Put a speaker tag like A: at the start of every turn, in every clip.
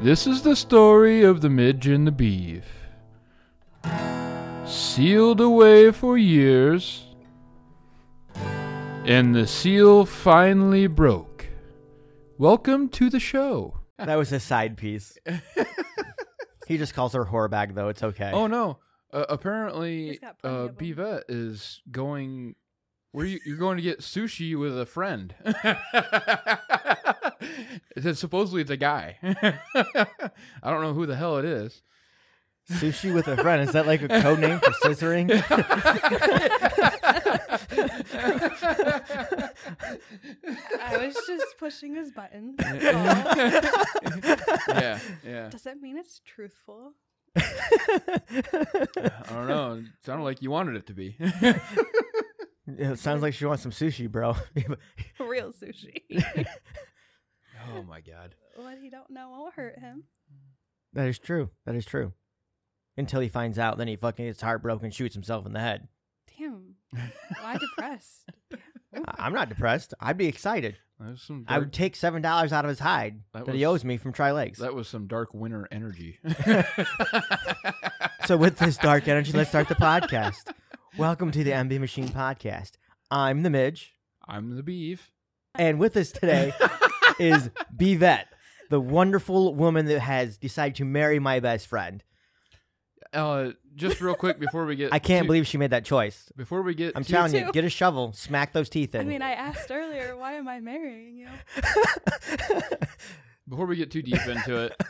A: This is the story of the midge and the beef. Sealed away for years, and the seal finally broke. Welcome to the show.
B: That was a side piece. he just calls her whore bag, though. It's okay.
A: Oh no! Uh, apparently,
C: He's got plenty
A: uh,
C: of 'em.
A: Bivette is going. Where you, you're going to get sushi with a friend? It's supposedly it's a guy. I don't know who the hell it is.
B: Sushi with a friend. Is that like a code name for scissoring?
C: I was just pushing his button. that's all.
A: yeah, yeah.
C: Does that mean it's truthful?
A: I don't know. It sounded like you wanted it to be.
B: it sounds like she wants some sushi, bro.
C: Real sushi.
A: oh my god.
C: what he don't know won't hurt him.
B: that is true. That is true. Until he finds out, then he fucking gets heartbroken, shoots himself in the head.
C: Damn. Why depressed?
B: I- I'm not depressed. I'd be excited.
A: That was some
B: I
A: dark,
B: would take seven dollars out of his hide
A: That
B: that, he
A: was-
B: owes me from Tri Lakes.
A: that was some dark winter energy.
B: so with this dark energy, let's start the podcast. Welcome to the MB Machine Podcast. I'm the Midge,
A: I'm the beef.
B: and with us today is Bivette, the wonderful woman that has decided to marry my best friend.
A: Uh, just real quick before we get
B: I can't
A: too-
B: believe she made that choice.
A: before we get
B: I'm
A: too-
B: telling you,
C: too.
B: get a shovel, smack those teeth in.
C: I mean, I asked earlier, why am I marrying you?
A: before we get too deep into it,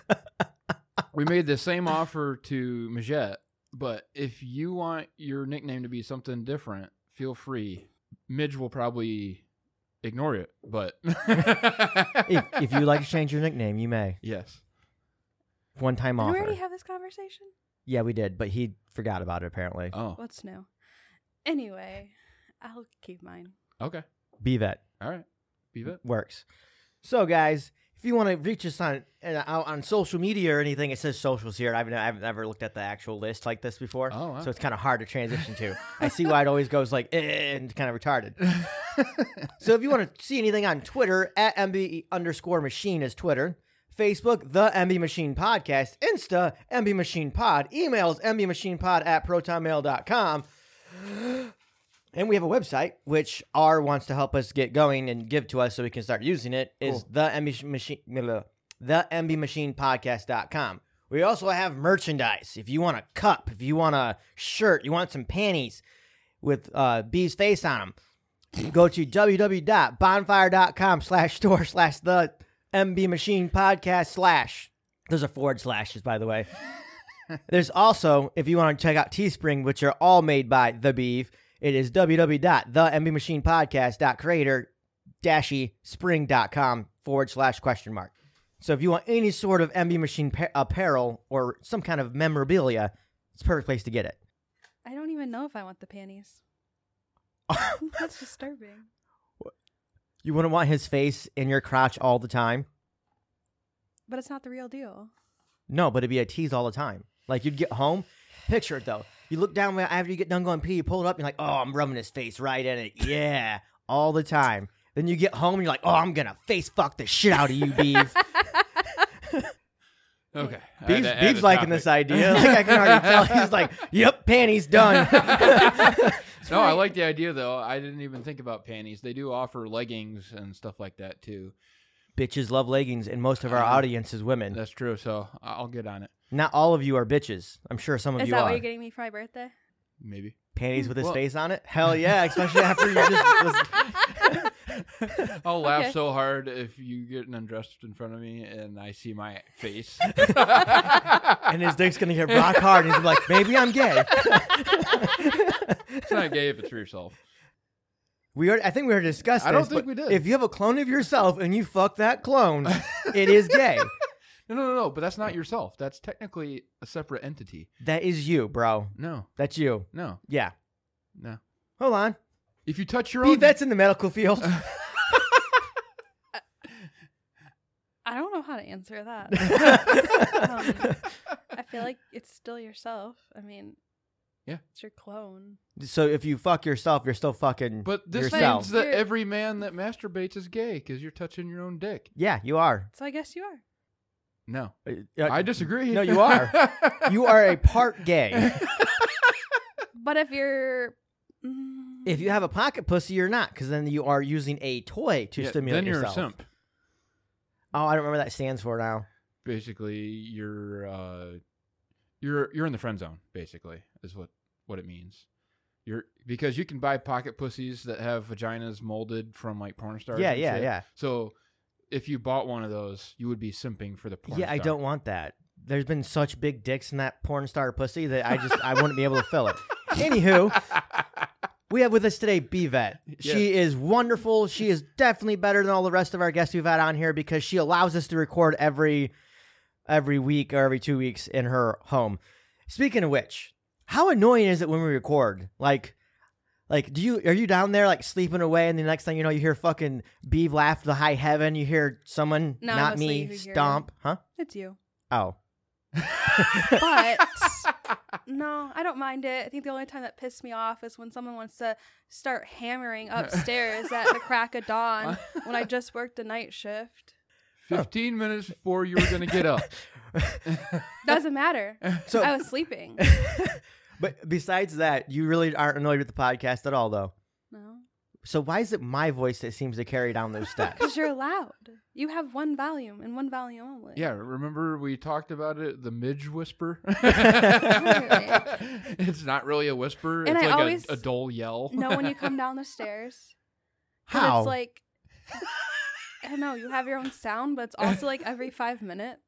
A: we made the same offer to Majette, but if you want your nickname to be something different, feel free. Midge will probably ignore it, but
B: if, if you would like to change your nickname, you may.
A: yes,
B: One time
C: Did we
B: offer.
C: already have this conversation?
B: yeah, we did, but he forgot about it apparently.
A: oh,
C: What's new? Anyway, I'll keep mine.
A: okay,
B: Bivette.
A: all right, Beavis.
B: works. So, guys, if you want to reach us on uh, out on social media or anything, it says socials here. I've, ne- I've never looked at the actual list like this before,
A: Oh, wow.
B: so it's kind of hard to transition to. I see why it always goes like eh, and kind of retarded. so, if you want to see anything on Twitter, at MB underscore machine is Twitter. Facebook, the MB Machine Podcast, Insta, MB Machine Pod, emails, MB Machine Pod at protonmail.com. And we have a website, which R wants to help us get going and give to us so we can start using it, is
A: Cool.
B: the MB Machine, the MB Machine Podcast.com. We also have merchandise. If you want a cup, if you want a shirt, you want some panties with uh, B's face on them, go to www.bonfire.com slash store slash the MB Machine Podcast slash. Those are forward slashes, by the way. There's also, if you want to check out Teespring, which are all made by The Beef, it is www.thembmachinepodcast.creator spring.com forward slash question mark. So if you want any sort of MB Machine pa- apparel or some kind of memorabilia, it's a perfect place to get it.
C: I don't even know if I want the panties. That's disturbing.
B: You wouldn't want his face in your crotch all the time.
C: But it's not the real deal.
B: No, but it'd be a tease all the time. Like you'd get home, picture it though. You look down after you get done going pee, you pull it up, you're like, oh, I'm rubbing his face right in it. Yeah, all the time. Then you get home, and you're like, oh, I'm gonna face fuck the shit out of you, Beef.
A: Okay, I had
B: Beef's,
A: to add
B: Beef's
A: a
B: liking
A: topic.
B: this idea. Like I can already tell. He's like, yep, panties done.
A: No, I like the idea though. I didn't even think about panties. They do offer leggings and stuff like that too.
B: bitches love leggings, and most of our audience is women.
A: That's true. So I- I'll get on it.
B: Not all of you are bitches. I'm sure some of
C: Is
B: you
C: that
B: are.
C: what you're getting me for my birthday?
A: Maybe.
B: panties with his
A: Well-
B: face on it? Hell yeah, especially after you just. was-
A: I'll laugh
C: Okay.
A: so hard if you get undressed in front of me and I see my face.
B: and his dick's gonna get rock hard, and he's like, maybe I'm gay.
A: it's not gay if it's for yourself.
B: We already, I think we already discussed.
A: I don't
B: this,
A: think
B: but
A: we did.
B: If you have a clone of yourself and you fuck that clone, it is gay.
A: No, no, no, no. But that's not yourself. That's technically a separate entity.
B: That is you, bro.
A: No,
B: That's you.
A: no,
B: Yeah.
A: no.
B: Hold on.
A: If you touch your
B: B
A: own,
B: vets in the medical field.
C: I don't know how to answer that. Um, I feel like it's still yourself. I mean,
A: Yeah.
C: it's your clone.
B: so if you fuck yourself, you're still fucking.
A: but this
B: yourself.
A: means that
C: You're-
A: every man that masturbates is gay because you're touching your own dick.
B: yeah, you are.
C: So I guess you are.
A: No,
B: Uh,
A: I disagree.
B: no, you are. you are a part gay.
C: But if you're, mm,
B: If you have a pocket pussy, you're not, because then you are using a toy to
A: Yeah,
B: stimulate
A: Then you're
B: yourself.
A: a simp.
B: Oh, I don't remember what that stands for now.
A: Basically, you're uh, you're you're in the friend zone. Basically, is what what it means. You're because you can buy pocket pussies that have vaginas molded from like porn stars.
B: yeah,
A: and
B: yeah,
A: shit.
B: yeah,
A: So if you bought one of those, you would be simping for the porn.
B: yeah. I
A: star.
B: don't want that. There's been such big dicks in that porn star pussy that I just I wouldn't be able to fill it. Anywho, we have with us today B Vet. She is wonderful. She is definitely better than all the rest of our guests we've had on here because she allows us to record every every week or every two weeks in her home. Speaking of which, how annoying is it when we record? Like like do you are you down there like sleeping away and the next thing you know you hear fucking Beeve laugh to high heaven, you hear someone
C: No,
B: not
C: mostly you
B: me
C: hear-
B: stomp, huh?
C: it's you.
B: Oh.
C: But no, I don't mind it. I think the only time that pissed me off is when someone wants to start hammering upstairs at the crack of dawn when I just worked a night shift.
A: Fifteen minutes before you were gonna get up.
C: Doesn't matter.
B: So
C: I was sleeping.
B: but besides that, you really aren't annoyed with the podcast at all though.
C: No,
B: So why is it my voice that seems to carry down those steps?
C: because you're loud. You have one volume and one volume only.
A: Yeah, remember we talked about it, the midge whisper? it's not really a whisper,
C: And
A: it's
C: I
A: like
C: always-
A: a, a dull yell.
C: No, when you come down the stairs, 'Cause
B: How?
C: it's like I don't know. You have your own sound, but it's also like every five minutes.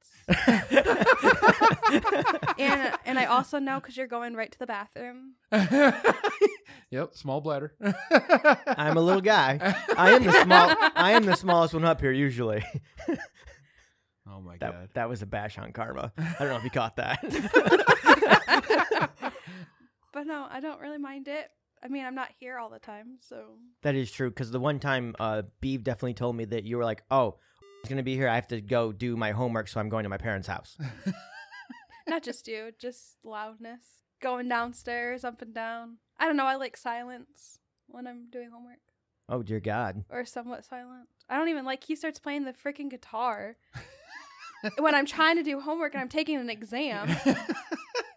C: And and I also know because you're going right to the bathroom.
A: yep, small bladder.
B: I'm a little guy. I am the small. I am the smallest one up here usually.
A: oh my
B: That
A: god.
B: that was a bash on karma. I don't know if you caught that.
C: But no, I don't really mind it. I mean, I'm not here all the time, so
B: that is true because the one time, uh, Beeve definitely told me that you were like, "Oh, he's gonna be here. I have to go do my homework, so I'm going to my parents' house."
C: not just you, just loudness. Going downstairs, up and down. I don't know. I like silence when I'm doing homework.
B: Oh dear God!
C: or somewhat silent. I don't even like he starts playing the freaking guitar when I'm trying to do homework and I'm taking an exam.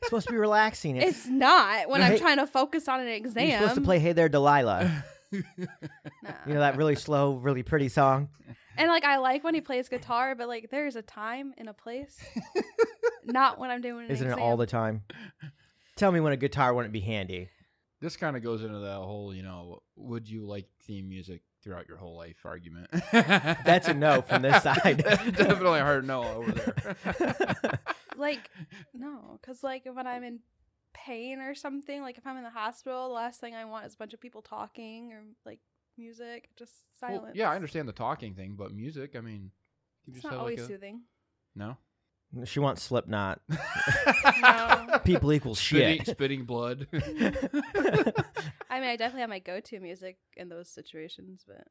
B: It's supposed to be relaxing. It's,
C: It's not when I'm
B: Hey-
C: trying to focus on an exam.
B: you're supposed to play "Hey There, Delilah."
C: Nah.
B: You know that really slow, really pretty song.
C: And like I like when he plays guitar, but like there is a time and a place. not when I'm doing an
B: Isn't it
C: exam.
B: all the time? Tell me when a guitar wouldn't be handy.
A: this kind of goes into that whole, you know, would you like theme music throughout your whole life argument?
B: That's a no from this side.
A: Definitely a hard no over there.
C: like no, because like when I'm in pain or something, like if I'm in the hospital, the last thing I want is a bunch of people talking or like music, just
A: Well,
C: silence.
A: yeah, I understand the talking thing, but music, I mean, you
C: It's
A: just
C: not
A: have
C: always
A: like a,
C: soothing.
A: no.
B: She wants Slipknot.
C: No.
B: People equal
A: spitting,
B: shit.
A: spitting blood.
C: I mean, I definitely have my go-to music in those situations, but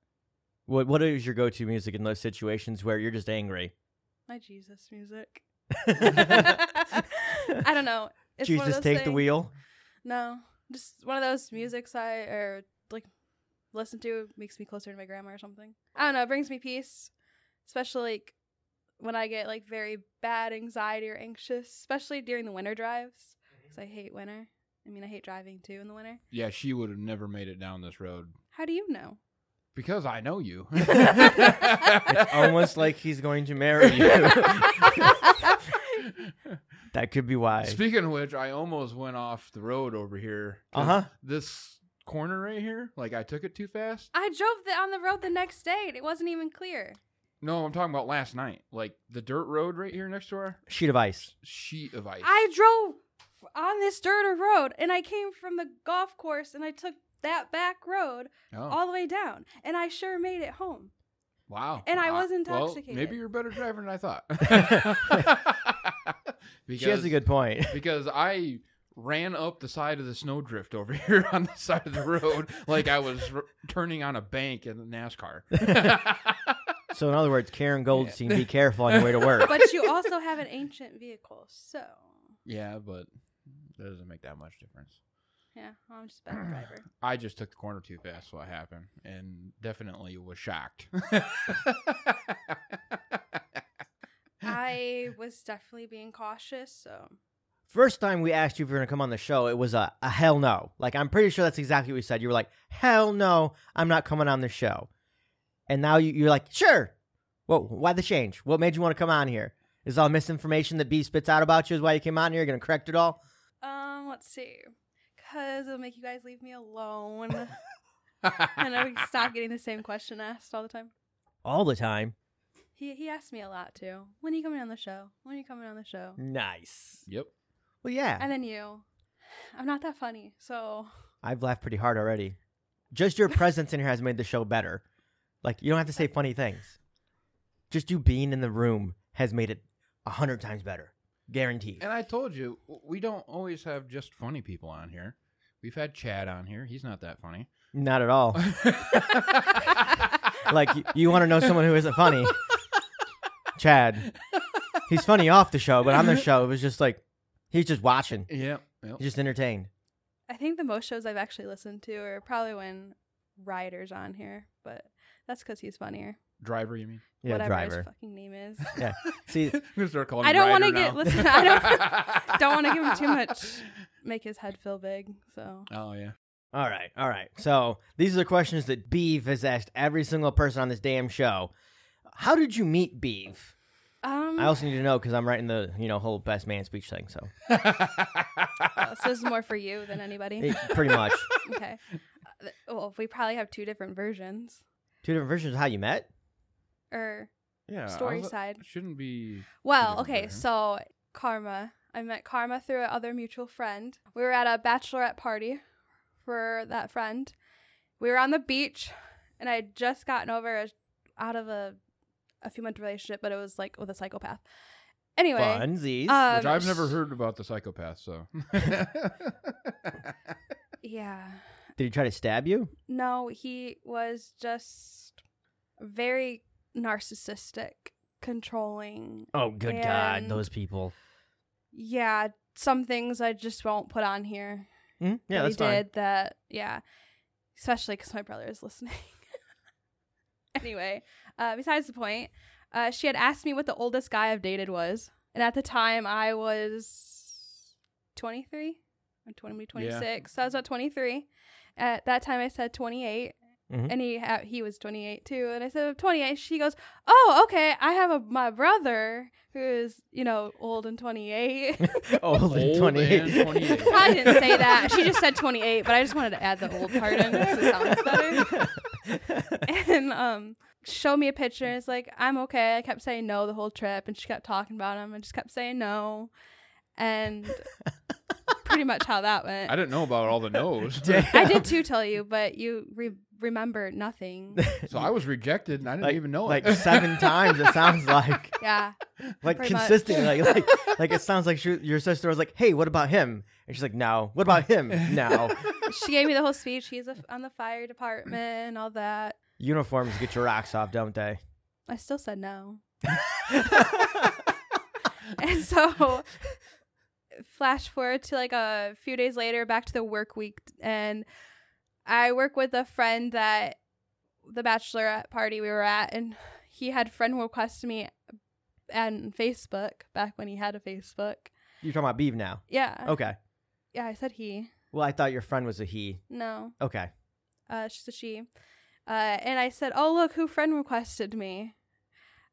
B: what What is your go to music in those situations where you're just angry?
C: my Jesus music. I don't know. It's one of
B: Jesus,
C: those
B: take the
C: thing-
B: wheel.
C: No, just one of those musics I or like listen to makes me closer to my grandma or something. I don't know. It brings me peace, especially like when I get like very bad anxiety or anxious, especially during the winter drives because I hate winter. I mean, I hate driving too in the winter.
A: yeah, she would have never made it down this road
C: How do you know?
A: because I know you.
C: It's
B: Almost like he's going to marry you. that could be why.
A: Speaking of which, I almost went off the road over here. 'cause
B: Uh-huh.
A: This corner right here, like I took it too fast.
C: I drove the, on the road the next day and it wasn't even clear.
A: No, I'm talking about last night. Like the dirt road right here next to our
B: Sheet of ice.
A: sheet of ice.
C: I drove on this dirt road and I came from the golf course and I took that back road
A: oh,
C: all the way down and I sure made it home.
A: wow.
C: and I
A: Wow.
C: was
A: Well,
C: intoxicated.
A: maybe you're a better driver than I thought. because,
B: she has a good point.
A: because I ran up the side of the snowdrift over here on the side of the road like I was r- turning on a bank in NASCAR.
B: So, in other words, Karen Goldstein, be careful on your way to work.
C: But you also have an ancient vehicle, so
A: yeah, but that doesn't make that much difference.
C: yeah, I'm just a bad driver.
A: I just took the corner too fast, what happened, and definitely was shocked.
C: I I was definitely being cautious. So
B: First time we asked you if you were gonna come on the show, it was a, a hell no. Like I'm pretty sure that's exactly what you said. You were like, hell no, I'm not coming on the show. And now you, you're like, sure. Well, why the change? What made you want to come on here? Is all misinformation that B spits out about you is why you came on here? You're gonna correct it all?
C: um, let's see, because it'll make you guys leave me alone, and I would stop getting the same question asked all the time.
B: All the time.
C: He he asked me a lot too. When are you coming on the show? When are you coming on the show?
B: Nice.
A: Yep.
B: Well, yeah.
C: And then you, I'm not that funny, so
B: I've laughed pretty hard already. Just your presence in here has made the show better. Like you don't have to say funny things. Just you being in the room has made it a hundred times better, guaranteed.
A: And I told you, w- we don't always have just funny people on here. We've had Chad on here. He's not that funny.
B: Not at all. Like you, you want to know someone who isn't funny? Chad. He's funny off the show, but on the show it was just like he's just watching,
A: Yep. yep.
B: he's just entertained.
C: I think the most shows I've actually listened to are probably when Ryder's on here, but that's because he's funnier.
A: Driver, you mean?
B: Yeah,
C: Whatever his
B: driver.
C: fucking name is.
B: See,
A: I'm gonna start calling.
C: I
A: him
C: don't wanna
A: Ryder
C: get-
A: now.
C: listen, I don't- don't wanna give him too much. Make his head feel big. So
A: Oh yeah.
B: All right, all right. So these are the questions that Beeve has asked every single person on this damn show. How did you meet Beeve?
C: um,
B: I also need to know because I'm writing the you know whole best man speech thing. So
C: oh, so this is more for you than anybody.
B: it, pretty much
C: okay. Uh, th- Well, we probably have two different versions
B: two different versions of how you met.
C: or
A: yeah. Uh, I
C: story
A: was-
C: side.
A: Shouldn't be.
C: Well,
A: different
C: okay,
A: version.
C: so Karma. I met Karma through our other mutual friend. We were at a bachelorette party for that friend. We were on the beach, and I had just gotten over a, out of a a few month relationship, but it was like with a psychopath. Anyway,
B: Funsies.
A: Which
C: um,
A: I've never
C: sh-
A: heard about the psychopath. So.
C: Yeah,
B: did he try to stab you?
C: no, he was just very narcissistic, controlling.
B: Oh, good God,
C: And-
B: those people.
C: Yeah, some things I just won't put on here.
B: Hmm? Yeah,
C: that
B: that's
C: he
B: fine.
C: did that yeah especially because my brother is listening anyway uh, besides the point uh, she had asked me what the oldest guy i've dated was and at the time i was 23 i'm 20 26 so i was about 23 at that time i said 28
B: Mhm.
C: and he ha- he was 28 too and i said "I'm 28 she goes oh okay i have a my brother who is you know old and 28
B: Old and
A: Old and 28.
C: Probably didn't say that. She just said 28, but I just wanted to add the old part in because it sounds better. And um, show me a picture. And it's like I'm okay. I kept saying no the whole trip, and she kept talking about him, and just kept saying no, and pretty much how that went.
A: I didn't know about all the no's.
B: Damn.
C: I did too tell you, but you re- remember nothing.
A: so I was rejected, and I didn't
B: Like-
A: even know
B: like
A: it.
B: seven times. It sounds like
C: Yeah,
B: like
C: Pretty much.
B: consistently. Like, like like it sounds like she, your sister was like, "Hey, what about him?" And she's like, "No. What about him? No."
C: she gave me the whole speech. He's a- on the fire department and all that.
B: Uniforms get your rocks off, don't they?
C: I still said no. and so flash forward to like a few days later back to the work week and i work with a friend that the bachelorette party we were at and he had friend requests me and facebook back when he had a facebook
B: You're talking about Beeve now.
C: yeah
B: Okay.
C: yeah i said he
B: Well, I thought your friend was a he.
C: no
B: Okay.
C: uh she's a she uh and i said oh look who friend requested me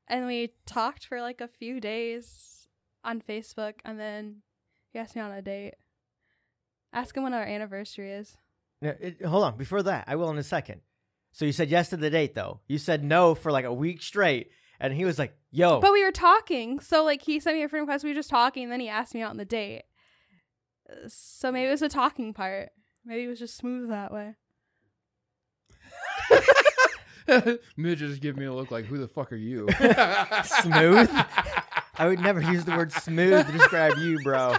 C: and we talked for like a few days on facebook and then he asked me on a date ask him when our anniversary is
B: No, it- hold on. Before that, I will in a second. So you said yes to the date, though. You said no for like a week straight, and he was like, "Yo,
C: but we were talking so like he sent me a friend request we were just talking and then he asked me out on the date Uh, so maybe it was a talking part maybe it was just smooth that way
A: Midge just give me a look like, "Who the fuck are you?"
B: Smooth? I would never use the word smooth to describe you, bro.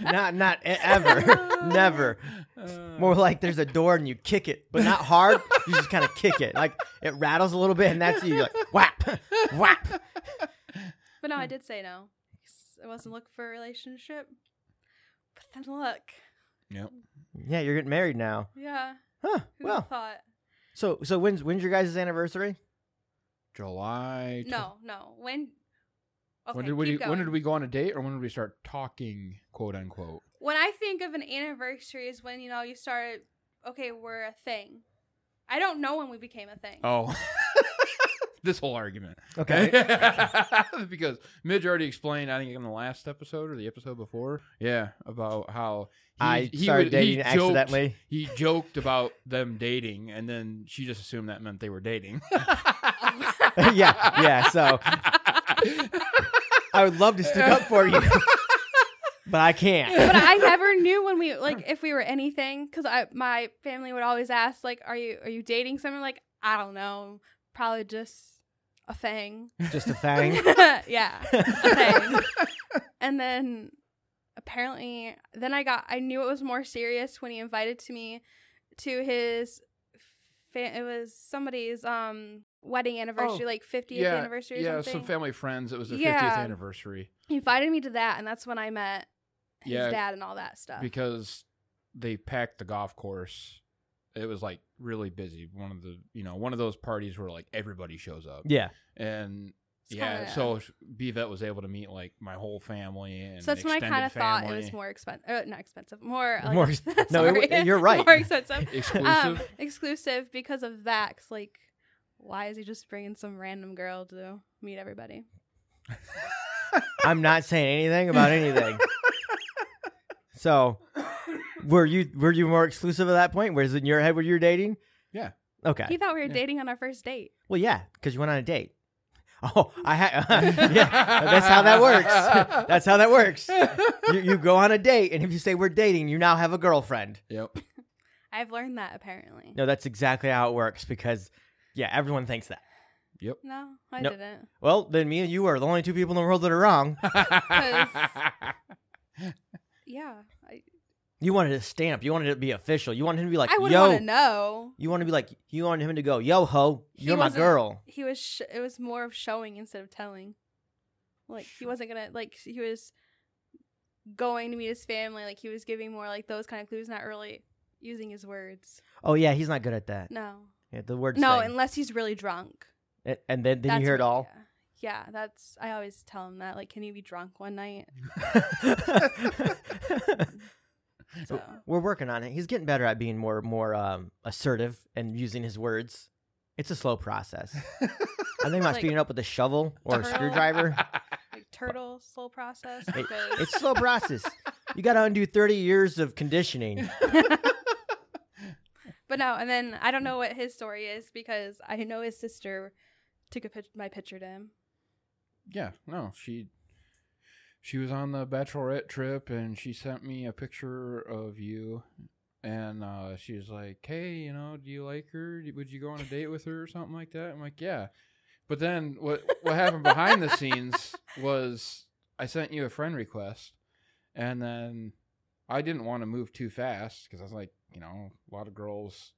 B: not, not e- ever, never.
A: Uh,
B: More like there's a door and you kick it, but not hard. You just kind of kick it, like it rattles a little bit, and that's you. You're like whap, whap.
C: but no i did say no i wasn't looking for a relationship but then look
A: Yep.
B: Yeah, you're getting married now,
C: yeah
B: huh?
C: who
B: Well,
C: thought
B: so so when's when's your guys' anniversary?
A: July. tw-
C: No, no. When Okay,
A: when did we
C: keep
A: when
C: going.
A: did we go on a date or when did we start talking quote unquote?
C: When I think of an anniversary, is when you know you started. Okay, we're a thing. I don't know when we became a thing.
A: Oh. this whole argument. Eh?
B: Okay.
A: because Midge already explained, I think in the last episode or the episode before, yeah, about how he,
B: I
A: he
B: started
A: would- he
B: dating
A: joked-
B: accidentally.
A: He joked about them dating, and then she just assumed that meant they were dating.
B: yeah, yeah. So I would love to stick up for you, but I
C: but
B: can't.
C: I never knew when we like if we were anything because I my family would always ask like, "Are you are you dating someone?" Like, I don't know, probably just a thing.
B: Just a thing.
C: yeah, a thing. and then apparently, then I got I knew it was more serious when he invited to me to his. Fa- it was somebody's um wedding anniversary,
A: Oh,
C: like 50th
A: yeah,
C: anniversary or
A: yeah,
C: something.
A: some family friends. It was their
C: Yeah.
A: 50th anniversary
C: he invited me to that, and that's when I met his
A: Yeah,
C: dad and all that stuff.
A: because they packed the golf course. It was like really busy. One of the you know one of those parties where like everybody shows up,
B: Yeah.
A: and
C: It's
A: yeah,
C: kinda-
A: so sh- Bivette was able to meet like my whole family and
C: So that's when I kind of thought it was
A: extended
C: more expensive. Uh, not expensive. More. Like,
B: More ex- no, it-
C: sorry,
B: you're right.
C: more expensive.
A: family.
C: Um,
A: exclusive.
C: exclusive because of that. 'cause, like, why is he just bringing some random girl to meet everybody?
B: I'm not saying anything about anything. So, were you were you more exclusive at that point? Was it in your head where you were dating?
A: Yeah.
B: Okay.
C: He thought we were
A: Yeah.
C: dating on our first date.
B: Well, yeah, because you went on a date. Oh, I ha-
C: Um.
B: yeah, that's how that works. that's how that works. You, you go on a date, and if you say we're dating, you now have a girlfriend.
A: yep.
C: I've learned that apparently.
B: No, that's exactly how it works because, yeah, everyone thinks that.
C: No, I
B: Nope.
C: didn't.
B: Well, then me and you are the only two people in the world that are wrong.
C: Yeah, I,
B: You wanted a stamp. You wanted it to be official. You wanted him to be like,
C: I would
B: yo.
C: want to know.
B: You want to be like, you wanted him to go, yo ho,
C: He
B: you're my
C: wasn't-
B: girl.
C: He was. Sh- it was more of showing instead of telling. Like he wasn't gonna like he was going to meet his family. Like he was giving more like those kind of clues, not really using his words.
B: Oh yeah, he's not good at that.
C: No,
B: Yeah, the word.
C: no,
B: and,
C: unless he's really drunk.
B: and, then then
C: That's
B: you hear it
C: what-
B: all.
C: Yeah. Yeah, that's I always tell him that. Like, can you be drunk one night? So
B: We're working on it. He's getting better at being more more um, assertive and using his words. It's a slow process. I think about
C: Like-
B: speeding up with a shovel or a
C: Turtle.
B: screwdriver.
C: like turtle soul process.
B: It-
C: because-
B: It's a slow process. You got to undo thirty years of conditioning.
C: But no, and then I don't know what his story is because I know his sister took a pic- my picture to him.
A: yeah, no, she she was on the bachelorette trip and she sent me a picture of you and uh, she was like, "Hey, you know, do you like her? Do- Would you go on a date with her or something like that?" I'm like, "Yeah." But then what what happened behind the scenes was I sent you a friend request and then I didn't want to move too fast because I was like, you know, a lot of girls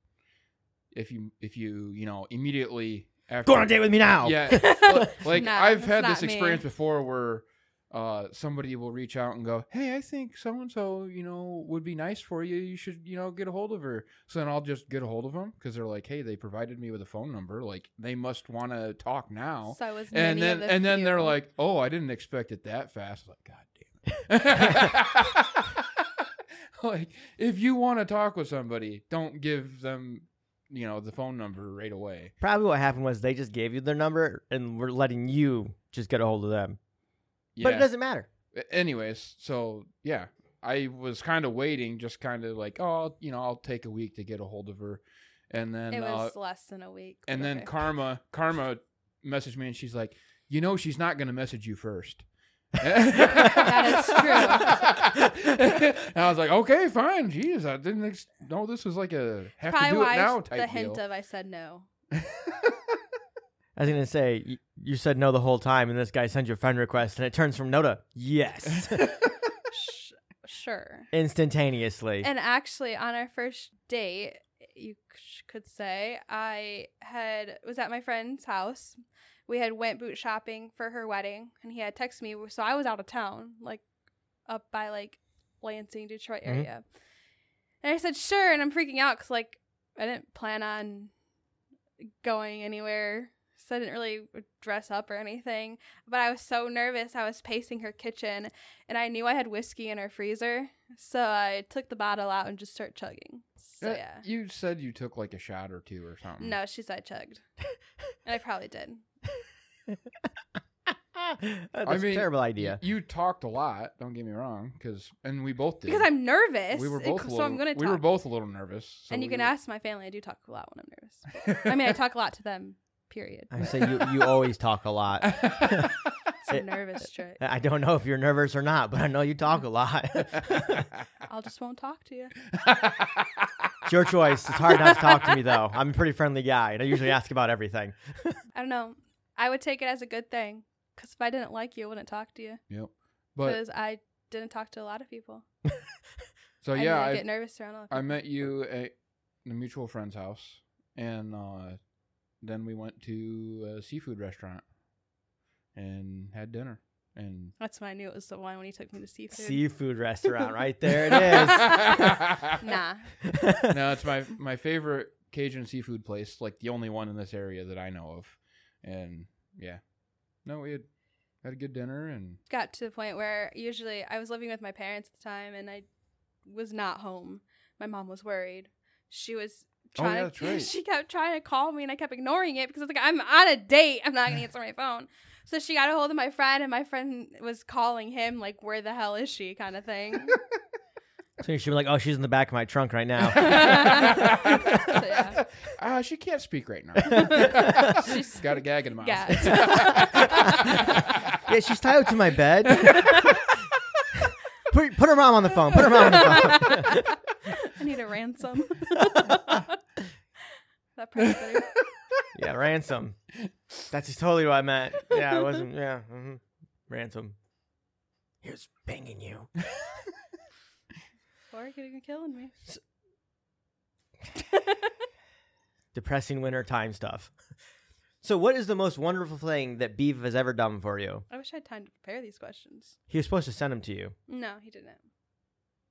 A: if you if you, you know, immediately after
B: Go on a date with me now.
A: yeah, li- like
C: Nah,
A: I've
C: that's
A: had this
C: not me.
A: experience before where uh, somebody will reach out and go, "Hey, I think so and so, you know, would be nice for you. You should, you know, get a hold of her." So then I'll just get a hold of them because they're like, "Hey, they provided me with a phone number. Like they must want to talk now."
C: So I was
A: Oh. and
C: many
A: then
C: of the
A: and then they're
C: few.
A: like, "Oh, I didn't expect it that fast." Like, god damn it. like if you want to talk with somebody, don't give them, you know, the phone number right away.
B: Probably what happened was they just gave you their number and we're letting you just get a hold of them. But it doesn't matter.
A: A- anyways, so yeah, I was kind of waiting, just kind of like, oh, you know, I'll take a week to get a hold of her, and then
C: it
A: uh,
C: was less than a week. but
A: and then
C: okay.
A: Karma, Karma messaged me, and she's like, you know, she's not gonna message you first. that
B: is true.
A: and I was like, okay, fine. Jeez, I didn't ex- know this was like a have
C: probably
A: to do it
C: why
A: now
C: the
A: type
C: hint
A: deal.
C: of I said no.
B: I was gonna say you, you said no the whole time, and this guy sends you a friend request, and it turns from no to yes
C: Sh- sure.
B: instantaneously.
C: And actually, on our first date, you c- could say I had was at my friend's house. We had went boot shopping for her wedding, and he had texted me. So I was out of town, like up by like Lansing, Detroit
B: Mhm.
C: area. And I said sure, and I'm freaking out because like I didn't plan on going anywhere so I didn't really dress up or anything. But I was so nervous. I was pacing her kitchen, and I knew I had whiskey in her freezer, so I took the bottle out and just started chugging. So
A: Uh,
C: yeah,
A: You said you took like a shot or two or something.
C: no, she said I chugged, and I probably did.
B: Ah, That's
A: I mean,
B: a terrible
A: Y-
B: idea.
A: You talked a lot. Don't get me wrong, because and we both did.
C: Because I'm nervous.
A: We were
C: and
A: both.
C: c-
A: a
C: so
A: little,
C: I'm gonna talk.
A: We were both a little nervous. so
C: and you
A: we
C: can
A: were-
C: ask my family. I do talk a lot when I'm nervous. I mean, I talk a lot to them. Period.
B: I say you, you always talk a lot.
C: It's a nervous trick.
B: I don't know if you're nervous or not, but I know you talk a lot. it's
C: I'll just won't talk to you.
B: your choice. It's hard not to talk to me though. I'm a pretty friendly guy, and I usually ask about everything.
C: I don't know. I would take it as a good thing. Because if I didn't like you, I wouldn't talk to you.
A: Yep. But
C: Because I didn't talk to a lot of people.
A: so
C: I
A: yeah,
C: didn't
A: I,
C: get nervous around. All
A: I met you at a mutual friend's house, and uh, then we went to a seafood restaurant and had dinner. And
C: That's when I knew it was the one when he took me to seafood.
B: Seafood restaurant, right there it
C: nah.
B: is.
A: no, it's my my favorite Cajun seafood place, like the only one in this area that I know of. And yeah, no, we had had a good dinner, and
C: Got to the point where usually I was living with my parents at the time and I was not home. My mom was worried. She was
A: Oh,
C: trying
A: yeah,
C: to,
A: that's right.
C: she kept trying to call me and I kept ignoring it because I was like, I'm on a date. I'm not gonna answer my phone. So she got a hold of my friend and my friend was calling him like, Where the hell is she? kind of thing.
B: so she'd be like, "Oh, she's in the back of my trunk right now."
C: yeah.
A: Ah, she can't speak right now.
B: She's-
A: She's got a gag in her mouth.
C: Gagged.
B: yeah, she's tied up to my bed. put, put her mom on the phone. Put her mom on the phone.
C: I need a ransom. that price better.
B: yeah, ransom. That's just totally what I meant. Yeah, I wasn't. Yeah, mhm. ransom. He was banging you.
C: Or you could have been killing me.
B: Depressing winter time stuff. So, what is the most wonderful thing that Beef has ever done for you?
C: I wish I had time to prepare these questions.
B: He was supposed to send them to you.
C: No, he didn't.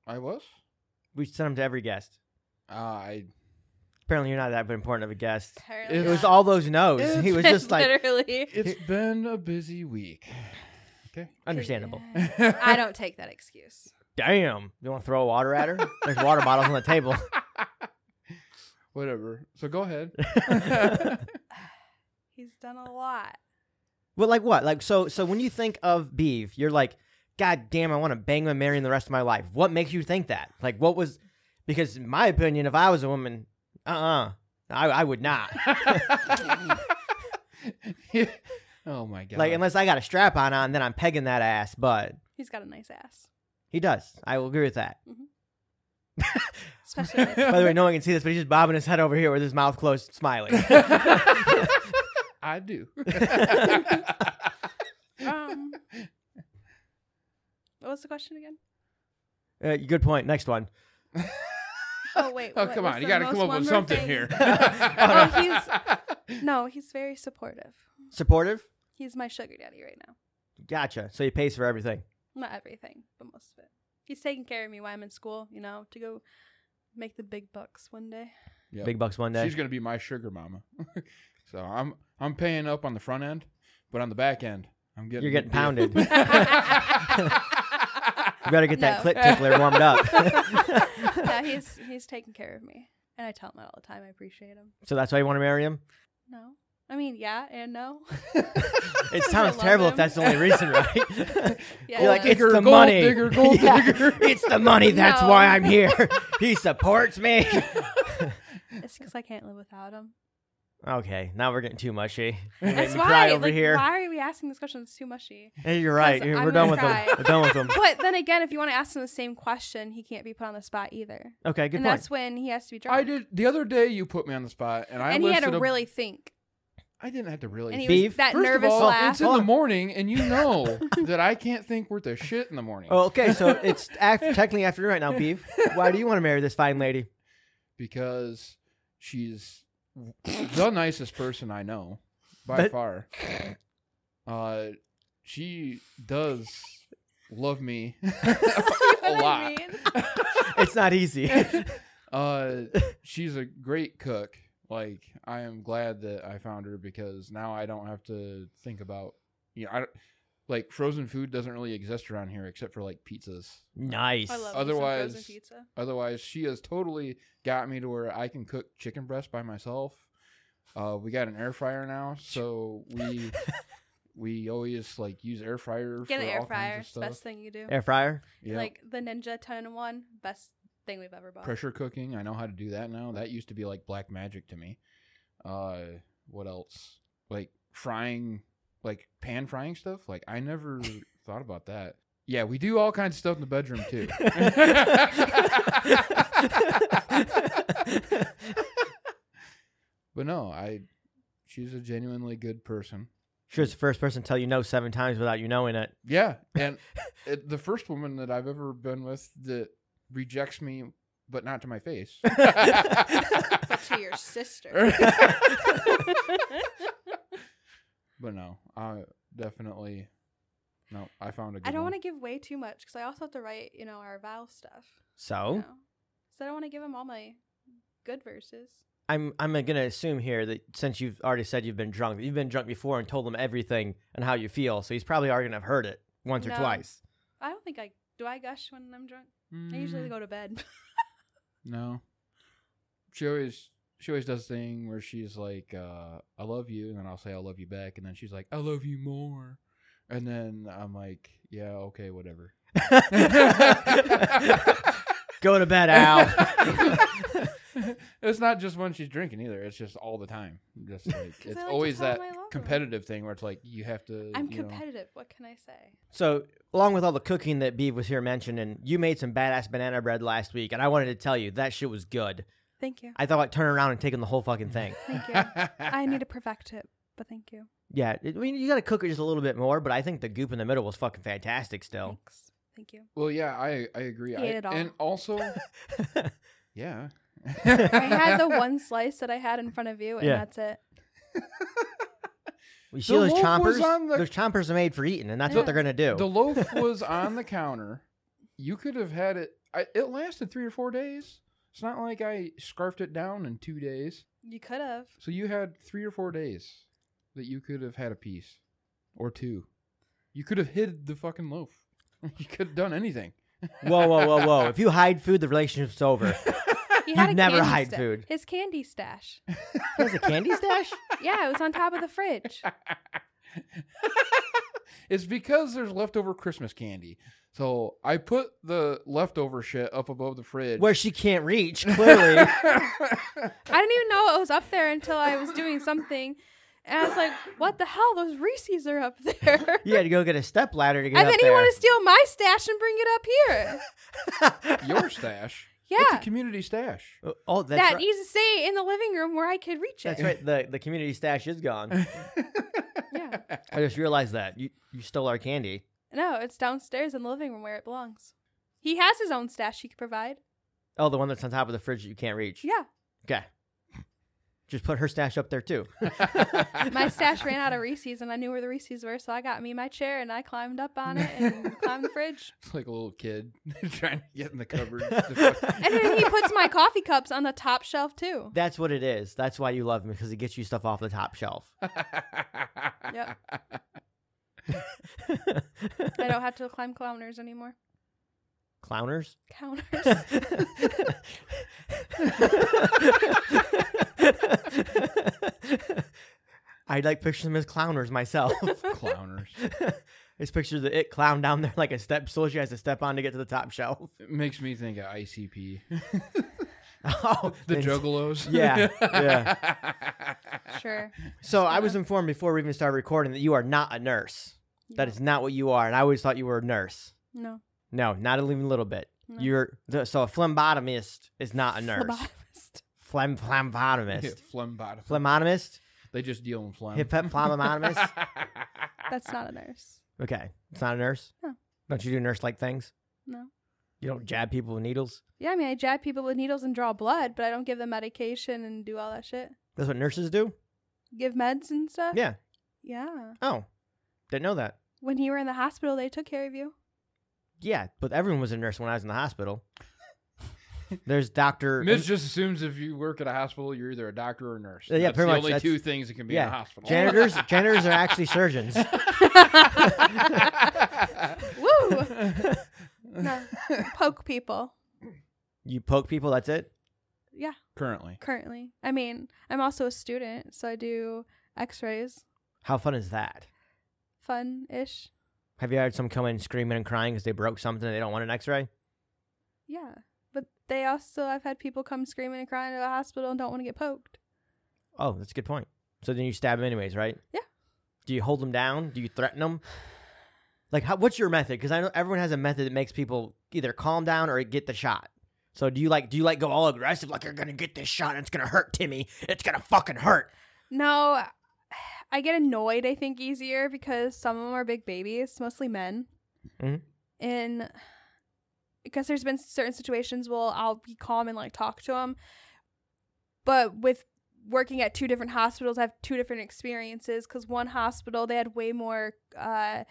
A: I was.
B: We sent them to every guest.
A: Uh, I
B: Apparently, you're not that important of a guest.
C: Apparently
B: It was
C: not.
B: all those no's. He was just like
C: literally.
A: it's been a busy week. Okay.
B: understandable.
C: Yeah. I don't take that excuse.
B: Damn. You want to throw water at her? There's water bottles on the table.
A: Whatever. So go ahead.
C: He's done a lot.
B: Well, like what? Like so so when you think of Beeve, you're like, God damn, I want to bang my Marion the rest of my life. What makes you think that? Like what was because in my opinion, if I was a woman, uh uh I, I would not.
A: oh my god.
B: Like unless I got a strap on on, then I'm pegging that ass, but
C: He's got a nice ass.
B: he does. I will agree with that.
C: Especially nice.
B: By the way, no one can see this, but he's just bobbing his head over here with his mouth closed, smiling.
A: I do.
C: um, what was the question again?
B: Uh, good point. Next one.
C: Oh wait.
A: oh
C: what
A: come
C: was
A: on,
C: the
A: you got to
C: most
A: come up with
C: wonderful
A: something
C: thing?
A: here.
C: Oh, No, he's very supportive.
B: Supportive?
C: He's my sugar daddy right now.
B: Gotcha. So he pays for everything.
C: Not everything, but most of it. He's taking care of me while I'm in school, you know, to go make the big bucks one day.
A: Yep.
B: Big bucks one day.
A: She's gonna be my sugar mama. so I'm I'm paying up on the front end, but on the back end, I'm getting
B: You're getting
A: the deal.
B: pounded. you better get that
C: No.
B: clit tickler warmed up.
C: yeah, he's he's taking care of me. And I tell him that all the time. I appreciate him.
B: so that's why you want to marry him?
C: No. I mean, yeah and no.
B: It
C: I
B: sounds
C: love
B: terrible if
C: him.
B: that's the only reason, right?
C: Yeah,
B: You're like,
C: no.
B: it's
A: Digger,
B: the
A: gold
B: money.
A: digger, gold digger.
B: It's the money. That's
C: No.
B: why I'm here. he supports me.
C: it's because I can't live without him.
B: okay, now we're getting too mushy. You made
C: That's
B: me
C: why.
B: cry over
C: like,
B: here.
C: Why are we asking this question? It's too mushy.
B: Hey, you're right.
C: Because
B: You're-
C: I'm
B: We're done with
C: gonna
B: them.
C: cry.
B: We're done with them.
C: But then again, if you want to ask him the same question, he can't be put on the spot either.
B: Okay, good
C: and
B: point.
C: that's when he has to be drunk.
A: I did the other day. You put me on the spot, and I
C: and he had
A: listed
C: to
A: a-
C: really think.
A: I didn't have to really.
C: And he
B: Beef.
C: was that
A: First
C: nervous
A: of all,
C: laugh.
A: it's in the morning, and you know that I can't think worth a shit in the morning
B: Oh, okay, so it's af- technically afternoon right now, Beef. Why do you want to marry this fine lady?
A: because she's the nicest person I know by
B: But-
A: far. Uh, she does love me a
C: what
A: lot.
C: I mean?
B: It's not easy.
A: Uh, she's a great cook. Like I am glad that I found her because now I don't have to think about you know I don't- like frozen food doesn't really exist around here except for like pizzas.
B: Nice.
C: I
A: Otherwise-
C: love otherwise frozen pizza.
A: Otherwise, she has totally got me to where I can cook chicken breast by myself. Uh, we got an air fryer now, so we we always like use air fryer.
C: Get
A: for
C: an air
A: all kinds of
C: fryer. It's the
A: stuff.
C: best thing you do.
B: Air fryer.
A: Yeah.
C: Like uh, the Ninja 10 in 1, best thing we've ever bought.
A: pressure cooking. I know how to do that now. That used to be like black magic to me. Uh, what else? Like frying, like pan frying stuff. Like I never thought about that. Yeah, we do all kinds of stuff in the bedroom too. but no, I. She's a genuinely good person.
B: She was the first person to tell you no seven times without you knowing it.
A: Yeah, and it, the first woman that I've ever been with that rejects me, but not to my face.
C: But to your sister.
A: but no, I definitely no. I found a good.
C: I don't want to give way too much because I also have to write, you know, our vow stuff.
B: So
A: Oh.
C: You know? So I don't want to give him all my good verses.
B: I'm I'm gonna assume here that since you've already said you've been drunk, that you've been drunk before and told him everything and how you feel. So he's probably already gonna have heard it once or
C: No.
B: twice.
C: I don't think I do. I gush when I'm drunk.
A: to.
C: I usually go to bed.
A: Mm, No, she always she always does a thing where she's like, uh, "I love you," and then I'll say, "I love you back," and then she's like, "I love you more," and then I'm like, "Yeah, okay, whatever."
B: Go to bed, Al.
A: it's not just when she's drinking either. It's just all the time. Just like
C: I
A: it's
C: like to
A: always
C: tell
A: that
C: 'em I love 'em.
A: competitive thing where it's like you have to.
C: I'm
A: you know-
C: competitive. What can I say?
B: so along with all the cooking that Beav was here mentioning, you made some badass banana bread last week, and I wanted to tell you that shit was good.
C: Thank you.
B: I thought like turning around and taking the whole fucking thing.
C: Thank you. I need to perfect it, but thank you.
B: Yeah, it- I mean you gotta cook it just a little bit more, but I think the goop in the middle was fucking fantastic. Still,
C: Thanks. Thank you.
A: Well, yeah, I I agree.
C: He
A: I,
C: ate it all.
A: And also, yeah.
C: I had the one slice that I had in front of you, and
B: Yeah.
C: that's it.
B: you see those
A: loaf was
B: chompers?
A: on the-
B: Those chompers are made for eating, and that's what
C: Yeah.
B: they're gonna do.
A: The loaf was on the counter. You could have had it. I, it lasted three or four days. It's not like I scarfed it down in two days.
C: You could have.
A: So you had three or four days that you could have had a piece or two. You could have hid the fucking loaf. You could have done anything.
B: whoa, whoa, whoa, whoa! If you hide food, the relationship's over.
C: He had
B: You
C: a
B: never
C: candy
B: hide
C: sta-
B: food.
C: His candy stash.
B: He has a candy stash.
C: Yeah, it was on top of the fridge.
A: it's because there's leftover Christmas candy. So I put the leftover shit up above the fridge.
B: where she can't reach. Clearly,
C: I didn't even know it was up there until I was doing something, and I was like, "What the hell? Those Reese's are up there."
B: you had to go get a step ladder to get
C: and
B: up
C: then he
B: there.
C: wanted to steal my stash and bring it up here.
A: Your stash. It's a
C: Yeah,
A: community stash.
B: oh, that's
C: that
B: right.
C: needs to stay in the living room where I could reach
B: that's
C: it.
B: right. The the community stash is gone.
C: Yeah.
B: I just realized that you you stole our candy.
C: No, it's downstairs in the living room where it belongs. He has his own stash he could provide.
B: Oh, the one that's on top of the fridge that you can't reach.
C: Yeah,
B: Okay. Just put her stash up there too.
C: my stash ran out of Reese's, and I knew where the Reese's were, so I got me my chair and I climbed up on it and climbed the fridge.
A: It's like a little kid trying to get in the cupboard. to fuck-
C: And then he puts my coffee cups on the top shelf too.
B: That's what it is. That's why you love him because he gets you stuff off the top shelf.
C: Yep. I don't have to climb counters anymore.
B: Clowners.
C: Counters.
B: I like picture them as clowners myself.
A: Clowners.
B: I just picture the it clown down there like a step stool she has to step on to get to the top shelf.
A: It makes me think of ICP.
B: Oh,
A: the
B: and-
A: juggalos.
B: Yeah, yeah.
C: Sure.
B: So I was informed before we even started recording that you are not a nurse. That is not what you are, and I always thought you were a nurse.
C: No.
B: No, not even a little bit.
C: No.
B: You're the, so a phlebotomist is not a nurse.
C: Phlebotomist.
B: Phlem phlebotomist.
A: Yeah, phlegm bottom.
B: Phlebotomist.
A: They just deal in phlegm.
B: Hip hop phlebotomist.
C: That's not a nurse.
B: Okay, it's not a nurse.
C: No.
B: Don't you do nurse like things?
C: No.
B: You don't jab people with needles.
C: Yeah, I mean, I jab people with needles and draw blood, but I don't give them medication and do all that shit.
B: That's what nurses do.
C: Give meds and stuff.
B: Yeah.
C: Yeah.
B: Oh, didn't know that.
C: When you were in the hospital, they took care of you.
B: Yeah, but everyone was a nurse when I was in the hospital. There's Doctor.
A: Midge just assumes if you work at a hospital, you're either a doctor or a nurse.
B: Yeah,
A: That's the
B: pretty much,
A: only
B: that's-
A: two things that can be in
B: yeah.
A: a hospital.
B: janitors. janitors are actually surgeons.
C: Woo! No. Poke people
B: You poke people. That's it.
A: Currently.
C: currently. I mean, I'm also a student, so I do X-rays.
B: How fun is that?
C: Fun ish.
B: Have you had some come in screaming and crying because they broke something and they don't want an X-ray?
C: Yeah, but they also I've had people come screaming and crying to the hospital and don't want to get poked.
B: Oh, that's a good point. So then you stab them anyways, right?
C: Yeah.
B: Do you hold them down? Do you threaten them? Like, how, what's your method? Because I know everyone has a method that makes people either calm down or get the shot. So do you like do you like go all aggressive like you're gonna get this shot and it's gonna hurt Timmy? It's gonna fucking hurt.
C: No, I get annoyed. I think easier because some of them are big babies, mostly men,
B: Mhm.
C: and because there's been certain situations where I'll be calm and like talk to them, but with working at two different hospitals, I have two different experiences. Because one hospital they had way more uh,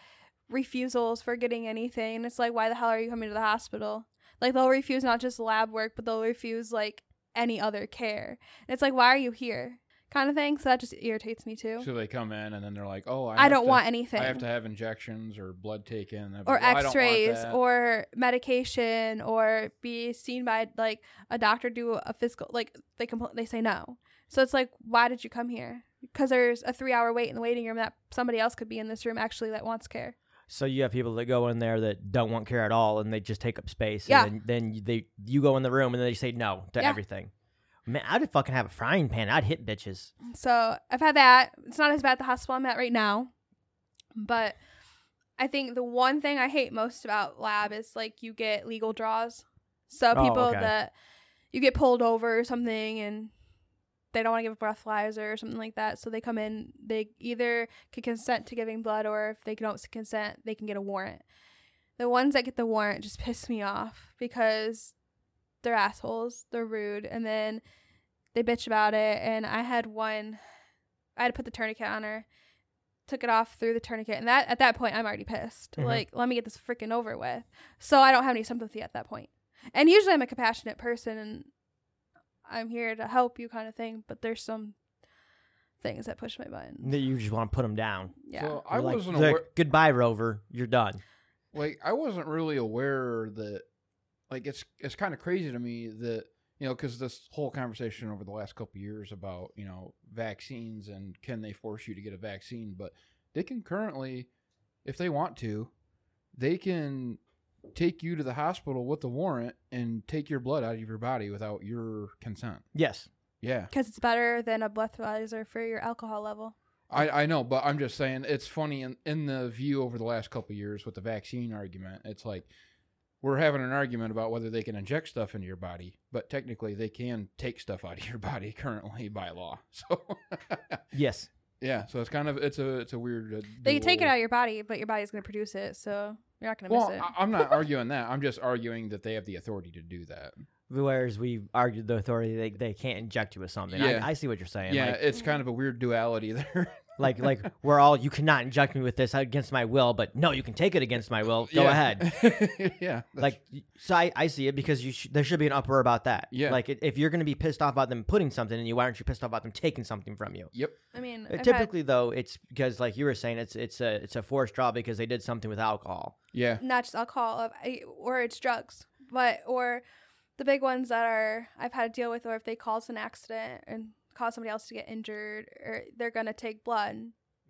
C: refusals for getting anything, and it's like, why the hell are you coming to the hospital? Like they'll refuse not just lab work, but they'll refuse like any other care. And it's like, why are you here? Kind of thing. So that just irritates me too.
A: So they come in and then they're like, "Oh, I,
C: I,
A: have
C: don't
A: to-
C: want anything.
A: I have to have injections or blood taken I'd be
C: or
A: like, "Well, I don't want
C: x-rays
A: that."
C: or medication or be seen by like a doctor do a physical like they compl- they say no so it's like why did you come here because there's a three hour wait in the waiting room that somebody else could be in this room actually that wants care
B: So you have people that go in there that don't want care at all and they just take up space.
C: Yeah.
B: And then, then you- they you go in the room and they say no to
C: Yeah.
B: everything. Man, I'd fucking have a frying pan. I'd hit bitches.
C: so i've had that it's not as bad at the hospital i'm at right now but i think the one thing i hate most about lab is like you get legal draws so
B: Oh,
C: people
B: okay.
C: that you get pulled over or something and they don't want to give a breathalyzer or something like that so they come in they either can consent to giving blood or if they don't consent they can get a warrant the ones that get the warrant just piss me off because they're assholes they're rude and then they bitch about it and i had one i had to put the tourniquet on her took it off through the tourniquet and that at that point i'm already pissed
A: Mm-hmm.
B: Mhm.
C: like let me get this freaking over with so i don't have any sympathy at that point and usually i'm a compassionate person and i'm here to help you kind of thing but there's some things that push my buttons
B: That you just want to put them down.
C: yeah
A: So I
B: You're like,
A: wasn't
B: "Look,
A: aware.
B: Goodbye, Rover. You're done.
A: like I wasn't really aware that like it's it's kind of crazy to me that you know because this whole conversation over the last couple of years about you know vaccines and can they force you to get a vaccine but they can currently if they want to they can take you to the hospital with the warrant and take your blood out of your body without your consent
B: Yes.
A: yeah
C: because it's better than a breathalyzer for your alcohol level
A: I, I know, but I'm just saying it's funny in, in the view over the last couple of years with the vaccine argument. It's like we're having an argument about whether they can inject stuff into your body, but technically they can take stuff out of your body currently by law. So
B: Yes.
A: yeah, so it's kind of it's a it's a weird. Uh,
C: they can take it
A: dual-
C: out of your body but your body's going to produce it so you're not going to
A: Well,
C: miss it
A: I, I'm not arguing that. I'm just arguing that they have the authority to do that.
B: Whereas we argued the authority they, they can't inject you with something.
A: Yeah.
B: I, I see what you're saying.
A: yeah,
B: Like,
C: Mm-hmm.
A: it's kind of a weird duality there.
B: like like we're all you cannot inject me with this against my will, but no, you can take it against my will. Go
A: Yeah.
B: ahead.
A: yeah, that's-
B: Like so, I, I see it because you sh- there should be an uproar about that.
A: Yeah.
B: Like if you're going to be pissed off about them putting something in you, why aren't you pissed off about them taking something from you?
C: i mean
B: Uh,
C: I've had-
B: Typically, though, it's because like you were saying, it's it's a it's a forced draw because they did something with alcohol.
A: yeah.
C: not just alcohol of- I- or it's drugs but or the big ones that are i've had to deal with or if they cause an accident and cause somebody else to get injured or they're going to take blood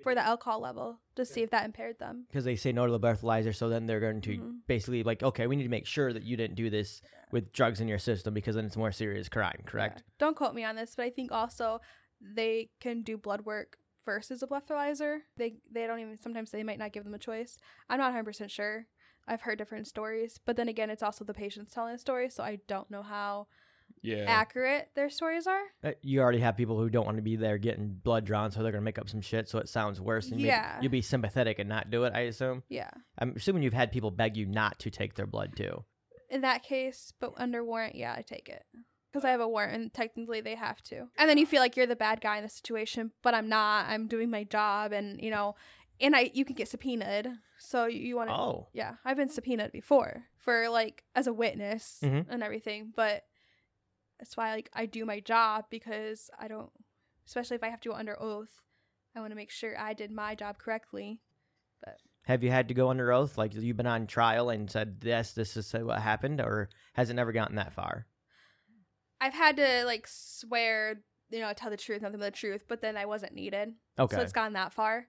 C: for the alcohol level to see if that impaired them
B: because they say no to the breathalyzer, so then they're going to
C: Mhm.
B: basically like, okay, we need to make sure that you didn't do this with drugs in your system because then it's a more serious crime, correct?
C: Yeah. Don't quote me on this, but I think also they can do blood work versus a breathalyzer. They they don't even sometimes they might not give them a choice. I'm not 100% sure. I've heard different stories, but then again, it's also the patients telling a story, so I don't know how
A: Yeah.
C: accurate their stories are.
B: Uh, You already have people who don't want to be there getting blood drawn, so they're going to make up some shit so it sounds worse. And you make-
C: Yeah.
B: you'll be sympathetic and not do it. I assume.
C: Yeah.
B: I'm assuming you've had people beg you not to take their blood too.
C: In that case, but under warrant, yeah, I take it. Because I have a warrant and technically they have to. And then you feel like you're the bad guy in the situation, but I'm not. I'm doing my job and, you know, and I you can get subpoenaed. So you, you want to
B: Oh,
C: Yeah, I've been subpoenaed before for like as a witness
B: Mhm.
C: and everything, but that's why like I do my job because I don't especially if I have to go under oath, I want to make sure I did my job correctly.
B: Have you had to go under oath? Like you've been on trial and said, yes, this is what happened, or has it never gotten that far?
C: I've had to like swear, you know, tell the truth, nothing but the truth, but then I wasn't needed.
B: Okay.
C: So it's gone that far.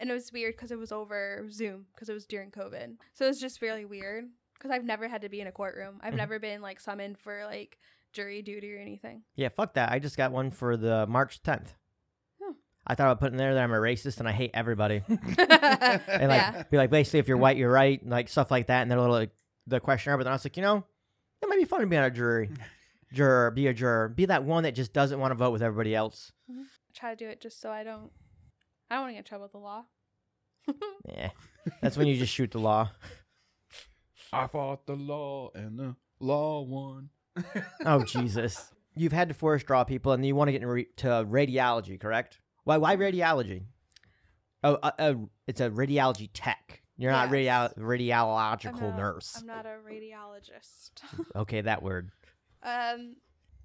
C: And it was weird because it was over Zoom because it was during COVID. So it was just really weird because I've never had to be in a courtroom. I've
B: Mhm.
C: never been like summoned for like jury duty or anything.
B: yeah, fuck that. I just got one for the March 10th.
C: Hmm.
B: I thought I'd put in there that I'm a racist and I hate everybody. and like
C: Yeah.
B: be like basically if you're white you're right and like stuff like that and they're like the questioner but then i was like you know it might be fun to be on a jury juror be a juror be that one that just doesn't want to vote with everybody else
C: I try to do it just so I don't I don't want to get in trouble with the law.
B: yeah that's when you just shoot the law
A: I fought the law and the law won.
B: oh jesus you've had to force draw people and you want to get into re- to radiology correct why why radiology oh uh, uh, it's a radiology tech you're not
C: Yes.
B: radio- radiological
C: I'm not-
B: nurse
C: I'm not a radiologist.
B: okay that word
C: um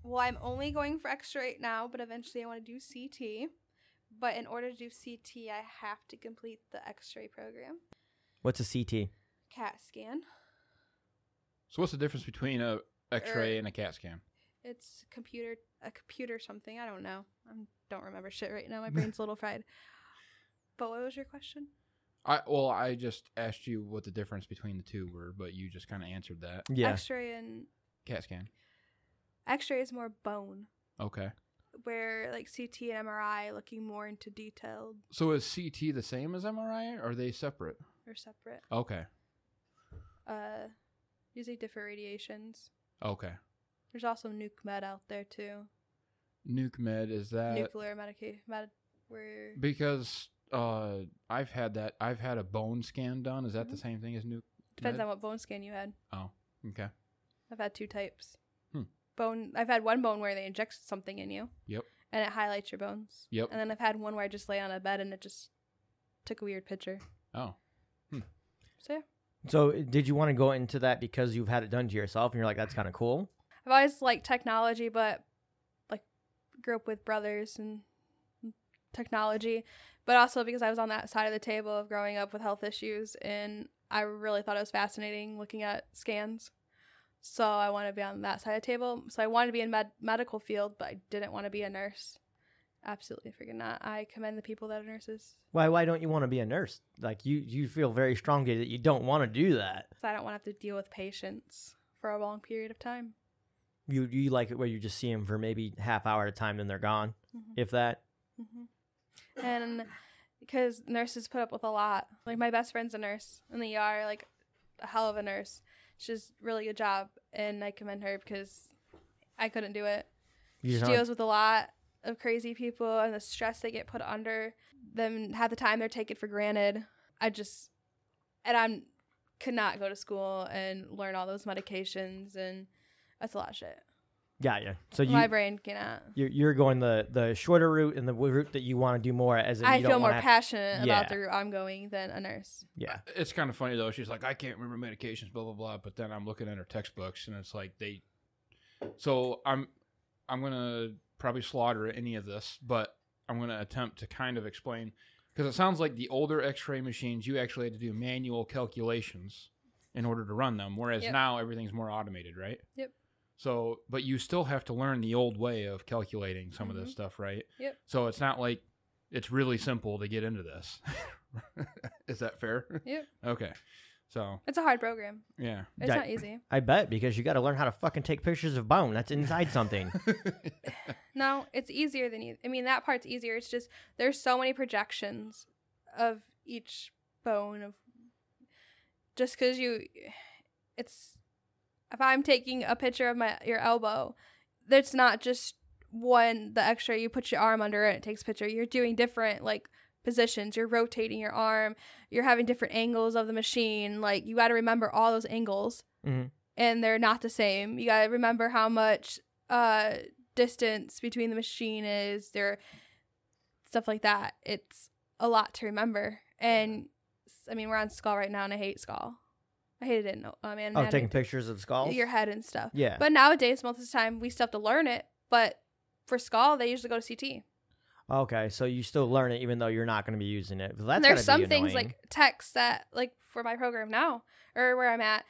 C: well, I'm only going for X-ray now, but eventually I want to do CT. But in order to do CT, I have to complete the X-ray program,
B: what's a ct
C: CAT scan.
A: So what's the difference between a X-ray and a CAT scan?
C: It's computer a computer something. I don't know. I don't remember shit right now. My brain's a little fried. But what was your question?
A: I well, I just asked you what the difference between the two were, but you just kind of answered that.
B: yeah
C: X-ray and
A: CAT scan.
C: X-ray is more bone,
A: Okay.
C: where like CT and MRI looking more into detailed
A: So is CT the same as MRI? Or are they separate?
C: or separate.
A: Okay.
C: Uh, usually different radiations.
A: Okay.
C: There's also nuke med out there too.
A: Nuke med is that
C: Nuclear medica- med where
A: because uh I've had that I've had a bone scan done. Is that the
C: Mhm.
A: same thing as nuke?
C: depends
A: med?
C: on what bone scan you had.
A: Okay.
C: I've had two types.
A: Hmm.
C: Bone. I've had one bone where they inject something in you.
A: Yep.
C: And it highlights your bones.
A: Yep.
C: And then I've had one where I just lay on a bed and it just took a weird picture.
A: Oh.
C: So yeah.
B: So, did you want to go into that because you've had it done to yourself and you're like, that's kind of cool?
C: I've always liked technology, but like grew up with brothers and technology, but also because I was on that side of the table of growing up with health issues, and I really thought it was fascinating looking at scans. So I want to be on that side of the table. So I wanted to be in med- medical field, but I didn't want to be a nurse. Absolutely freaking not. I commend the people that are nurses.
B: Why? Why don't you want to be a nurse? Like you, you feel very strongly that you don't want to do that.
C: 'cause I don't want to have to deal with patients for a long period of time.
B: You, you like it where you just see them for maybe half hour at a time, then they're gone,
C: Mm-hmm.
B: if that.
C: hmm And because nurses put up with a lot. Like my best friend's a nurse in the ER, like a hell of a nurse. She does really good job, and I commend her because I couldn't do it.
B: You
C: she
B: just don't-
C: deals with a lot of crazy people and the stress they get put under. Then half the time they're taken for granted. I just and I'm could not go to school and learn all those medications and that's a lot of shit.
B: yeah, yeah. So you,
C: my brain cannot.
B: you're, you're going the the shorter route and the w- route that you want to do more as in
C: I
B: you don't
C: feel more
B: wanna have-
C: passionate
B: Yeah.
C: about the route I'm going than a nurse.
B: Yeah,
A: It's kind of funny though. She's like, I can't remember medications, blah blah blah. But then I'm looking at her textbooks, and it's like they. So I'm, I'm gonna probably slaughter any of this, but I'm gonna attempt to kind of explain because it sounds like the older X-ray machines you actually had to do manual calculations in order to run them, whereas
C: Yep.
A: now everything's more automated, right?
C: Yep.
A: So, but you still have to learn the old way of calculating some of
C: Mhm.
A: this stuff, right?
C: Yep.
A: So it's not like it's really simple to get into this. Is that fair?
C: Yep.
A: Okay. So
C: It's a hard program.
A: yeah.
C: It's
B: Yeah.
C: not easy.
B: I bet because you got to learn how to fucking take pictures of bone that's inside something.
C: No, it's easier than you. I mean, that part's easier. It's just there's so many projections of each bone of just because you, it's if I'm taking a picture of my your elbow, that's not just one the X-ray. You put your arm under it, it takes a picture. You're doing different like positions. You're rotating your arm. You're having different angles of the machine. Like you got to remember all those angles,
B: Mhm.
C: and they're not the same. You got to remember how much uh distance between the machine is there stuff like that it's a lot to remember and s- i mean we're on skull right now and i hate skull I hated it. No, um, and
B: Oh, taking pictures of skulls.
C: your head and stuff.
B: Yeah.
C: But nowadays, most of the time, we still have to learn it. But for skull, they usually go to CT.
B: okay, so you still learn it even though you're not going to be using it. Well, that's
C: and there's
B: gotta
C: some
B: be
C: things
B: annoying.
C: like text that, like for my program now or where I'm at,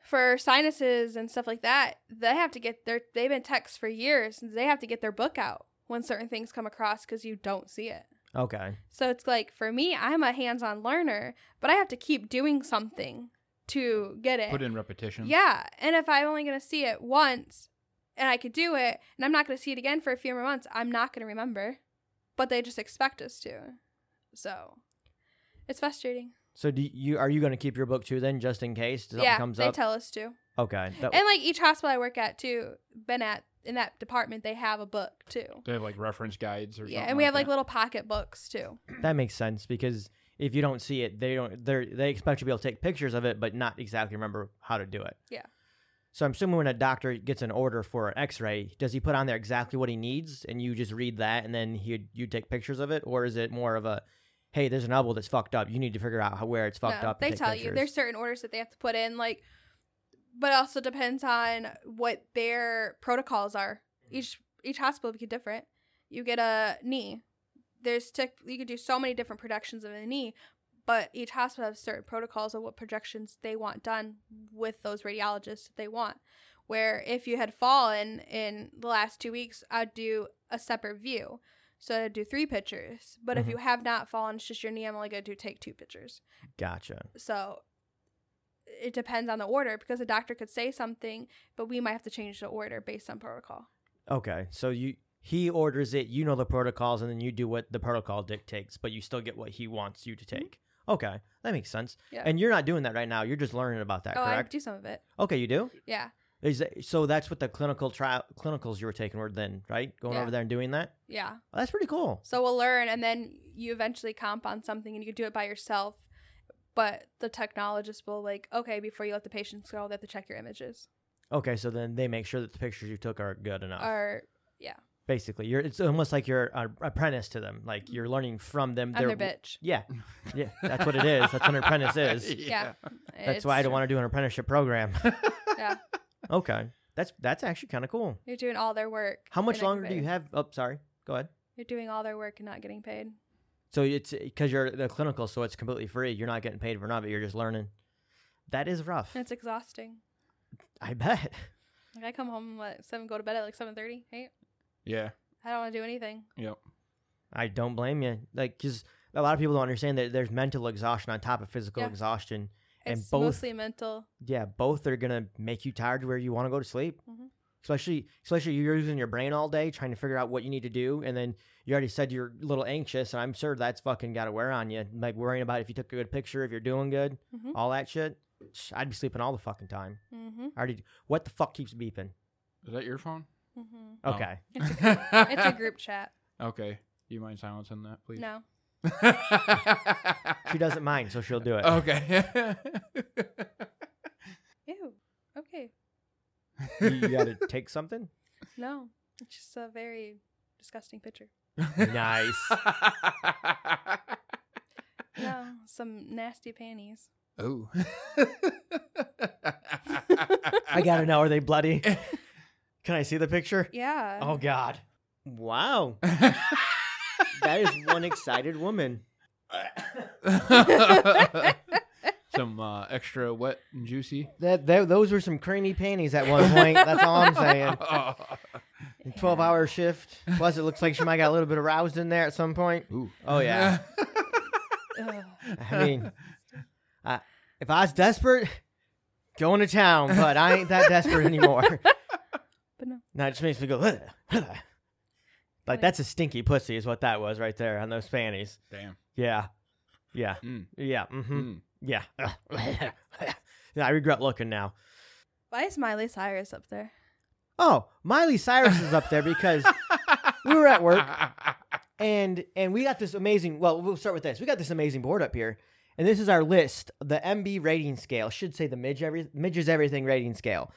C: for sinuses and stuff like that, they have to get their. They've been text for years. And they have to get their book out when certain things come across because you don't see it.
B: okay,
C: So it's like for me, I'm a hands-on learner, but I have to keep doing something to get it.
A: Put in repetition.
C: Yeah, and if I'm only gonna see it once, and I could do it, and I'm not gonna see it again for a few more months, I'm not gonna remember. But they just expect us to, so it's frustrating.
B: so do you are you going to keep your book too then, just in case something
C: yeah,
B: comes
C: they
B: up? Oh.
C: tell us to,
B: okay, that-
C: and like each hospital I work at too, been at in that department, they have a book too.
A: They have like reference guides or
C: Yeah,
A: something
C: and we have like
A: that.
C: little pocket books too.
B: That makes sense because if you don't see it, they don't. They they expect you to be able to take pictures of it, but not exactly remember how to do it.
C: Yeah.
B: So I'm assuming when a doctor gets an order for an X-ray, does he put on there exactly what he needs, and you just read that, and then he you take pictures of it, or is it more of a, hey, there's an elbow that's fucked up. You need to figure out how, where it's fucked
C: no,
B: up. and
C: They
B: take
C: tell you
B: pictures."
C: there's certain orders that they have to put in, like, but it also depends on what their protocols are.
B: Mm.
C: Each each hospital will be different. You get a knee. There's tech you could do so many different productions of a knee, but each hospital has certain protocols of what projections they want done with those radiologists that they want. Where if you had fallen in the last two weeks, I'd do a separate view. So I'd do three pictures. But
B: Mhm.
C: if you have not fallen, it's just your knee, I'm only gonna do take two pictures.
B: gotcha.
C: So it depends on the order because the doctor could say something, but we might have to change the order based on protocol.
B: Okay, so you he orders it, you know the protocols, and then you do what the protocol dictates, but you still get what he wants you to take. Okay, that makes sense.
C: Mm-hmm. Yeah.
B: And you're not doing that right now. You're just learning about that,
C: oh, I
B: correct?
C: do some of it.
B: Okay, you do.
C: Yeah.
B: Is that, so that's what the clinical trial clinicals you were taking were then, right? Going
C: Yeah.
B: over there and doing that.
C: Yeah.
B: Oh, that's pretty cool.
C: So we'll learn and then you eventually comp on something and you can do it by yourself. But the technologist will like, okay, before you let the patients go, they have to check your images.
B: Okay, so then they make sure that the pictures you took are good enough.
C: Or
B: Basically, you're it's almost like you're an apprentice to them. Like you're learning from them.
C: I'm their bitch.
B: Yeah, yeah, that's what it is. That's what an apprentice is.
C: Yeah.
B: That's why I don't want to do an apprenticeship program.
C: Yeah.
B: okay, that's that's actually kind of cool.
C: You're doing all their work.
B: How much
C: and not
B: longer do
C: getting
B: you
C: paid.
B: have? Oh, sorry. Go ahead.
C: You're doing all their work and not getting paid.
B: So it's because you're the clinical, so it's completely free. You're not getting paid for none, but you're just learning. That is rough.
C: And it's exhausting.
B: I bet.
C: Like I come home at seven, go to bed at like seven thirty, eight.
A: Yeah.
C: I don't want to do anything.
A: Yep.
B: I don't blame you. Like, because a lot of people don't understand that there's mental exhaustion on top of physical
C: Yeah.
B: exhaustion. And
C: It's
B: both-
C: mostly mental.
B: Yeah, both are gonna make you tired to where you want to go to sleep.
C: Mhm.
B: Especially, especially you're using your brain all day trying to figure out what you need to do, and then you already said you're a little anxious, and I'm sure that's fucking got to wear on you. Like worrying about if you took a good picture, if you're doing good,
C: Mhm.
B: all that shit. Psh, I'd be sleeping all the fucking time.
C: Mm-hmm.
B: I already. What the fuck keeps beeping?
A: Is that your phone?
C: Mm-hmm.
A: Oh.
B: Okay.
C: It's a group. it's
A: it's
C: a group chat.
A: Okay. Do you mind silencing that, please?
C: No.
B: She doesn't mind, so she'll do it.
A: Oh. Okay.
C: Ew. Okay.
B: You, you gotta take something.
C: No. It's just a very disgusting picture.
B: Nice.
C: No. Some nasty panties.
A: Oh.
B: I gotta know. Are they bloody? Can I see the picture?
C: Yeah.
B: Oh God! Wow, that is one excited woman.
A: Some uh, extra wet and juicy.
B: That, that those were some creamy panties at one point. That's all I'm saying. Twelve hour shift. Plus, it looks like she might got a little bit aroused in there at some point.
A: Ooh.
B: Oh, yeah.
C: Ugh.
B: I mean, if I was desperate, going to town. But I ain't that desperate anymore.
C: But no.
B: Now it just makes me go. "Ugh, ugh." Like that's a stinky pussy, is what that was right there on those panties.
A: damn.
B: Yeah, yeah,
A: Mm.
B: yeah, mm-hmm.
A: Mm.
B: yeah. yeah, I regret looking now.
C: Why is Miley Cyrus up there?
B: Oh, Miley Cyrus is up there because we were at work and and we got this amazing. Well, we'll start with this. We got this amazing board up here, and this is our list, the MB rating scale. Should say the midge every midges everything rating scale,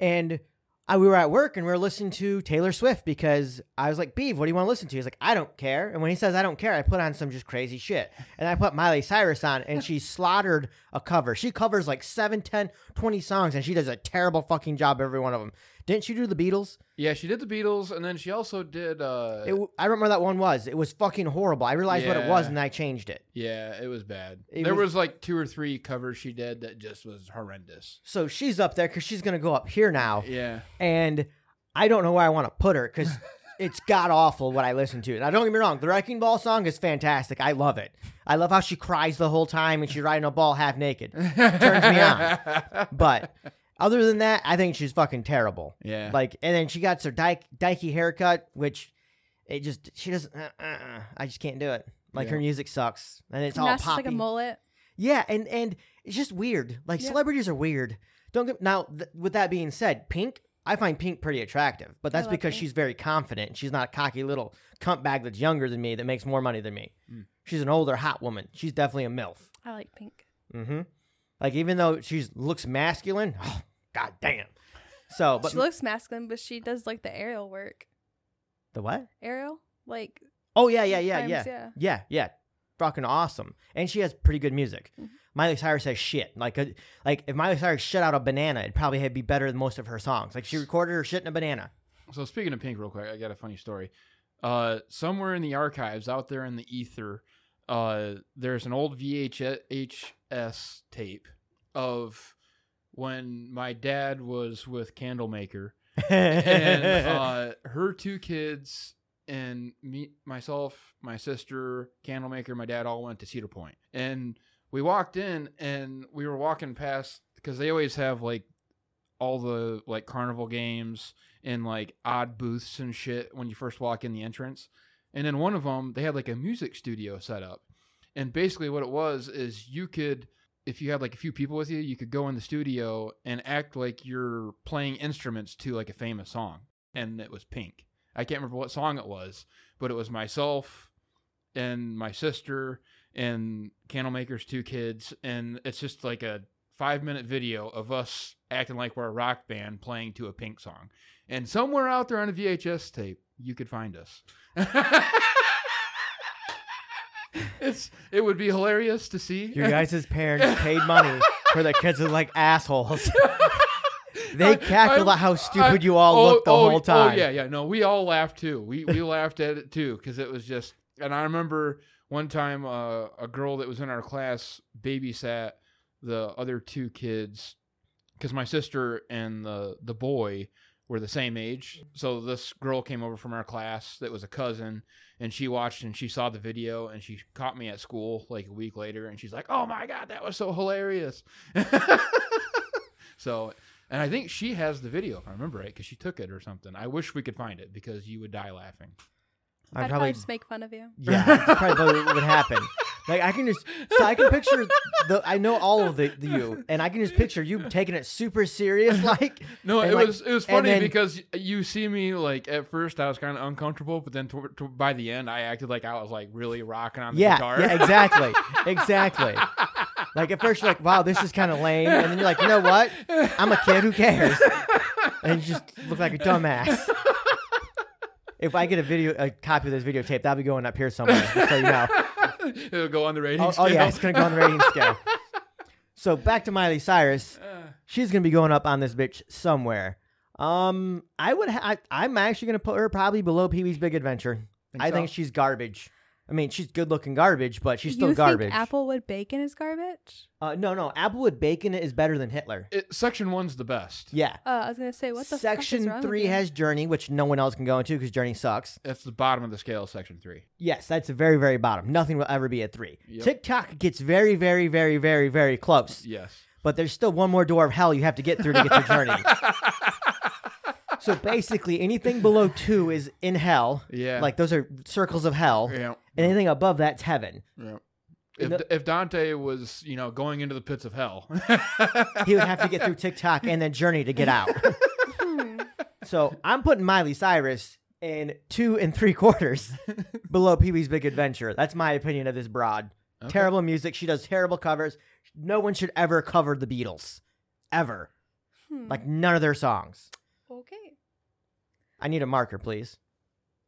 B: and I, we were at work and we were listening to Taylor Swift because I was like, Beeve, what do you want to listen to? He's like, I don't care. And when he says I don't care, I put on some just crazy shit. And I put Miley Cyrus on and she slaughtered a cover. She covers like 7, 10, 20 songs and she does a terrible fucking job every one of them. Didn't she do the Beatles?
A: Yeah, she did the Beatles, and then she also did. uh
B: It, I remember that one was. It was fucking horrible. I realized what it was
A: Yeah.
B: and I changed it.
A: Yeah, it was bad.
B: It
A: there
B: was-
A: was, like two or three covers she did that just was horrendous.
B: So she's up there because she's going to go up here now.
A: Yeah,
B: and I don't know where I want to put her because it's god awful what I listen to. Now, don't get me wrong, the Wrecking Ball song is fantastic. I love it. I love how she cries the whole time and she's riding a ball half naked.
A: turns
B: me on. But other than that, I think she's fucking terrible.
A: yeah,
B: Like, and then she got her dyke, dykey haircut, which it just she doesn't. Uh, uh, uh, I just can't do it. Like her
A: Yeah.
B: music sucks, and it's
C: now
B: all
C: it's just
B: poppy.
C: like a mullet.
B: Yeah, and and it's just weird. Like
C: Yeah.
B: celebrities are weird. Don't get now. Th- with that being said, Pink, I find Pink pretty attractive, but
C: I
B: that's
C: like
B: because
C: Pink.
B: she's very confident. She's not a cocky little cunt bag that's younger than me that makes more money than me.
A: Mm.
B: She's an older hot woman. She's definitely a milf.
C: I like pink.
B: Mm-hmm. Like even though she looks masculine, oh, god damn. So, but
C: she looks masculine, but she does like the aerial work.
B: the what?
C: Aerial, like
B: Oh yeah, yeah, yeah,
C: times,
B: yeah. Yeah, yeah. Fucking awesome. And she has pretty good music.
C: Mhm.
B: Miley Cyrus has shit. Like uh, like if Miley Cyrus shut out a banana, it'd probably be better than most of her songs. Like she recorded her shit in a banana.
A: So speaking of Pink, real quick, I got a funny story. Uh, somewhere in the archives, out there in the ether, uh, there's an old VHS tape of when my dad was with Candlemaker, and uh, her two kids and me, myself, my sister, Candlemaker, my dad all went to Cedar Point, and we walked in and we were walking past because they always have like all the like carnival games and like odd booths and shit when you first walk in the entrance. And then one of them, they had like a music studio set up. And basically, what it was is you could, if you had like a few people with you, you could go in the studio and act like you're playing instruments to like a famous song. And it was Pink. I can't remember what song it was, but it was myself and my sister and Candlemaker's two kids. And it's just like a five minute video of us acting like we're a rock band playing to a Pink song. And somewhere out there on a VHS tape, you could find us. it's it would be hilarious to see.
B: Your guys' parents paid money for their kids are like assholes. They
A: I-
B: cackled
A: I-
B: at how stupid you all looked the whole time.
A: Oh yeah, yeah. No, we all laughed too. We we laughed at it too because it was just. And I remember one time uh, a girl that was in our class babysat the other two kids because my sister and the the boy were the same age. So this girl came over from our class that was a cousin, and she watched and she saw the video and she caught me at school like a week later, and she's like, "Oh my god, that was so hilarious." so and I think she has the video, if I remember right, because she took it or something. I wish we could find it because you would die laughing.
B: I probably
C: I'd probably just make fun of you.
B: Yeah, that's probably what would happen. Like I can just, so I can picture the. I know all of the, the you, and I can just picture you taking it super serious, like
A: No,
B: And
A: it
B: like-
A: was it was
B: and
A: funny
B: then-
A: because you see me like at first I was kind of uncomfortable, but then to, to, by the end I acted like I was like really rocking on the
B: yeah,
A: guitar.
B: yeah, exactly, exactly. Like at first you're like, wow, this is kind of lame, and then you're like, you know what? I'm a kid. Who cares? And you just look like a dumbass. If I get a video, a copy of this videotape, that'll be going up here somewhere. just So you know.
A: It'll go on the rating.
B: Oh, oh yeah,
A: scale.
B: it's gonna go on the rating scale. So back to Miley Cyrus.
A: Uh,
B: she's gonna be going up on this bitch somewhere. Um, I would. Ha- I, I'm actually gonna put her probably below Pee Wee's Big Adventure.
A: Think
B: I
A: so?
B: think she's garbage. I mean, she's good looking garbage, but she's still
C: you
B: garbage.
C: Think Applewood bacon is garbage?
B: uh, no, no, Applewood Bacon is better than Hitler.
A: it, section one's the best.
B: Yeah.
C: Uh, I was gonna say what the
B: Section
C: fuck is wrong with
B: three
C: you?
B: has Journey, which no one else can go into because Journey sucks.
A: That's the bottom of the scale. Section three.
B: Yes, that's the very, very bottom. Nothing will ever be at three.
A: Yep.
B: TikTok gets very, very, very, very, very close,
A: Yes.
B: but there's still one more door of hell you have to get through to get to Journey. so basically, anything below two is in hell.
A: Yeah.
B: Like those are circles of hell.
A: Yeah.
B: And anything above that's heaven.
A: yeah.
B: You
A: If,
B: know-
A: if Dante was, you know, going into the pits of hell,
B: He would have to get through TikTok and then Journey to get out.
C: Hmm.
B: so I'm putting Miley Cyrus in two and three quarters below Pee Wee's Big Adventure. That's my opinion of this broad.
A: Okay.
B: Terrible music. She does terrible covers. No one should ever cover the Beatles. Ever.
C: Hmm.
A: Mm.
B: Like none of their songs.
C: okay.
B: I need a marker, please.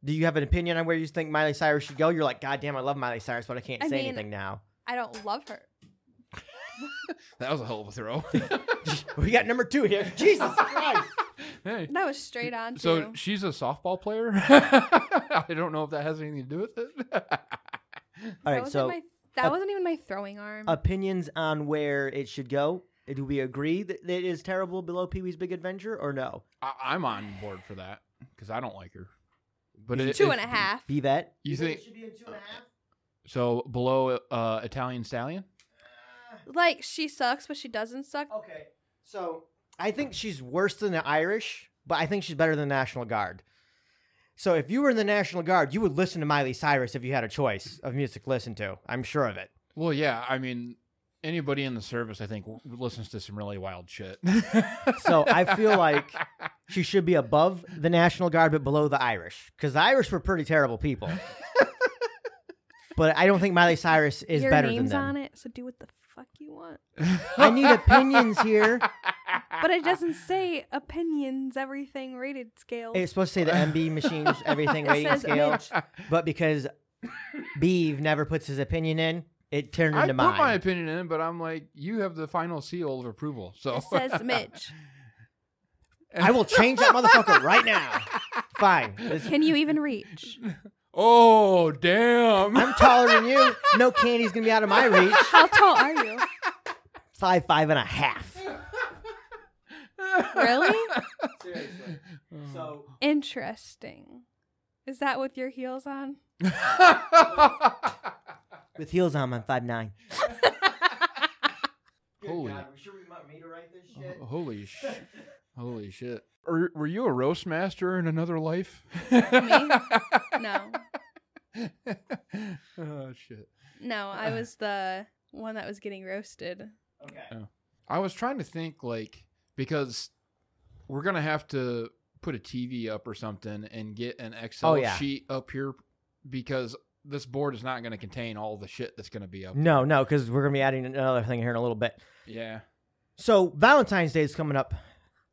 B: Do you have an opinion on where you think Miley Cyrus should go? You're like, God damn, I love Miley Cyrus, but I can't
C: I
B: say
C: mean-
B: anything now.
C: I don't love her.
A: That was a hell of a throw.
B: We got number two here. Jesus Christ.
A: hey.
C: That was straight on.
A: So
C: too.
A: she's a softball player. I don't know if that has anything to do with it.
B: All
C: that
B: right,
C: wasn't
B: so
C: my, that
B: up-
C: wasn't even my throwing arm.
B: opinions on where it should go. Do we agree that it is terrible below Pee Wee's Big Adventure or no?
A: I, I'm on board for that because I don't like her. But
B: It's
A: it,
C: Two
A: if-
C: and a half.
B: Bevette?
A: You think-
B: it should be in two and a half?
A: So below uh, Italian Stallion.
C: Like she sucks, but she doesn't suck.
B: Okay. So I think she's worse than the Irish, but I think she's better than the National Guard. So if you were in the National Guard, you would listen to Miley Cyrus if you had a choice of music to listen to. I'm sure of it.
A: Well, yeah. I mean, anybody in the service, I think, w- listens to some really wild shit.
B: So I feel like she should be above the National Guard but below the Irish because the Irish were pretty terrible people. but I don't think Miley Cyrus is
C: Your
B: better
C: name's
B: than them.
C: on it, so do what the fuck you want.
B: I need opinions here.
C: But it doesn't say opinions, everything rated scale.
B: It's supposed to say the MB machines, everything
C: It
B: rating
C: says
B: scale,
C: image.
B: but because Beeve never puts his opinion in, it turned
A: I
B: into
A: put
B: mine.
A: my opinion in, but I'm like, you have the final seal of approval. So
C: It says Midge.
B: I will change that motherfucker right now. Fine. It's-
C: Can you even reach?
A: Oh damn!
B: I'm taller than you. No candy's gonna be out of my reach.
C: How tall are you?
B: Five, five and a half.
C: Really?
B: Seriously.
C: Mm.
B: So
C: Interesting. Is that with your heels on?
B: with heels on, I'm five nine.
A: Holy. God,
B: should we meter write this
A: Oh, holy sh! holy shit! Are, were you a roast master in another life?
C: No.
A: oh shit!
C: No, I was the one that was getting roasted.
B: Okay.
A: I was trying to think like because we're gonna have to put a TV up or something and get an Excel
B: Oh, yeah.
A: sheet up here because this board is not gonna contain all the shit that's gonna be up.
B: No, no, because we're gonna be adding another thing here in a little bit.
A: Yeah.
B: So Valentine's Day is coming up.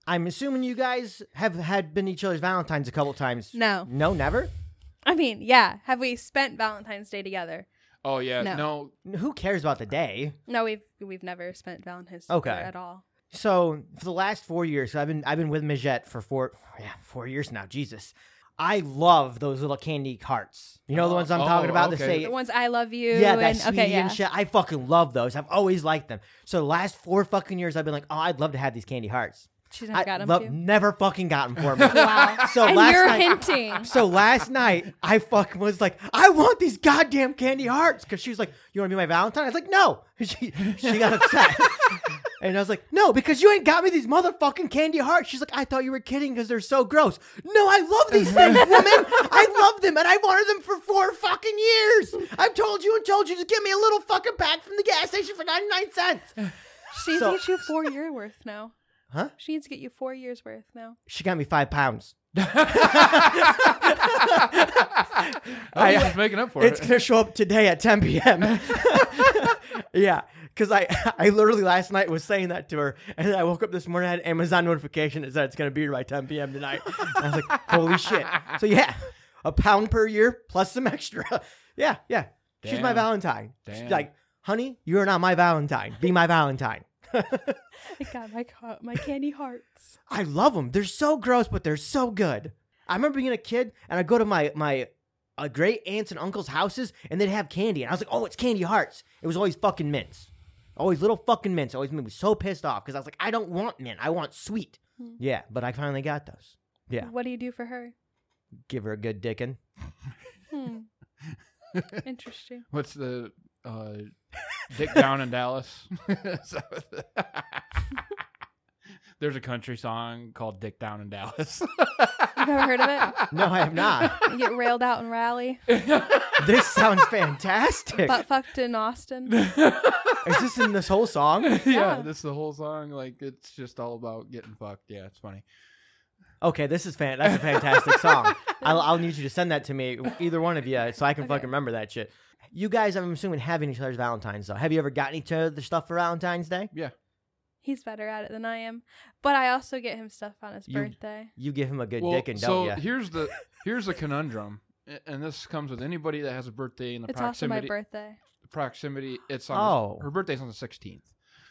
B: I'm assuming you guys have had been each other's Valentines a couple times.
C: No.
B: No, never.
C: I mean, yeah. Have we spent Valentine's Day together?
A: Oh yeah.
C: No.
A: no
B: Who cares about the day?
C: No, we've we've never spent Valentine's Day
B: Okay.
C: together at all.
B: So for the last four years, I've been I've been with Majette for four yeah four years now. Jesus, I love those little candy carts. You know the ones I'm
A: Oh,
B: talking about.
A: okay.
B: They
C: The
B: say
C: ones I love you
B: yeah, that
C: and
B: sweetie
C: okay, yeah.
B: and shit. I fucking love those. I've always liked them. So the last four fucking years, I've been like, oh, I'd love to have these candy hearts.
C: She's
B: I
C: never got them
B: love-
C: too.
B: never fucking got them for me.
C: Wow.
B: So
C: and
B: last
C: you're
B: night,
C: hinting.
B: so last night, I fucking was like, I want these goddamn candy hearts. Cause she was like, You want to be my Valentine? I was like, No. She, she got upset. and I was like, No, because you ain't got me these motherfucking candy hearts. She's like, I thought you were kidding because they're so gross. No, I love these things, woman. I love them and I wanted them for four fucking years. I've told you and told you to give me a little fucking pack from the gas station for 99 cents.
C: She needs
B: so-
C: to get you four year worth now.
B: Huh?
C: She needs to get you four years worth now.
B: She got me five pounds.
A: I was making up for
B: It's
A: it.
B: gonna show up today at 10 p.m. yeah, because I I literally last night was saying that to her, and then I woke up this morning I had an Amazon notification that said it's gonna be here by 10 p.m. tonight. And I was like, holy shit! So yeah, a pound per year plus some extra. yeah, yeah. She's my
A: Damn.
B: Valentine. She's
A: Damn.
B: like, honey, you are not my Valentine. Be my Valentine.
C: I got my ca- my candy hearts.
B: I love them. They're so gross, but they're so good. I remember being a kid and I go to my my uh, great aunts and uncles' houses and they'd have candy, and I was like, "Oh, it's candy hearts." It was always fucking mints, always little fucking mints. Always made me so pissed off because I was like, "I don't want mint. I want sweet."
C: Hmm.
B: Yeah, but I finally got those. Yeah,
C: What do you do for her?
B: give her a good dickin.
C: Hmm. Interesting.
A: What's the uh, Dick Down in Dallas? Is that what the- There's a country song called "Dick Down in Dallas."
C: You've never heard of it?
B: No, I have not.
C: You get railed out in Raleigh,
B: this sounds fantastic.
C: butt fucked in Austin.
B: Is this in this whole song?
A: yeah, this is the whole song. Like it's just all about getting fucked. Yeah, it's funny.
B: Okay, this is fan. That's a fantastic song. I'll, I'll need you to send that to me, either one of you, so I can fucking
C: Okay.
B: remember that shit. You guys, I'm assuming, having each other's Valentines though. Have you ever gotten each other the stuff for Valentine's Day?
A: Yeah.
C: He's better at it than I am. But I also get him stuff on his
B: You-
C: birthday.
B: You give him a good
A: well,
B: dick and
A: so
B: don't you?
A: here's the here's the conundrum, a- and this comes with anybody that has a birthday in the
C: It's also my
A: proximity.
C: birthday.
A: proximity. It's on
B: Oh.
A: the, her birthday's on the 16th,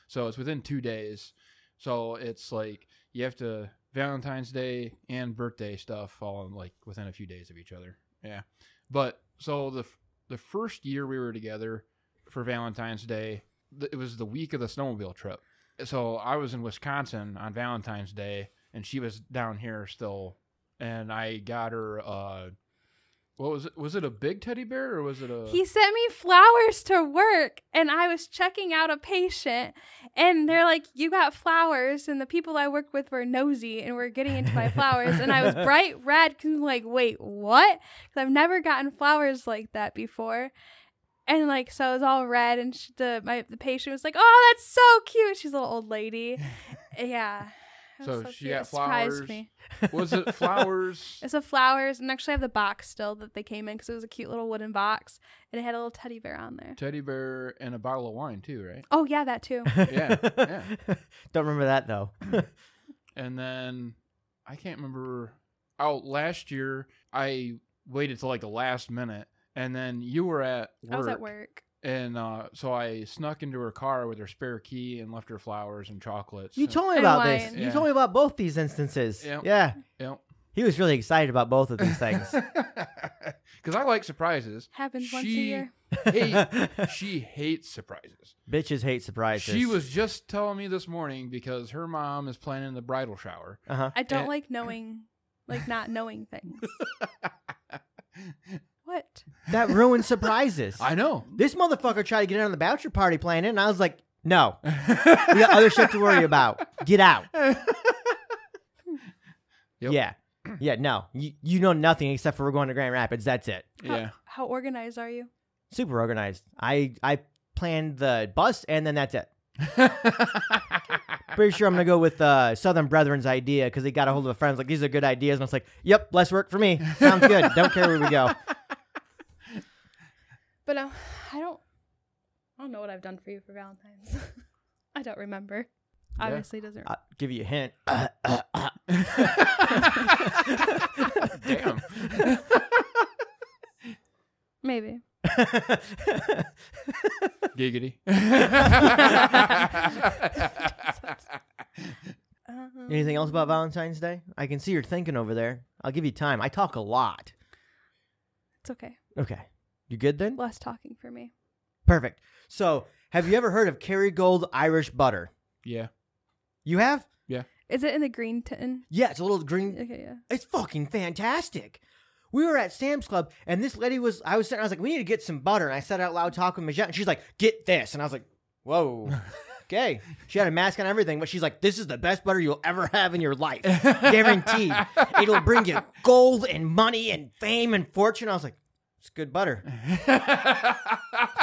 A: so it's within two days. So it's like you have to Valentine's Day and birthday stuff fall in like within a few days of each other. Yeah, but so the f- the first year we were together for Valentine's Day, th- it was the week of the snowmobile trip. So I was in Wisconsin on Valentine's Day, and she was down here still, and I got her. uh what was it? Was it a big teddy bear or was it a?
C: He sent me flowers to work, and I was checking out a patient, and they're like, "You got flowers," and the people I work with were nosy and were getting into my flowers, and I was bright red, 'cause I'm like, "Wait, what?" Because I've never gotten flowers like that before, and like so I was all red, and she, the my the patient was like, "Oh, that's so cute." She's a little old lady, yeah. It was
A: So she
C: cute.
A: got
C: It surprised
A: flowers.
C: me.
A: was it flowers?
C: It's a flowers, and actually I have the box still that they came in because it was a cute little wooden box, and it had a little teddy bear on there.
A: teddy bear and a bottle of wine too, right?
C: Oh yeah, that too.
A: Yeah, yeah.
B: Don't remember that though.
A: And then I can't remember. Oh, last year I waited till like the last minute, and then you were at work,
C: I was at work.
A: and uh, so I snuck into her car with her spare key and left her flowers and chocolates.
B: You
A: and-
B: told me
C: And
B: about
C: wine.
B: this. You
A: Yeah.
B: told me about both these instances.
A: Yep.
B: Yeah.
A: Yep.
B: He was really excited about both of these things.
A: because I like surprises.
C: Happens once a
A: She-
C: year.
A: Hey. She hates surprises.
B: Bitches hate surprises.
A: She was just telling me this morning because her mom is planning the bridal shower,
B: Uh-huh.
C: I don't
A: eh.
C: like knowing, like not knowing things. what?
B: That ruined surprises.
A: I know.
B: this motherfucker tried to get in on the bachelor party planning, and I was like, no.
A: we
B: We got other shit to worry about. Get out.
A: Yep.
B: Yeah. Yeah, no. You, you know nothing except for we're going to Grand Rapids. That's it.
A: Yeah.
C: How organized are you?
B: Super organized. I I planned the bus and then that's it. Pretty sure I'm gonna go with uh, Southern Brethren's idea because they got a hold of a friend. was Like these are good ideas, and I was like, "Yep, less work for me. Sounds good. Don't care where we go."
C: But um, I don't. I don't know what I've done for you for Valentine's. I don't remember.
A: Yeah.
C: Obviously doesn't.
B: I'll give you a hint.
A: Damn.
C: Maybe.
A: Giggity.
C: Um,
B: Anything else about Valentine's Day? I can see you're thinking over there. I'll give you time. I talk a lot.
C: It's okay.
B: Okay, you good then?
C: Less talking for me.
B: Perfect. So, have you ever heard of Kerrygold Irish butter?
A: yeah.
B: You have?
C: Is it in the green tin?
B: Yeah, it's a little green
C: Okay, yeah.
B: It's fucking fantastic. We were at Sam's Club, and this lady was. I was sitting. I was like, "We need to get some butter." And I said out loud, talking Michelle, and she's like, "Get this," and I was like, "Whoa, okay." She had a mask on everything, but she's like, "This is the best butter you'll ever have in your life, guaranteed. It'll bring you gold and money and fame and fortune." I was like, "It's good butter.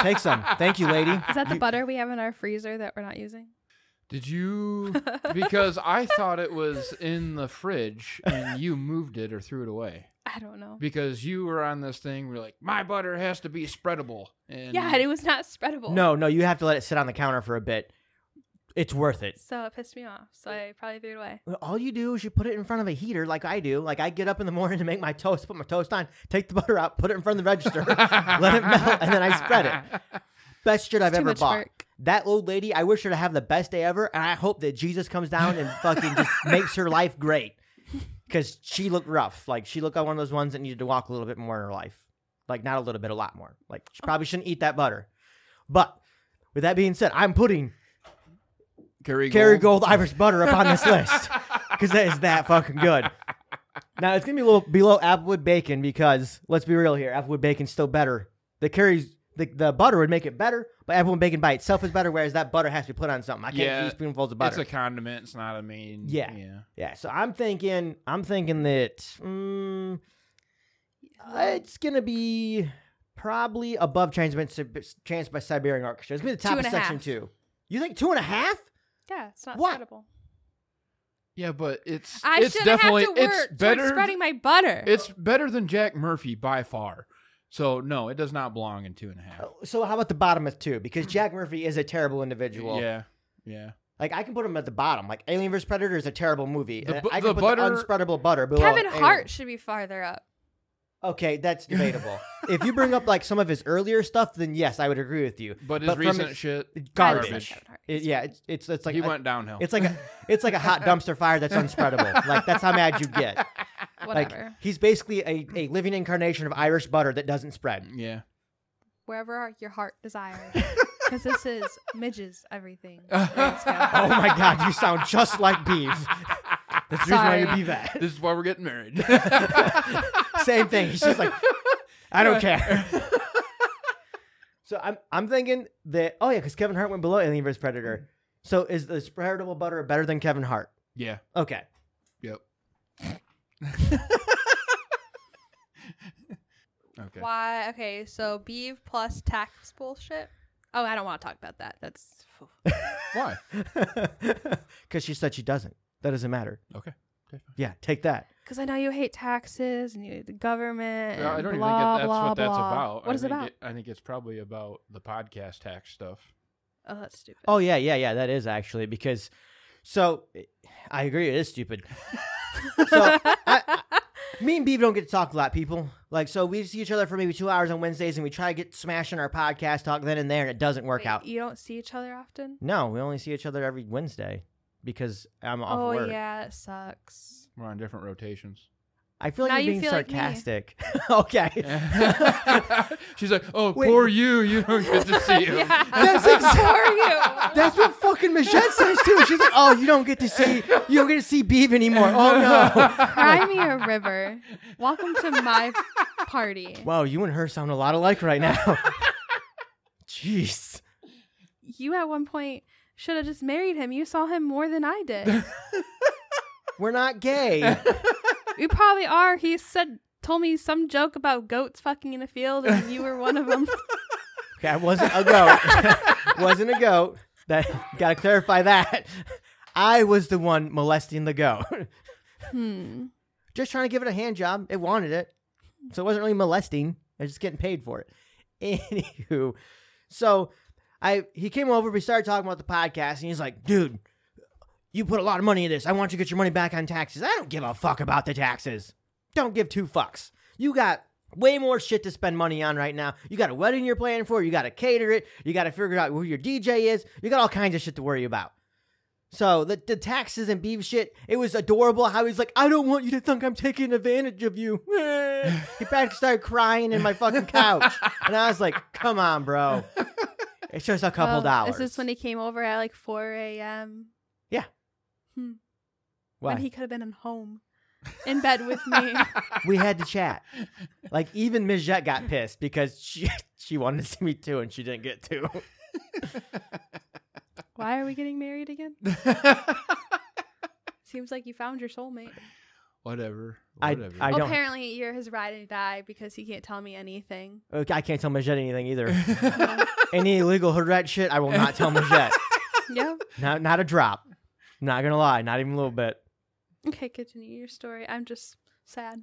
B: Take some. Thank you, lady."
C: Is that the
B: You-
C: butter we have in our freezer that we're not using?
A: Did you? Because I thought it was in the fridge and you moved it or threw it away.
C: I don't know.
A: Because you were on this thing, we're like, my butter has to be spreadable. And
C: Yeah, and it was not spreadable.
B: No, no, you have to let it sit on the counter for a bit. It's worth it.
C: So it pissed me off. So I probably threw it away.
B: Well, All you do is you put it in front of a heater, like I do. Like I get up in the morning to make my toast, put my toast on, take the butter out, put it in front of the register, let it melt, and then I spread it. Best shit I've
C: It's too
B: ever
C: much
B: bought.
C: work.
B: That old lady, I wish her to have the best day ever, and I hope that Jesus comes down and fucking just makes her life great. Because she looked rough. Like she looked like one of those ones that needed to walk a little bit more in her life. Like not a little bit, a lot more. Like
C: Oh.
B: she probably shouldn't eat that butter. But with that being said, I'm putting
A: Kerrygold.
B: Kerrygold Irish butter up on this list because that is that fucking good. Now it's gonna be a little below Applewood bacon because let's be real here, Applewood bacon's still better. The Kerry's the, the butter would make it better, but Applewood bacon by itself is better. Whereas that butter has to be put on something. I can't
A: Yeah,
B: use spoonfuls of
A: It's
B: butter.
A: a condiment. It's not a main.
B: Yeah.
A: Yeah.
B: yeah, so I'm thinking, I'm thinking that mm, uh, it's gonna be probably above Trans by, Sib- Trans by Siberian Orchestra. It's gonna be the top
C: Two
B: of
C: and a
B: section
C: half.
B: two. You think two and a half?
C: Yeah, it's not
B: What?
C: spreadable.
A: Yeah, but it's
C: I
A: it's
C: shouldn't have
A: definitely
C: to work
A: it's
C: towards
A: better.
C: spreading my butter.
A: It's better than Jack Murphy by far. So no, it does not belong
B: Oh,
A: in two and a half.
B: So how about the bottom of two? Because Jack Murphy is a terrible individual.
A: yeah, yeah.
B: Like I can put them at the bottom. Like Alien vs Predator is a terrible movie.
A: The
B: and
A: bu-
B: I
A: the
B: can put the
A: butter-
B: unspreadable butter. Below
C: Kevin
B: Alien.
C: Hart should be farther up.
B: Okay, that's debatable. if you bring up like some of his earlier stuff, then yes, I would agree with you.
A: But his
B: But from
A: recent
B: his-
A: shit,
C: I
B: Garbage.
C: just like Kevin Hart.
B: It- yeah, it's, it's it's like
A: he
B: a-
A: went downhill.
B: it's like a it's like a hot dumpster fire that's unspreadable. like that's how mad you get. Like
C: Whatever.
B: he's basically a, a living incarnation of Irish butter that doesn't spread.
A: yeah.
C: Wherever your heart desires. Because this is midges everything. Thanks, Kevin.
B: Oh my god, you sound just like beef. That's the reason why you
C: Sorry.
B: be that.
A: This is why we're getting married.
B: Same thing. He's just like, I don't care. so I'm I'm thinking that oh yeah, because Kevin Hart went below Alien vs Predator. So is the spreadable butter better than Kevin Hart?
A: yeah.
B: Okay.
A: Yep. okay.
C: Why? Okay, so beef plus tax bullshit. Oh, I don't want to talk about that. That's
A: Why?
B: Because she said she doesn't. That doesn't matter.
A: Okay. Okay, fine.
B: Yeah, take that.
C: because I know you hate taxes and you the government.
A: Yeah, I
C: and
A: don't even
C: blah,
A: think that, that's
C: blah,
A: what that's
C: blah.
A: about.
C: What
A: I
C: is it
A: think
C: about?
A: It, I think it's probably about the podcast tax stuff.
C: oh, that's stupid.
B: Oh yeah, yeah, yeah. That is actually because. So, I agree. It is stupid. so
A: Oh,
B: I, Me and Beav don't get to talk a lot, people. Like, so we see each other for maybe two hours on Wednesdays, and we try to get smashing our podcast talk then and there, and it doesn't work
C: Wait,
B: out.
C: You don't see each other often.
B: No, we only see each other every Wednesday because I'm off
C: oh
B: work.
C: yeah, it sucks.
A: We're on different rotations.
B: I feel like
C: Now
B: you're being
C: you feel like me.
B: sarcastic. okay.
A: She's like, "Oh,
B: Wait.
A: poor you. You don't get to see him."
C: Yeah,
B: That's exact-
C: How are you?
B: That's what fucking Michelle says too. She's like, "Oh, you don't get to see, you don't get to see Beav anymore." Oh no.
C: Cry me a river. Welcome to my party.
B: Wow, you and her sound a lot alike right now. Jeez.
C: You at one point should have just married him. You saw him more than I did.
B: We're not gay.
C: you probably are. He said, told me some joke about goats fucking in a field, and you were one of them.
B: Okay, I wasn't a goat. wasn't a goat. That gotta clarify that. I was the one molesting the goat.
C: hmm.
B: just trying to give it a hand job. It wanted it. So it wasn't really molesting. I was just getting paid for it. Anywho. So I he came over, we started talking about the podcast, and he's like, dude, you put a lot of money in this. I want you to get your money back on taxes. I don't give a fuck about the taxes. Don't give two fucks. You got way more shit to spend money on right now. You got a wedding you're planning for, you gotta cater it, you gotta figure out who your DJ is, you got all kinds of shit to worry about. So the, the taxes and beef shit, it was adorable how he's like, I don't want you to think I'm taking advantage of you. he practically started crying in my fucking couch. and I was like, come on, bro. It's just a couple
C: Well,
B: dollars.
C: Is this when he came over at like 4 a.m.?
B: Yeah.
C: Hmm.
B: Why?
C: When he could have been in home, in bed with me.
B: we had to chat. Like even Ms. Jett got pissed because she she wanted to see me too and she didn't get to.
C: Why are we getting married again? Seems like you found your soulmate.
A: whatever.
B: I-
A: Whatever.
B: I don't-
C: Apparently, you're his ride and die because he can't tell me anything.
B: Okay, I can't tell Ms. Jett anything either.
C: Yeah.
B: Any illegal hood rat shit, I will not tell Ms. Jett.
C: yeah.
B: Not not a drop. Not gonna lie, not even a little bit.
C: Okay, continue your story. I'm just sad.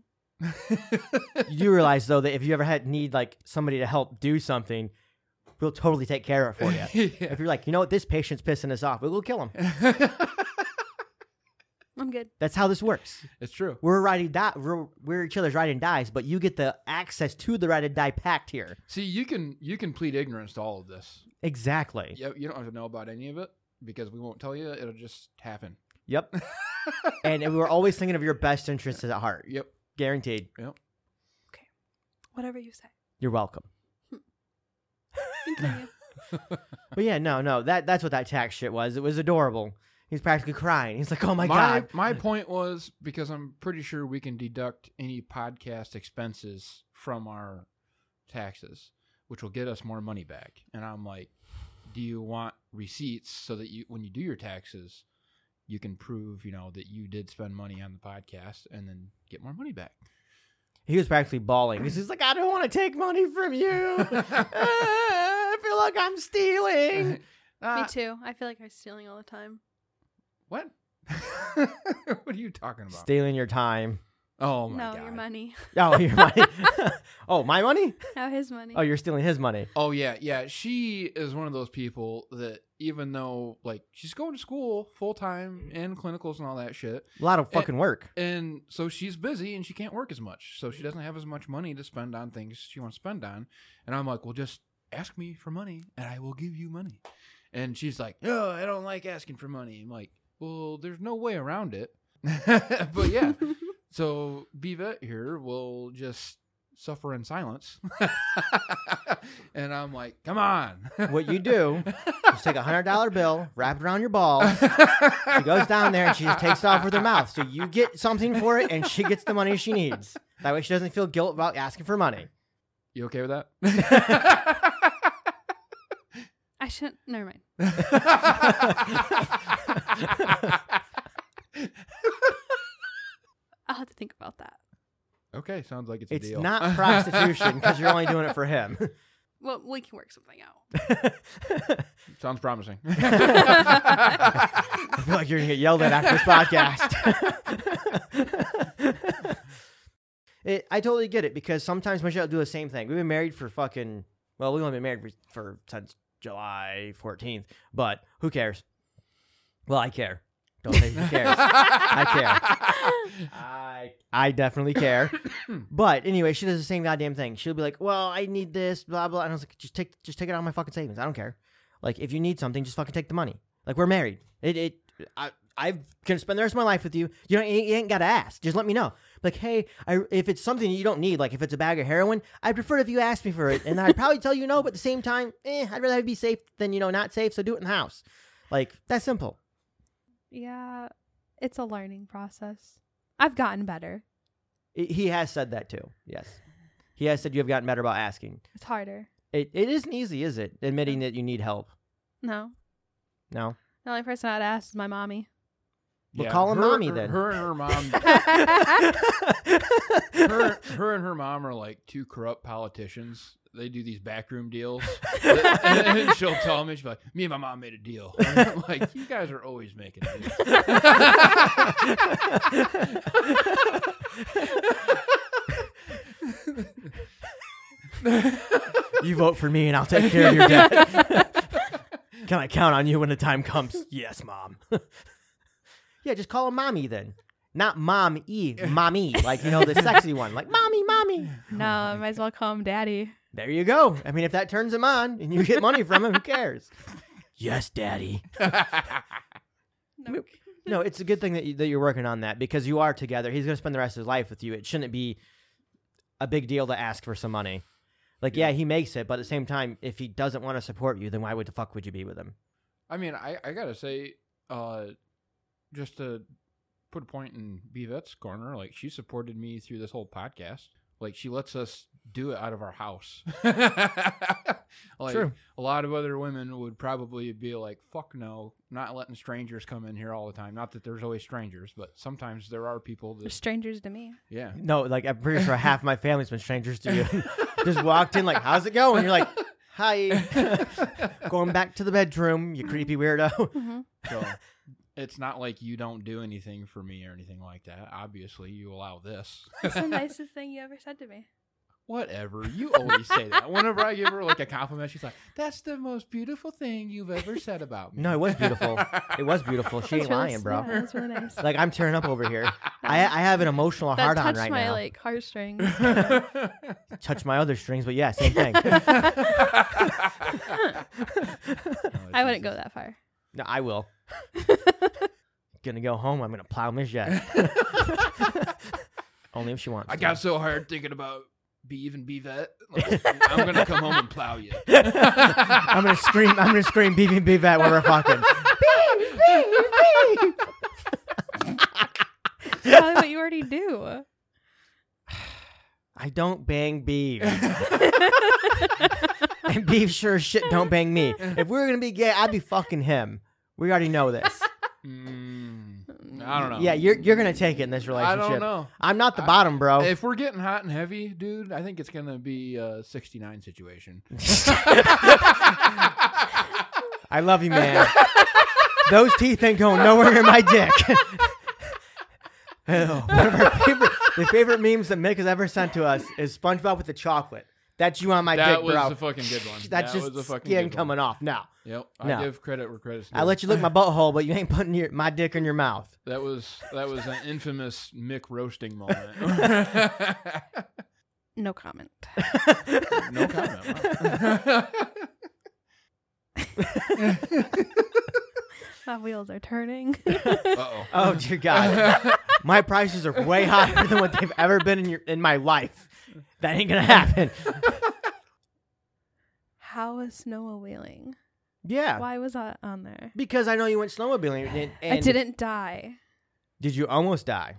B: You do realize though that if you ever had need like somebody to help do something, we'll totally take care of it for you.
A: Yeah.
B: If you're like, you know what, this patient's pissing us off, we'll kill him.
C: I'm good.
B: That's how this works.
A: it's true.
B: We're riding die. We're, we're each other's riding dies, but you get the access to the ride and die packed here.
A: See, you can you can plead ignorance to all of this.
B: Exactly.
A: Yeah, you don't have to know about any of it because we won't tell you. It'll just happen.
B: Yep. and and we're always thinking of your best interests at heart.
A: Yep.
B: Guaranteed.
C: Whatever you say.
B: You're welcome.
C: Continue.
B: But yeah, no, no, that that's what that tax shit was. It was adorable. He's practically crying. He's like, "Oh my, god."
A: my point was because I'm pretty sure we can deduct any podcast expenses from our taxes, which will get us more money back. And I'm like, do you want receipts so that you when you do your taxes, you can prove, you know, that you did spend money on the podcast and then get more money back.
B: He was practically bawling. He's just like, "I don't want to take money from you. Ah, I feel like I'm stealing."
A: Uh,
C: me too. I feel like I'm stealing all the time.
A: What? what are you talking about?
B: Stealing your time.
A: oh my
C: no,
A: god.
C: your money.
B: Oh, your money. oh, my money?
C: No, his money.
B: Oh, you're stealing his money.
A: Oh yeah, yeah. She is one of those people that even though like she's going to school full time and clinicals and all that shit.
B: A lot of fucking work.
A: And so she's busy and she can't work as much. So she doesn't have as much money to spend on things she wants to spend on. And I'm like, well, just ask me for money and I will give you money. And she's like, no, I don't like asking for money. I'm like, well, there's no way around it. but yeah, so Bevet here will just suffer in silence. and I'm like, come on.
B: What you do is take a hundred dollar bill, wrap it around your ball. She goes down there and she just takes it off with her mouth. So you get something for it, and she gets the money she needs. That way, she doesn't feel guilt about asking for money.
A: You okay with that?
C: I shouldn't. Never mind. I'll have to think about that.
A: okay, sounds like it's a
B: It's
A: deal.
B: not prostitution because you're only doing it for him.
C: Well, we can work something out.
A: Sounds promising.
B: I feel like you're gonna get yelled at after this podcast. it, I totally get it because sometimes Michelle do the same thing. We've been married for fucking well, we've only been married for, for since July 14th, but who cares? Well, I care. Don't say who cares. I
A: care.
B: I I definitely care. but anyway, she does the same goddamn thing. She'll be like, "Well, I need this, blah blah," and I was like, "Just take just take it out of my fucking savings. I don't care. Like, if you need something, just fucking take the money. Like, we're married. It it I I can spend the rest of my life with you. You don't you ain't gotta ask. Just let me know. Like, hey, I if it's something you don't need, like if it's a bag of heroin, I'd prefer if you asked me for it, and I'd probably tell you no. But at the same time, eh, I'd rather be safe than you know not safe. So do it in the house. Like that's simple.
C: Yeah, it's a learning process. I've gotten better.
B: I- He has said that too. Yes. He has said you have gotten better about asking.
C: It's harder.
B: It, it isn't easy, is it? Admitting that you need help.
C: No,
B: No.
C: the only person I'd ask is my mommy.
B: Well, call her mommy then.
A: Her and her mom. her, her and her mom are like two corrupt politicians. They do these backroom deals. and, then she'll tell me, she's like, "Me and my mom made a deal." And I'm like, you guys are always making deals.
B: you vote for me and I'll take care of your debt. Can I count on you when the time comes? Yes, mom. yeah, just call her mommy then. Not mom e, mommy. Like, you know, the sexy one. Like, mommy, mommy.
A: Oh
C: No, I might as well call him daddy.
B: There you go. I mean, if that turns him on and you get money from him, who cares? yes, daddy.
C: No.
B: No, it's a good thing that, you, that you're working on that because you are together. He's going to spend the rest of his life with you. It shouldn't be a big deal to ask for some money. Like, yeah, he makes it, but at the same time, if he doesn't want to support you, then why would the fuck would you be with him?
A: I mean, I, I gotta say, uh, just to put a point in Bivet's corner, like she supported me through this whole podcast. Like she lets us do it out of our house. like
B: True.
A: a lot of other women would probably be like, "Fuck no, not letting strangers come in here all the time." Not that there's always strangers, but sometimes there are people
C: They're
A: that,
C: strangers to me.
A: yeah.
B: No, like I'm pretty sure half my family's been strangers to you. Just walked in, like, how's it going? You're like, hi. going back to the bedroom, you creepy weirdo.
C: hmm
A: So it's not like you don't do anything for me or anything like that. Obviously, you allow this.
C: That's the nicest thing you ever said to me.
A: Whatever. You always say that. Whenever I give her like a compliment, she's like, "That's the most beautiful thing you've ever said about me."
B: No, it was beautiful. It was beautiful. She
C: That's
B: ain't
C: really-
B: lying, bro.
C: yeah, that's really nice.
B: Like I'm tearing up over here. I I have an emotional
C: that
B: hard on
C: touched
B: right
C: my
B: now.
C: like heartstrings.
B: Touch my other strings, but yeah, same thing.
C: I wouldn't go that far.
B: No, I will. gonna go home. I'm gonna plow Michelle. Only if she wants.
A: I
B: to.
A: got so hard thinking about beef and bevet. Like, I'm gonna come home and plow you.
B: I'm gonna scream. I'm gonna scream. Beep beep beep at when we're fucking.
C: That's probably what you already do.
B: I don't bang beef. and beef sure as shit don't bang me. If we were gonna be gay, I'd be fucking him. We already know this.
A: Mm, I don't know.
B: Yeah, you're you're gonna take it in this
A: I
B: relationship. Oh.
A: don't know.
B: I'm not the
A: I-
B: bottom, bro.
A: If we're getting hot and heavy, dude, I think it's gonna be a 69 situation.
B: I love you, man. Those teeth ain't going nowhere near my dick. Oh, One of our favorite, the favorite memes that Mick has ever sent to us is SpongeBob with the chocolate. That's you on my
A: that
B: dick,
A: was
B: bro.
A: a fucking good one. That
B: That's just
A: was a fucking
B: skin
A: good one.
B: coming off. No,
A: Yep.
B: No.
A: I give credit where credit's due.
B: I let you look my butthole, but you ain't putting your my dick in your mouth.
A: That was that was an infamous Mick roasting moment. no
C: No comment.
A: comment. wow.
C: My wheels are turning.
A: Uh-oh.
B: Oh dear God, my prices are way higher than what they've ever been in your in my life. That ain't gonna happen.
C: How was snowmobile wheeling?
B: Yeah,
C: Why was that on there?
B: because I know you went snowmobiling. And, and
C: I didn't die
B: Did you almost die?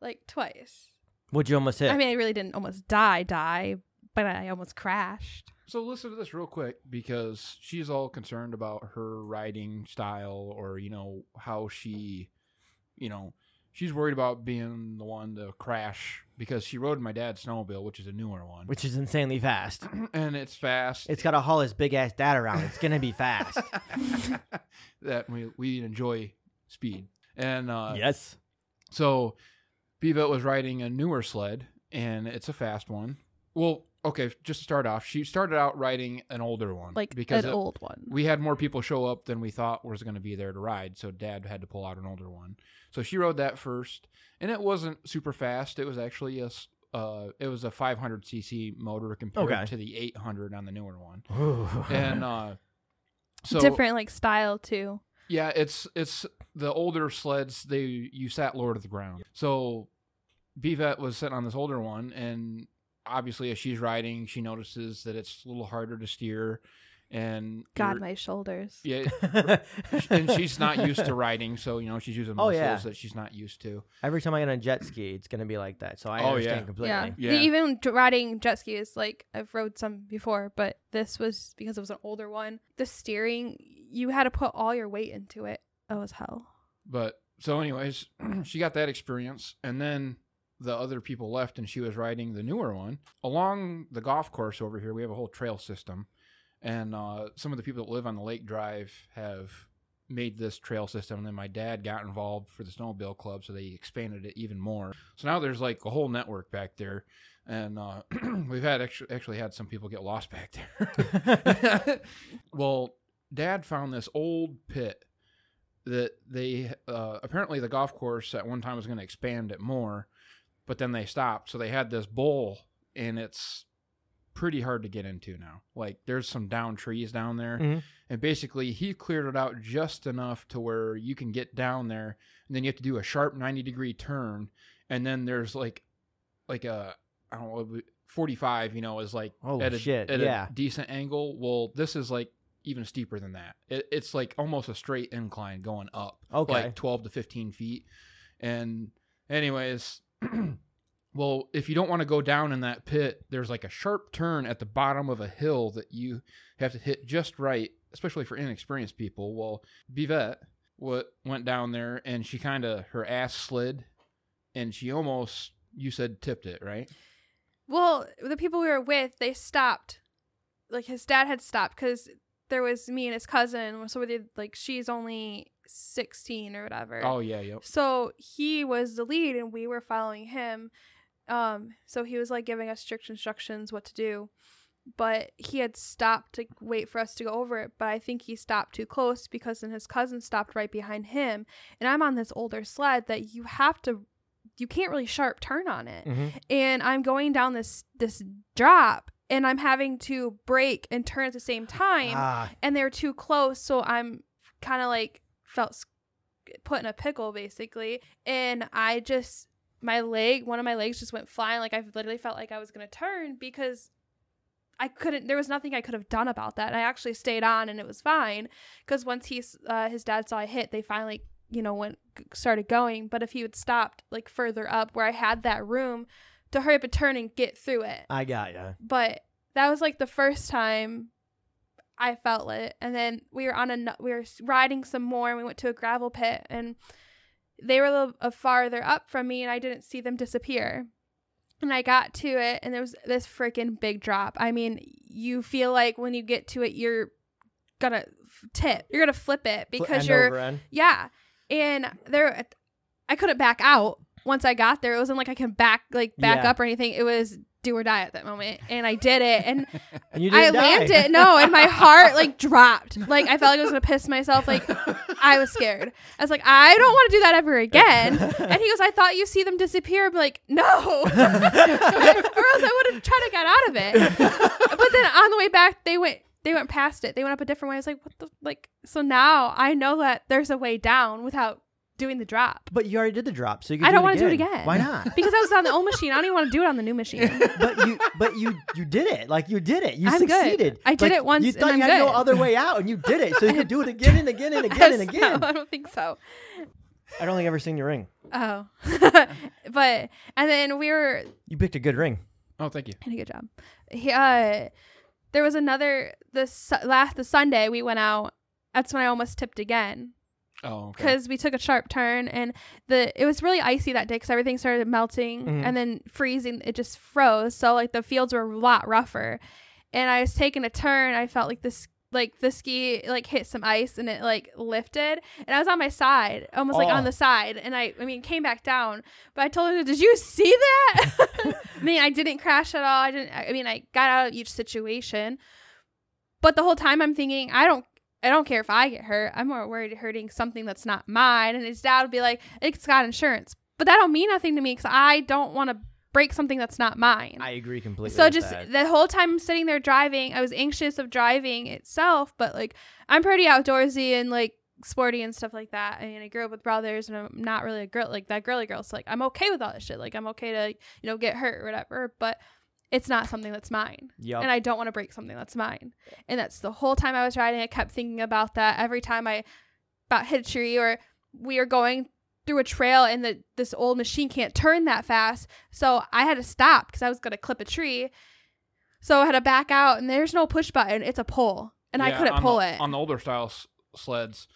C: like twice.
B: Would you almost hit?
C: I mean, I really didn't almost die, die, but I almost crashed.
A: So listen to this real quick because she's all concerned about her riding style or you know how she, you know, she's worried about being the one to crash because she rode my dad's snowmobile, which is a newer one,
B: which is insanely fast.
A: and it's fast.
B: It's got to haul his big ass dad around. It's gonna be fast.
A: that we we enjoy speed and uh,
B: yes.
A: So Bevet was riding a newer sled and it's a fast one. Well, okay, just to start off, she started out riding an older one.
C: Like
A: because
C: an
A: it-
C: old one.
A: we had more people show up than we thought was going to be there to ride, so dad had to pull out an older one. So she rode that first, and it wasn't super fast. It was actually a s- uh, it was a 500 cc motor compared
B: Okay.
A: to the 800 on the newer one.
B: Ooh.
A: And uh so
C: Different like style too.
A: yeah, it's it's the older sleds. They you sat lower to the ground. So Bvet was sitting on this older one, and obviously as she's riding, she notices that it's a little harder to steer. And
C: God,
A: you're-
C: my shoulders.
A: yeah, and she's not used to riding, so you know she's using
B: Oh,
A: muscles
B: yeah.
A: that she's not used to.
B: Every time I get on a jet ski, it's gonna be like that. So I
A: Oh,
B: understand
A: yeah.
B: completely.
A: Yeah.
C: The- Even dr- riding jet skis, like I've rode some before, but this was because it was an older one. The steering, you had to put all your weight into it. Oh, as hell.
A: But so, anyways, she got that experience, and then the other people left, and she was riding the newer one along the golf course over here. We have a whole trail system, and uh, some of the people that live on the lake drive have made this trail system. And then my dad got involved for the snowmobile club, so they expanded it even more. So now there's like a whole network back there. And uh, we've had actually, actually had some people get lost back there. well, dad found this old pit that they uh, apparently the golf course at one time was going to expand it more, but then they stopped. So they had this bowl, and it's pretty hard to get into now. Like there's some down trees down there,
B: Mhm.
A: and basically he cleared it out just enough to where you can get down there, and then you have to do a sharp ninety degree turn, and then there's like like a I don't know. 45 you know is like
B: Holy
A: at a,
B: shit,
A: at
B: yeah.
A: a decent angle well this is like even steeper than that. It, it's like almost a straight incline going up,
B: Okay.
A: like twelve to fifteen feet. And anyways, well, if you don't want to go down in that pit, there's like a sharp turn at the bottom of a hill that you have to hit just right, especially for inexperienced people. Well, Bivette what went down there and she kind of her ass slid, and she almost you said tipped it right.
C: Well, the people we were with, they stopped. Like his dad had stopped because there was me and his cousin. So we did like she's only sixteen or whatever.
A: Oh yeah, yep.
C: So he was the lead, and we were following him. Um, so he was like giving us strict instructions what to do, but he had stopped to wait for us to go over it. But I think he stopped too close because then his cousin stopped right behind him, and I'm on this older sled that you have to, you can't really sharp turn on it
B: Mhm.
C: and I'm going down this this drop and I'm having to brake and turn at the same time
B: Ah,
C: and they're too close so I'm kind of like felt s- put in a pickle basically and I just my leg one of my legs just went flying like I literally felt like I was going to turn because I couldn't there was nothing I could have done about that and I actually stayed on and it was fine cuz once he s- uh, his dad saw I hit they finally you know went g- started going but if he had stopped like further up where I had that room to hurry up and turn and get through it
B: I got ya.
C: but that was like the first time I felt it. And then we were on a nu- we were s- riding some more, and we went to a gravel pit, and they were a little uh, farther up from me, and I didn't see them disappear. And I got to it, and there was this freaking big drop. I mean, you feel like when you get to it, you're gonna f- tip, you're gonna flip it
B: Fl-
C: because
B: end
C: you're
B: over end.
C: yeah. And there I couldn't back out once I got there. It wasn't like I can back like back
B: Yeah.
C: up or anything. It was do or die at that moment, and I did it, and
B: And you
C: I
B: didn't die.
C: landed. No, and my heart like dropped. Like I felt like I was gonna piss myself. Like I was scared. I was like, I don't want to do that ever again. And he goes, I thought you see them disappear. I'm like, no, or else I would have tried to get out of it. But then on the way back, they went. They went past it. They went up a different way. I was like, what the like? So now I know that there's a way down without doing the drop
B: But you already did the drop, so you can
C: I
B: do
C: don't
B: want
C: wanna
B: to
C: do it again.
B: Why not?
C: because I was on the old machine. I don't even want to do it on the new machine.
B: but you, but you, you did it. Like you did it. You
C: I'm good.
B: succeeded.
C: I did
B: Like,
C: it once
B: You
C: and
B: thought
C: I'm
B: you had no
C: good.
B: other way out, and you did it. So you could do it again and again and again and again.
C: No, I don't think so.
B: I don't think I've ever seen your ring.
C: Oh, but and then we were
B: You picked a good ring.
A: Oh, thank you.
C: did a good job. He, uh, there was another the su- last the Sunday we went out. That's when I almost tipped again
A: Oh, okay.
C: because we took a sharp turn and the it was really icy that day because everything started melting
B: Mhm.
C: and then freezing. It just froze, so like the fields were a lot rougher. And I was taking a turn. I felt like this like the ski like hit some ice and it like lifted and I was on my side almost like
B: Oh.
C: on the side and I I mean came back down but I told her did you see that I mean I didn't crash at all I didn't I mean I got out of each situation but the whole time I'm thinking I don't I don't care if I get hurt I'm more worried hurting something that's not mine and his dad would be like it's got insurance but that don't mean nothing to me because I don't want to break something that's not mine
B: I agree completely.
C: so
B: with
C: just
B: that.
C: the whole time I'm sitting there driving, I was anxious of driving itself, but like I'm pretty outdoorsy and like sporty and stuff like that. I mean, I grew up with brothers and I'm not really a girl like that girly girl. So like I'm okay with all that shit. Like I'm okay to, you know, get hurt or whatever, but it's not something that's mine.
B: Yup.
C: And I don't want to break something that's mine. And that's the whole time I was riding. I kept thinking about that every time I about hit a tree or we are going through a trail and the, this old machine can't turn that fast. So I had to stop because I was going to clip a tree. So I had to back out and there's no push button. It's a pull. And I
A: Yeah,
C: couldn't
A: on
C: pull
A: the-
C: it.
A: On the older style s- sleds,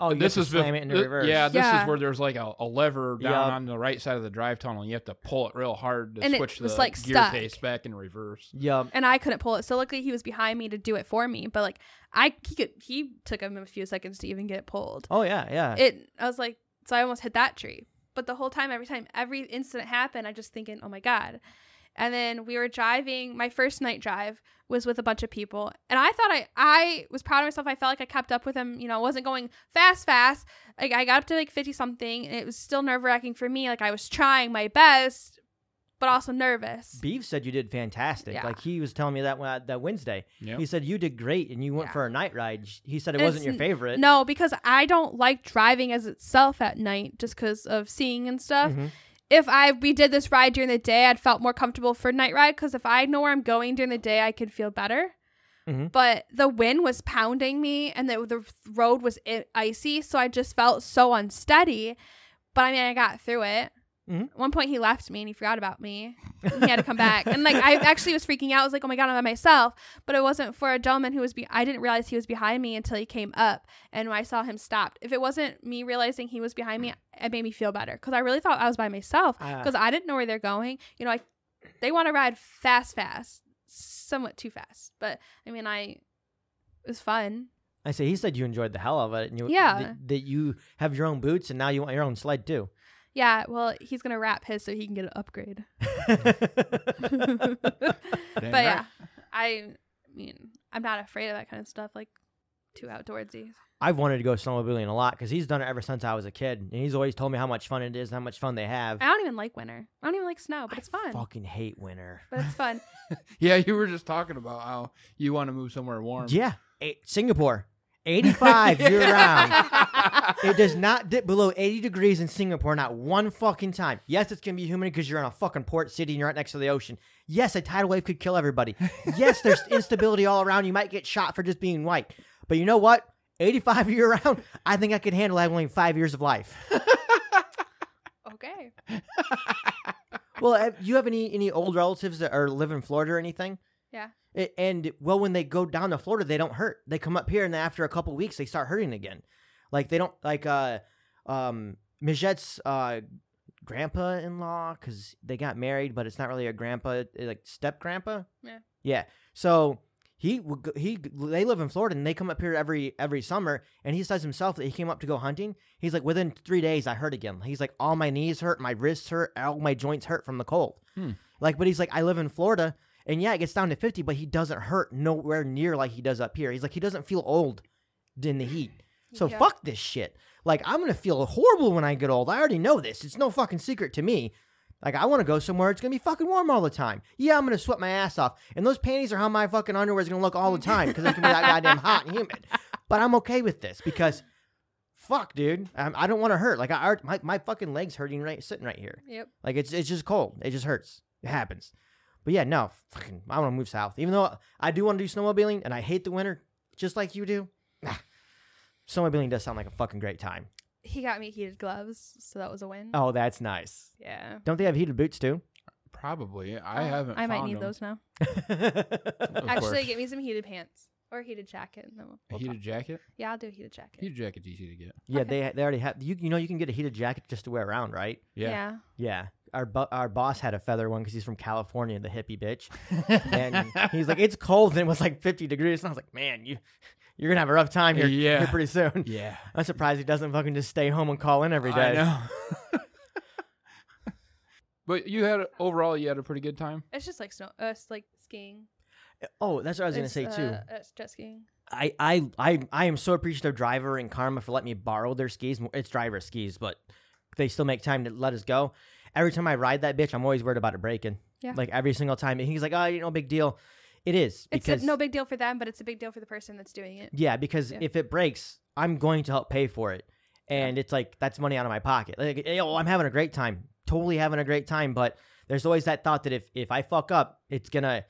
B: oh, you
A: this
B: have
A: is
B: to
A: the-
B: slam it in
A: thi-
B: reverse.
A: Yeah, this
C: Yeah.
A: is where there's like a, a lever down
B: Yup.
A: on the right side of the drive tunnel. And you have to pull it real hard to
C: And it
A: switch
C: was,
A: the
C: like,
A: gear
C: stuck.
A: case back in reverse.
B: Yup.
C: and I couldn't pull it. So luckily he was behind me to do it for me. But like I he could he took him a few seconds to even get it pulled.
B: Oh yeah, yeah.
C: it i was like so i almost hit that tree but the whole time every time every incident happened i just thinking oh my god and then we were driving my first night drive was with a bunch of people and i thought i i was proud of myself i felt like i kept up with them you know I wasn't going fast fast like i got up to like 50 something and it was still nerve wracking for me like i was trying my best but also nervous
B: Beef said you did fantastic.
C: Yeah.
B: Like he was telling me that when- that Wednesday.
A: Yep.
B: He said you did great, and you went
C: Yeah.
B: for a night ride. He said it
C: And
B: wasn't your
C: it's
B: favorite.
C: no because i don't like driving as itself at night just because of seeing and stuff
B: Mhm.
C: if I we did this ride during the day, I'd felt more comfortable for night ride because if I know where I'm going during the day, I could feel better.
B: Mhm.
C: But the wind was pounding me, and the the road was i- icy, so I just felt so unsteady. But I mean, I got through it.
B: Mhm.
C: At one point, he left me and he forgot about me. And he had to come back, and like I actually was freaking out. I was like, "Oh my god, I'm by myself." But it wasn't for a gentleman who was. Be- I didn't realize he was behind me until he came up, and when I saw him stopped. If it wasn't me realizing he was behind me, it made me feel better because I really thought I was by myself
B: Ah.
C: because I didn't know where they're going. You know, I they want to ride fast, fast, somewhat too fast. But I mean, I it was fun.
B: I say he said you enjoyed the hell of it, and you
C: Yeah.
B: that, that you have your own boots, and now you want your own sled too.
C: Yeah, well, he's gonna wrap his so he can get an upgrade. but
A: Damn
C: yeah,
A: right.
C: I mean, I'm not afraid of that kind of stuff, like too outdoorsy.
B: I've wanted to go snowmobiling a lot because he's done it ever since I was a kid, and he's always told me how much fun it is and how much fun they have.
C: I don't even like winter. I don't even like snow, but it's fun.
B: Fucking hate winter.
C: But it's fun.
A: Yeah, you were just talking about how you want to move somewhere warm.
B: Yeah, Eight, Singapore, eighty-five year round. It does not dip below 80 degrees in Singapore, not one fucking time. Yes, it's gonna be humid because you're in a fucking port city and you're right next to the ocean. Yes, a tidal wave could kill everybody. Yes, there's instability all around. You might get shot for just being white. But you know what? 85 year round, I think I could handle having only five years of life.
C: Okay.
B: Well, have- do you have any any old relatives that are live in Florida or anything?
C: Yeah.
B: A- And well, when they go down to Florida, they don't hurt. They come up here, and then after a couple weeks, they start hurting again. Like they don't like uh um Mijette's uh grandpa in law because they got married, but it's not really a grandpa, eh, like step grandpa.
C: Yeah.
B: Yeah. So. He would go- he they live in Florida and they come up here every every summer and he says himself that he came up to go hunting He's like, within three days, I hurt again. He's like, all my knees hurt, my wrists hurt, all my joints hurt from the cold.
A: Hmm.
B: Like, but he's like, I live in Florida, and yeah, it gets down to 50, but he doesn't hurt nowhere near like he does up here. He's like, he doesn't feel old in the heat. So
C: Yeah.
B: fuck this shit. Like, I'm gonna feel horrible when I get old. I already know this. It's no fucking secret to me. Like, I want to go somewhere it's gonna be fucking warm all the time. Yeah, I'm gonna sweat my ass off, and those panties are how my fucking underwear is gonna look all the time because it's gonna be that goddamn hot and humid. But I'm okay with this because, fuck, dude, Um, I, I don't want to hurt. Like, I already- my my fucking legs hurting right sitting right here.
C: Yep.
B: Like it's it's just cold. It just hurts. It happens. But yeah, no, fucking, I want to move south. Even though I do want to do snowmobiling, and I hate the winter, just like you do. Ah, snowmobiling does sound like a fucking great time.
C: He got me heated gloves, so that was a win.
B: Oh, that's nice.
C: Yeah.
B: Don't they have heated boots too?
A: Probably. I
C: Oh,
A: haven't.
C: I might
A: found
C: need
A: them.
C: those now.
A: Of
C: Actually,
A: course.
C: get me some heated pants or a heated jacket. And then we'll,
A: A
C: we'll
A: heated
C: talk.
A: jacket.
C: Yeah, I'll do a heated jacket.
A: Heated jacket's easy to get.
B: yeah,
C: okay.
B: they they already have. You you know you can get a heated jacket just to wear around, right?
A: Yeah.
B: Yeah. Our bu- our boss had a feather one because he's from California, the hippie bitch, and he's like, it's cold and it was like 50 degrees, and I was like, man, you you're gonna have a rough time here,
A: Yeah.
B: here pretty soon.
A: Yeah.
B: I'm surprised he doesn't fucking just stay home and call in every day.
A: I know. but you had overall, you had a pretty good time.
C: It's just like snow. Uh, it's like skiing.
B: Oh, that's what I was gonna
C: It's,
B: say too.
C: uh, It's jet skiing.
B: I, I I I am so appreciative of Driver and Karma for letting me borrow their skis. It's Driver's skis, but they still make time to let us go. Every time I ride that bitch, I'm always worried about it breaking.
C: Yeah.
B: Like every single time, and he's like, "Oh, you know, big deal." It is
C: It's
B: because
C: a, no big deal for them, but it's a big deal for the person that's doing it.
B: Yeah, because
C: Yeah.
B: if it breaks, I'm going to help pay for it, and it's like that's money out of my pocket. Like, yo, I'm having a great time, totally having a great time, but there's always that thought that if if I fuck up, it's gonna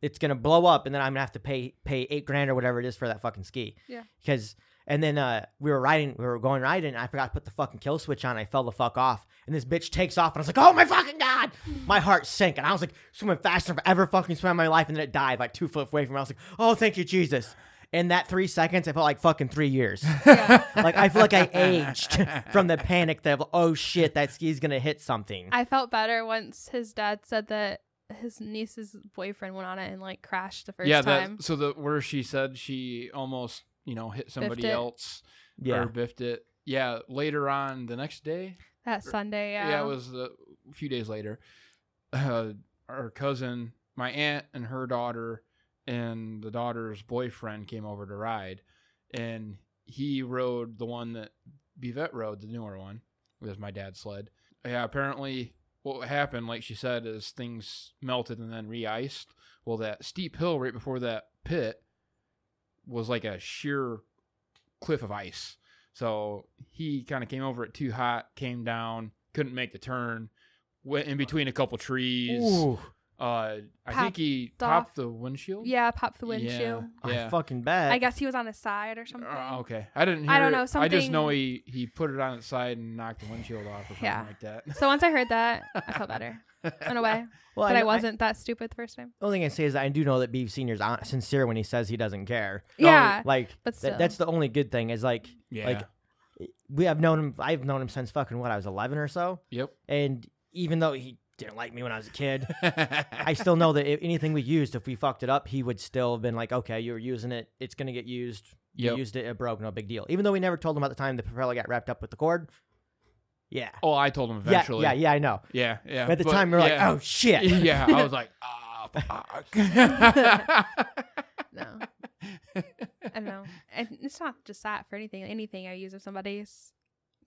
B: it's gonna blow up, and then I'm gonna have to pay pay eight grand or whatever it is for that fucking ski.
C: Yeah.
B: because. And then uh, we were riding, we were going riding. And I forgot to put the fucking kill switch on. I fell the fuck off, and this bitch takes off, and I was like, "Oh my fucking god!" My heart sank, and I was like swimming faster than I've ever fucking swam in my life. And then it died like two foot away from me. I was like, "Oh, thank you, Jesus!" In that three seconds, I felt like fucking three years.
C: Yeah.
B: like I feel like I aged from the panic that oh shit, that ski's gonna hit something.
C: I felt better once his dad said that his niece's boyfriend went on it and like crashed the first
A: yeah.
C: time.
A: That, so the where she said she almost you know hit somebody
C: it.
A: else or
B: yeah,
A: biffed it. Yeah. Later on the next day.
C: That Sunday. Yeah.
A: it was uh, a few days later. Uh, our cousin, my aunt, and her daughter, and the daughter's boyfriend came over to ride, and he rode the one that Bivette rode, the newer one, with my dad's sled. Yeah, apparently what happened, like she said, is things melted and then re-iced. Well, that steep hill right before that pit was like a sheer cliff of ice. So he kind of came over it too hot, came down, couldn't make the turn, went in between a couple trees.
B: Ooh,
A: Uh, I think
C: Popped
A: he
C: off.
A: popped the windshield.
C: yeah. Popped the windshield.
A: Yeah. yeah.
B: I fucking bet.
C: I guess he was on his side or something.
A: Uh, okay, I didn't. Hear
C: I don't know,
A: It. I just
C: something-
A: know he he put it on its side and knocked the windshield off or something
C: Yeah.
A: like that.
C: So once I heard that, I felt better in a way.
B: well,
C: but I,
B: know-
C: wasn't that stupid the first time.
B: The only thing I say is I do know that Beef Senior's hon- sincere when he says he doesn't care.
C: yeah.
B: Like
C: But
B: th-
C: still.
B: that's the only good thing is like
A: Yeah.
B: Like- we have known him. I've known him since fucking what I was 11 or so,
A: yep.
B: and even though he didn't like me when I was a kid, I still know that if anything we used, if we fucked it up, he would still have been like, okay, you were using it. It's going to get used. You
A: Yep.
B: used it. It broke. No big deal. Even though we never told him at the time the propeller got wrapped up with the cord. Yeah.
A: oh, I told him eventually.
B: Yeah. Yeah. Yeah. I know.
A: Yeah. Yeah.
B: But at the
A: but
B: time, we were
A: yeah.
B: like, oh, shit.
A: yeah. I was like, ah, fuck.
C: no. I don't know. And it's not just that for anything. Anything I use of somebody's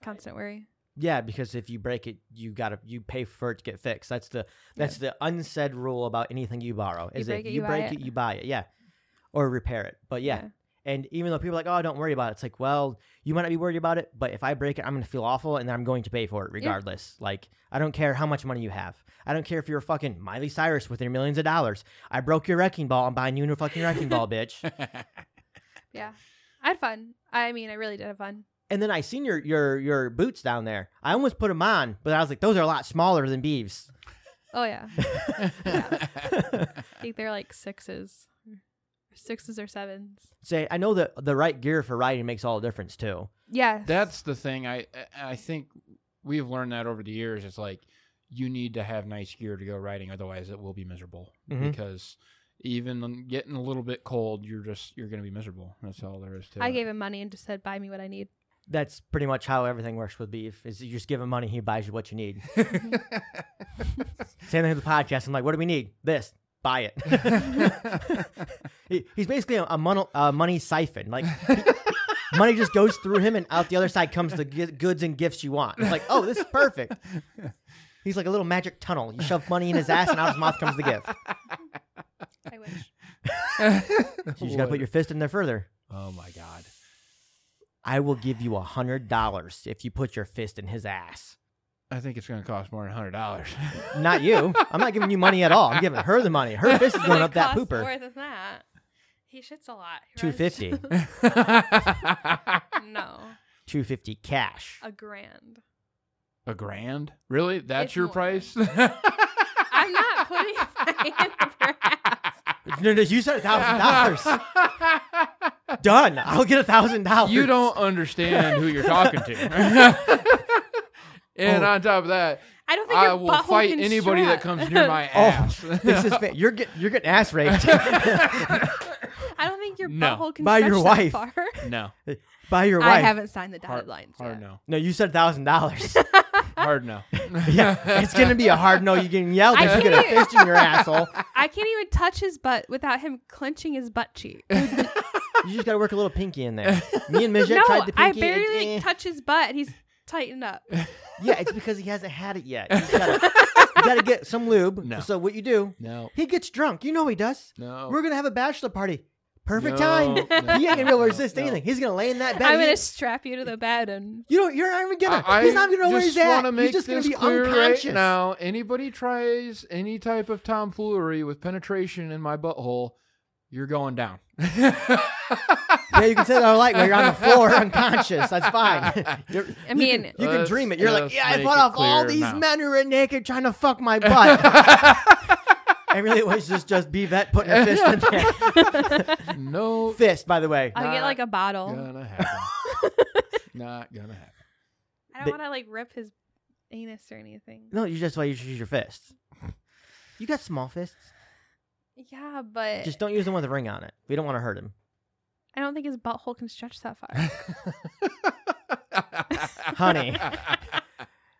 C: constant worry.
B: Yeah, because if you break it, you gotta you pay for it to get fixed. That's the that's the unsaid rule about anything you borrow. Is
C: break
B: if
C: it,
B: you
C: you buy
B: break
C: it.
B: it, you buy it. Yeah, or repair it. But yeah.
C: Yeah.
B: and even though people are like, oh, don't worry about it. It's like, well, you might not be worried about it, but if I break it, I'm gonna feel awful, and then I'm going to pay for it regardless. Like, I don't care how much money you have. I don't care if you're fucking Miley Cyrus with your millions of dollars. I broke your wrecking ball. I'm buying you a new fucking wrecking ball, bitch.
C: Yeah. I had fun. I mean, I really did have fun.
B: And then I seen your your your boots down there. I almost put them on, but I was like, those are a lot smaller than Beeves.
C: Oh yeah. I think they're like sixes. Sixes or sevens.
B: say I know that the right gear for riding makes all the difference too.
C: Yes.
A: That's the thing. I I think we've learned that over the years. It's like you need to have nice gear to go riding, otherwise it will be miserable.
B: Mhm.
A: Because even getting a little bit cold, you're just you're gonna be miserable. That's all there is to
C: I
A: it.
C: gave him money and just said, "Buy me what I need."
B: that's pretty much how everything works with beef. Is you just give him money, he buys you what you need. Same thing with the podcast. I'm like, what do we need? This. Buy it. He- he's basically a, a, mono, a money siphon. Like he- money just goes through him, and out the other side comes the gi- goods and gifts you want. It's like, oh, this is perfect. He's like a little magic tunnel. You shove money in his ass, and out his mouth comes the gift.
C: I wish.
B: So you just gotta put your fist in there further.
A: oh my god.
B: I will give you a hundred dollars if you put your fist in his ass.
A: I think it's gonna cost more than hundred dollars.
B: Not you. I'm not giving you money at all. I'm giving her the money. Her fist is going
C: It
B: up that
C: costs
B: pooper.
C: More than that. He shits a lot. He
B: Two
C: runs-
B: fifty.
A: a
C: no,
B: Two fifty cash.
C: a grand.
A: grand? Really? That's
C: It's
A: your
C: more.
A: price?
C: I'm
A: I'm
C: not putting money in her ass.
B: No, no, you said a thousand dollars. Done. I'll get a thousand dollars.
A: You don't understand who you're talking to. and
B: Oh.
A: on top of that,
C: I don't think
A: I
C: your
A: will
C: butthole
A: fight
C: can
A: anybody that
C: strap.
A: comes near my
B: Oh,
A: ass.
B: This is fa- you're get, you're getting ass raped
C: I don't think your
A: No.
C: butthole can
B: By your
C: stretch
B: wife.
C: That far.
A: no.
B: by your wife.
C: I haven't signed the dotted
A: Hard,
C: lines
A: hard
C: yet.
A: no.
B: No, you said thousand dollars.
A: Hard no.
B: Yeah, it's gonna be a hard no. You're getting yelled
C: I
B: at. You get a
C: can't-
B: fist in your asshole.
C: I can't even touch his butt without him clenching his butt cheek.
B: You just gotta work a little pinky in there. Me and Midget
C: no,
B: tried the pinky.
C: I
B: it-
C: barely
B: eh.
C: touch his butt. and He's tightened up.
B: Yeah, it's because he hasn't had it yet. You gotta, you gotta get some lube.
A: No.
B: So what you do?
A: No.
B: He gets drunk. You know he does.
A: No.
B: We're gonna have a bachelor party. Perfect
A: No,
B: time.
A: no,
B: he ain't gonna be able
A: no,
B: to resist
A: no.
B: anything. He's gonna lay in that bed.
C: I'm
B: He-
C: gonna strap you to the bed and
B: you don't. You're not even gonna.
A: I,
B: he's not even gonna know where he's
A: just want
B: at.
A: to make
B: He's just gonna
A: this
B: be
A: clear
B: unconscious.
A: right now. Anybody tries any type of tomfoolery with penetration in my butthole, you're going down.
B: Yeah, you can sit there light while you're on the floor unconscious. That's fine. You're-
C: I mean,
B: you can
A: Let's
B: dream it. You're like,
A: just
B: yeah, I
A: make
B: fought
A: it
B: off all
A: clear
B: these
A: now."
B: men who were naked trying to fuck my butt. and really, it was just just Bevette putting a fist in there.
A: no,
B: Fist, by the way.
C: I'll get
A: Not
C: like a bottle.
A: gonna happen. Not gonna happen.
C: I
B: They-
C: don't want to like rip his anus or anything.
B: No, you just why you should use your fists. You got small fists.
C: Yeah, but
B: Just don't use the one with the ring on it. We don't want to hurt him.
C: I don't think his butthole can stretch that far.
B: Honey.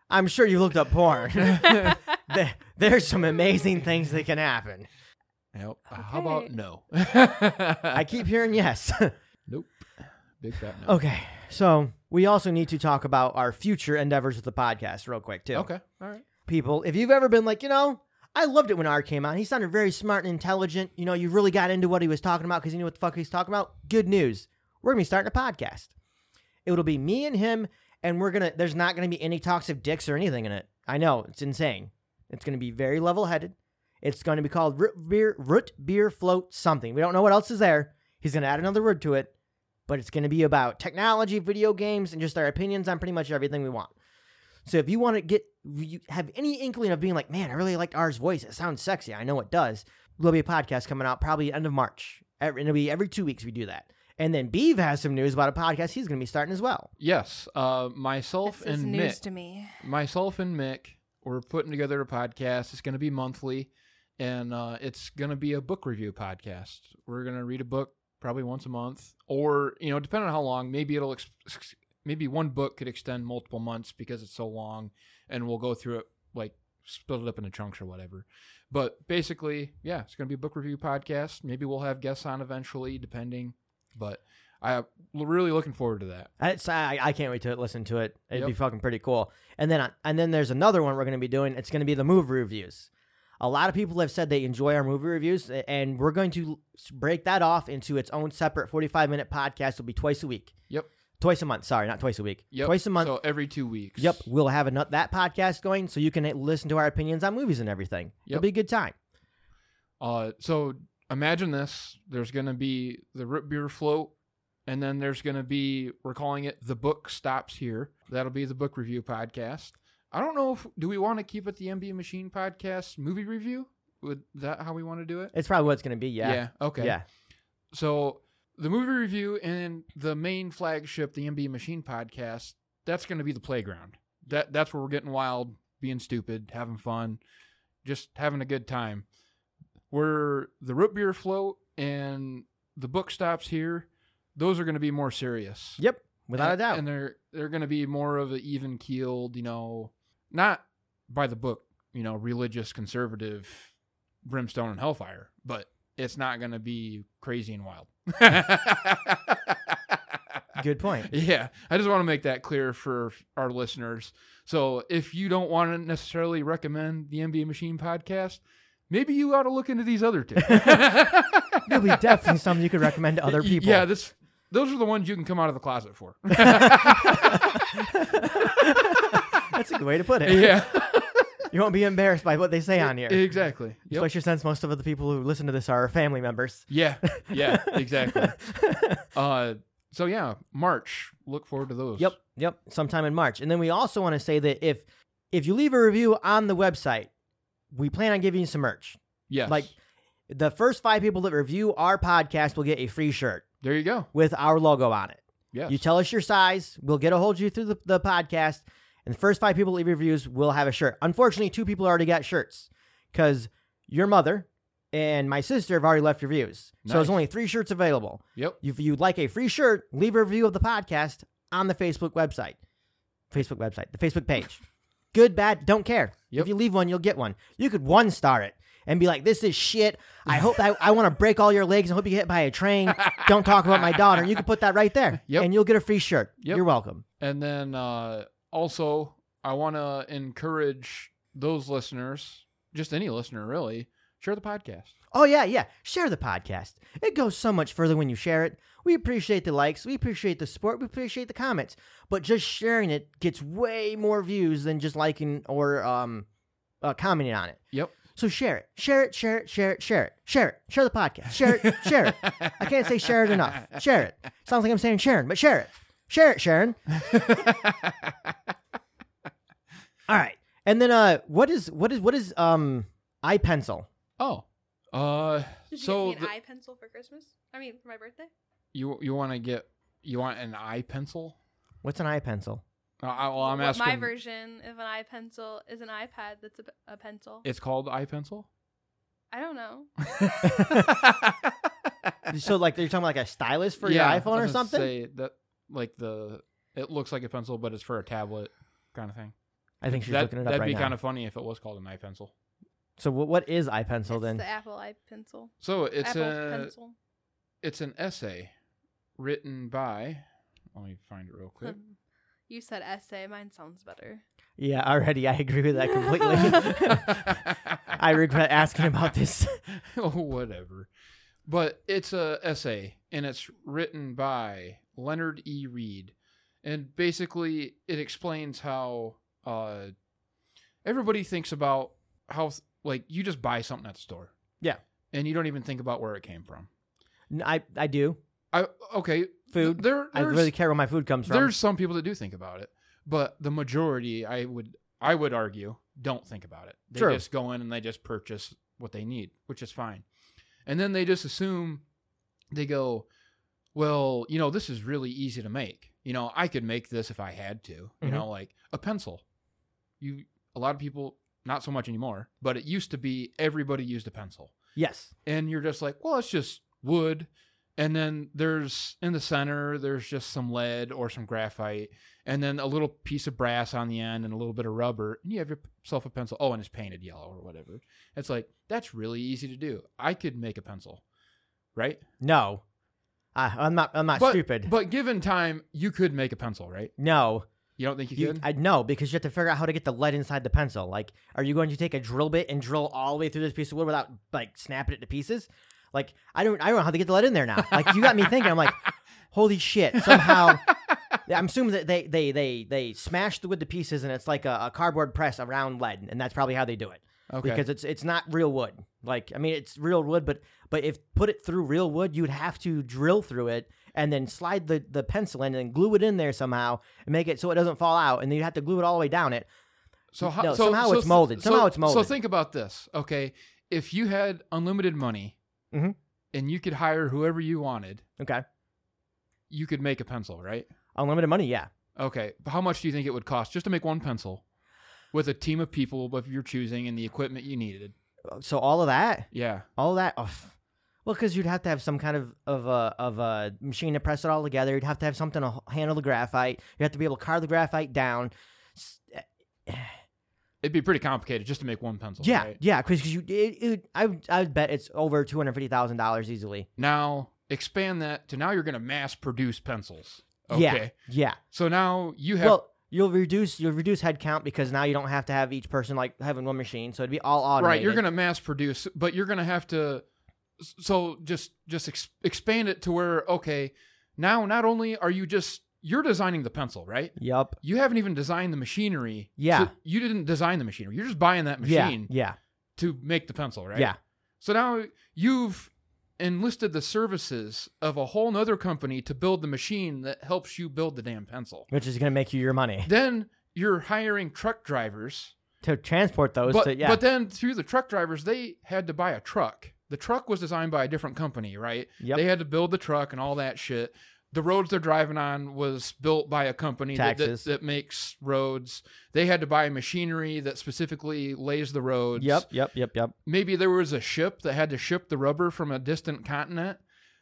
B: I'm sure you looked up porn. There- There's some amazing things that can happen.
A: Nope. How about
C: Okay.
A: no?
B: I
A: I
B: keep hearing yes.
A: Nope. Big fat no.
B: okay, so we also need to talk about our future endeavors with the podcast real quick too.
A: Okay. All right.
B: people, if you've ever been like, you know, I loved it when R came out. He sounded very smart and intelligent. You know, you really got into what he was talking about because he knew what the fuck he's talking about. Good news. We're gonna be starting a podcast. It'll be me and him, and we're gonna there's not gonna be any talks of dicks or anything in it. I know, it's insane. It's gonna be very level headed. It's gonna be called root beer root beer float something. We don't know what else is there. He's gonna add another word to it, but it's gonna be about technology, video games, and just our opinions on pretty much everything we want. So if you want to get you have any inkling of being like, man, I really liked R's voice. It sounds sexy. I know it does. There'll be a podcast coming out probably end of March. Every, and it'll be every two weeks we do that. And then Beeve has some news about a podcast he's going to be starting as well.
A: Yes. Uh, myself
C: this is
A: and
C: news
A: Mick.
C: to me.
A: myself and Mick, we're putting together a podcast. It's going to be monthly, and uh, it's going to be a book review podcast. We're going to read a book probably once a month, or you know, depending on how long. Maybe it'll ex- ex- maybe one book could extend multiple months because it's so long, and we'll go through it like split it up into chunks or whatever. But basically, yeah, it's going to be a book review podcast. Maybe we'll have guests on eventually, depending. But I'm really looking forward to that.
B: It's, I, I can't wait to listen to it. It'd be
A: Yep.
B: fucking pretty cool. And then I- and then there's another one we're going to be doing. It's going to be the movie reviews. A lot of people have said they enjoy our movie reviews, a- and we're going to s- break that off into its own separate 45 minute podcast. It'll be twice a week.
A: Yep.
B: Twice a month. Sorry, not twice a week.
A: Yep.
B: Twice a month.
A: So every two weeks.
B: Yep, we'll have another, that podcast going so you can eh, listen to our opinions on movies and everything. It'll
A: Yep.
B: be a good time.
A: Uh, so imagine this: there's going to be the root beer float, and then there's going to be we're calling it the book stops here. That'll be the book review podcast. I don't know if do we want to keep it the MB Machine podcast movie review? Would that how we want to do it?
B: It's probably what it's going to be. Yeah.
A: Okay.
B: Yeah.
A: So the movie review and the main flagship, the MB Machine podcast, that's going to be the playground. That that's where we're getting wild, being stupid, having fun, just having a good time. Where the root beer float and the book stops here, those are going to be more serious.
B: Yep. without a
A: And-
B: doubt.
A: And they're they're going to be more of an even keeled, you know, not by the book, you know, religious conservative brimstone and hellfire, but it's not going to be crazy and wild.
B: Good point.
A: Yeah, I just want to make that clear for our listeners. So if you don't want to necessarily recommend the NBA Machine podcast, maybe you ought to look into these other two.
B: It'll be definitely something you could recommend to other
A: Y-
B: people.
A: Yeah, this those are the ones you can come out of the closet for.
B: That's a good way to put it.
A: yeah,
B: You won't be embarrassed by what they say on here.
A: exactly. Yep.
B: Especially since most of the people who listen to this are our family members.
A: Yeah, yeah, exactly. Uh, so yeah, March. Look forward to those.
B: Yep, yep. Sometime in March, and then we also want to say that if if you leave a review on the website, we plan on giving you some merch.
A: Yes.
B: Like the first five people that review our podcast will get a free shirt
A: there you go.
B: with our logo on it.
A: Yes.
B: You tell us your size, we'll get a hold of you through the, the podcast, and the first five people that leave reviews will have a shirt. Unfortunately, two people already got shirts because your mother and my sister have already left reviews. So there's
A: Nice.
B: only three shirts available.
A: yep.
B: If you'd like a free shirt, leave a review of the podcast on the Facebook website. Facebook website, the Facebook page. Good, bad, don't care.
A: Yep.
B: If you leave one, you'll get one. You could one star it and be like, this is shit. I hope I, I want to break all your legs and hope you get hit by a train. Don't talk about my daughter. You can put that right there.
A: Yep.
B: And you'll get a free shirt.
A: Yep.
B: You're welcome.
A: And then uh, also, I want to encourage those listeners, just any listener really, share the podcast.
B: Oh, yeah, yeah. Share the podcast. It goes so much further when you share it. We appreciate the likes. We appreciate the support. We appreciate the comments. But just sharing it gets way more views than just liking or um, uh, commenting on it.
A: Yep.
B: So share it. Share it, share it, share it, share it. Share it. Share the podcast. Share it, share it. I can't say share it enough. Share it. Sounds like I'm saying Sharon, but share it. Share it, Sharon. All right. And then uh what is what is what is um iPencil?
A: oh. Uh.
C: Did you
A: so
C: get me an
A: the-
C: eye pencil for Christmas? I mean, for my birthday?
A: you you want to get you want an eye pencil?
B: What's an iPencil?
A: Uh, I, well, I'm
C: Well,
A: asking.
C: My version of an eye pencil is an iPad that's a, p- a pencil.
A: It's called eye pencil.
C: I don't know.
B: So like you're talking about like a stylus for
A: Yeah, I
B: your iPhone or
A: was gonna
B: something?
A: Say that like the it looks like a pencil, but it's for a tablet kind of thing.
B: I think she's
A: that,
B: looking it up
A: that'd
B: right
A: be
B: now.
A: kind of funny if it was called an eye pencil.
B: so what what is iPencil
C: it's
B: then?
C: the Apple eye pencil.
A: So it's uh,
C: Apple
A: a
C: pencil.
A: it's an essay written by. Let me find it real quick.
C: Um, You said essay. Mine sounds better.
B: yeah, already I agree with that completely. I regret asking about this.
A: oh, whatever. But it's a essay, and it's written by Leonard E. Reed, and basically it explains how uh, everybody thinks about how like you just buy something at the store,
B: Yeah.
A: and you don't even think about where it came from.
B: N- I I do.
A: I okay,
B: Food.
A: There,
B: I
A: there's-
B: really care where my food comes from.
A: there's some people that do think about it, but the majority, I would, I would argue, don't think about it. They
B: True.
A: just go in and they just purchase what they need, which is fine. And then they just assume, they go, well, you know, this is really easy to make. You know, I could make this if I had to. You
B: Mhm.
A: know, like a pencil. You, a lot of people, not so much anymore, but it used to be everybody used a pencil
B: yes.
A: and you're just like, well, it's just wood. And then there's in the center, there's just some lead or some graphite, and then a little piece of brass on the end and a little bit of rubber. And you have yourself a pencil. Oh, and it's painted yellow or whatever. It's like, that's really easy to do. I could make a pencil, right?
B: No. I, I'm not. I'm not
A: but,
B: stupid.
A: But given time, you could make a pencil, right?
B: no.
A: You don't think you,
B: You,
A: could?
B: I no because you have to figure out how to get the lead inside the pencil. Like, are you going to take a drill bit and drill all the way through this piece of wood without like snapping it to pieces? Like, I don't. I don't know how to get the lead in there now. Like, you got me thinking. I'm like, holy shit! Somehow, I'm assuming that they they they they smash the wood to pieces and it's like a, a cardboard press around lead, and that's probably how they do it.
A: okay.
B: because it's it's not real wood. Like I mean, it's real wood, but but if put it through real wood, you'd have to drill through it and then slide the the pencil in and then glue it in there somehow and make it so it doesn't fall out, and then you'd have to glue it all the way down it.
A: So how,
B: No,
A: so,
B: somehow
A: so-
B: it's molded.
A: so-
B: Somehow it's
A: So
B: molded.
A: think about this, okay? If you had unlimited money,
B: Mhm.
A: and you could hire whoever you wanted,
B: Okay,
A: you could make a pencil, right?
B: unlimited money, yeah.
A: Okay. But how much do you think it would cost just to make one pencil with a team of people of your choosing and the equipment you needed?
B: So all of that,
A: Yeah.
B: all of that, oh, pff, Well, because you'd have to have some kind of of a of a machine to press it all together. You'd have to have something to h- handle the graphite. You have to be able to carve the graphite down. S- eh,
A: It'd be pretty complicated just to make one pencil.
B: yeah,
A: right?
B: yeah, because you, it, it, I would- I would bet it's over two hundred fifty thousand dollars easily.
A: Now expand that to now you're going to mass produce pencils. Okay.
B: Yeah. Yeah.
A: So now you have
B: Well, you'll reduce you'll reduce headcount because now you don't have to have each person like having one machine, so it'd be all automated.
A: right. You're going to mass produce, but you're going to have to. So just just ex- expand it to where okay, now not only are you just you're designing the pencil, right?
B: Yep.
A: You haven't even designed the machinery.
B: Yeah.
A: So you didn't design the machinery. You're just buying that machine
B: Yeah.
A: to make the pencil,
B: Yeah.
A: right?
B: Yeah.
A: So now you've enlisted the services of a whole nother company to build the machine that helps you build the damn pencil.
B: Which is gonna make you your money
A: Then you're hiring truck drivers.
B: to transport those.
A: But,
B: to, yeah.
A: but then through the truck drivers, they had to buy a truck. The truck was designed by a different company, right?
B: Yep.
A: They had to build the truck and all that shit. The roads they're driving on was built by a company that, that,
B: Taxes.
A: that makes roads. They had to buy machinery that specifically lays the roads
B: yep. Yep. Yep. Yep.
A: maybe there was a ship that had to ship the rubber from a distant continent.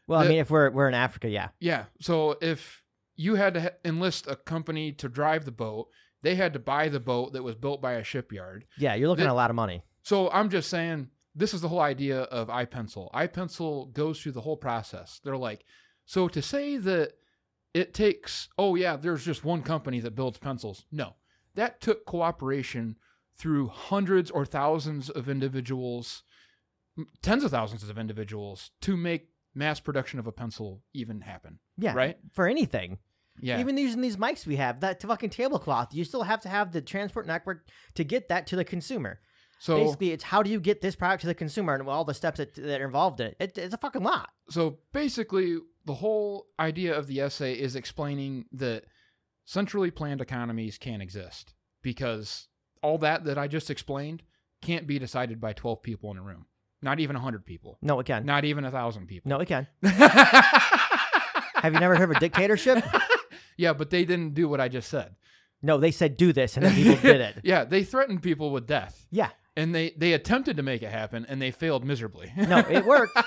B: Well, I
A: The-
B: mean, if we're we're in Africa, yeah.
A: Yeah. So if you had to ha- enlist a company to drive the boat, they had to buy the boat that was built by a shipyard.
B: Yeah, you're looking
A: The-
B: at a lot of money.
A: So I'm just saying, this is the whole idea of iPencil. iPencil goes through the whole process. They're like, so to say that it takes, oh, yeah, there's just one company that builds pencils. No, that took cooperation through hundreds or thousands of individuals, m- tens of thousands of individuals to make mass production of a pencil even happen.
B: Yeah.
A: Right?
B: For anything.
A: Yeah.
B: Even using these mics we have, that fucking tablecloth, you still have to have the transport network to get that to the consumer.
A: so
B: Basically, it's how do you get this product to the consumer and all the steps that, that are involved in it. it. It's a fucking lot.
A: so basically the whole idea of the essay is explaining that centrally planned economies can't exist because all that that i just explained can't be decided by 12 people in a room not even 100 people
B: No, it can.
A: not even 1000 people
B: No, it can. Have you never heard of a dictatorship?
A: yeah but they didn't do what i just said
B: No, they said do this, and then people did it.
A: yeah they threatened people with death
B: Yeah.
A: and they they attempted to make it happen and they failed miserably
B: No, it worked.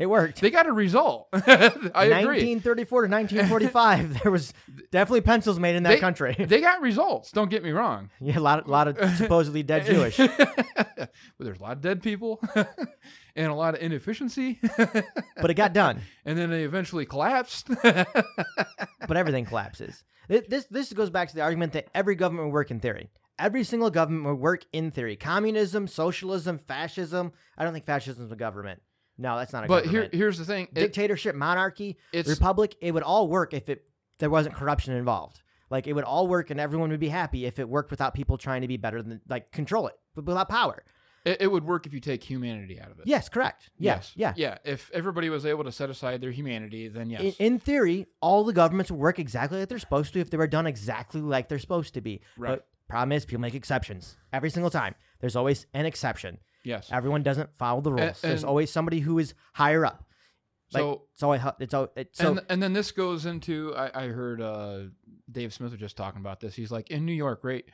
B: It worked.
A: they got a result i agree
B: 1934 to 1945, there was definitely pencils made in that
A: They-
B: country.
A: they got results. Don't get me wrong.
B: yeah, a lot, a lot of supposedly dead Jewish.
A: but there's a lot of dead people and a lot of inefficiency.
B: But it got done.
A: and then they eventually collapsed.
B: but everything collapses. Th- This this goes back to the argument that every government would work in theory. Every single government would work in theory. Communism, socialism, fascism. I don't think fascism is a government. No, that's not a
A: but here,
B: government.
A: here's the thing. It-
B: Dictatorship, monarchy,
A: it's
B: republic, it would all work if it there wasn't corruption involved. Like it would all work and everyone would be happy if it worked without people trying to be better than like control it, but without power.
A: it, it would work if you take humanity out of it.
B: Yes, correct. Yes. Yeah.
A: Yeah. If everybody was able to set aside their humanity, then yes.
B: In, in theory, all the governments would work exactly like they're supposed to if they were done exactly like they're supposed to be.
A: Right.
B: But problem is, people make exceptions every single time. There's always an exception.
A: yes.
B: Everyone doesn't follow the rules. There's
A: and-
B: always somebody who is higher up. Like,
A: so
B: it's always hu- it's always, it's so
A: and and then this goes into I, I heard uh, Dave Smith was just talking about this. He's like in New York, right?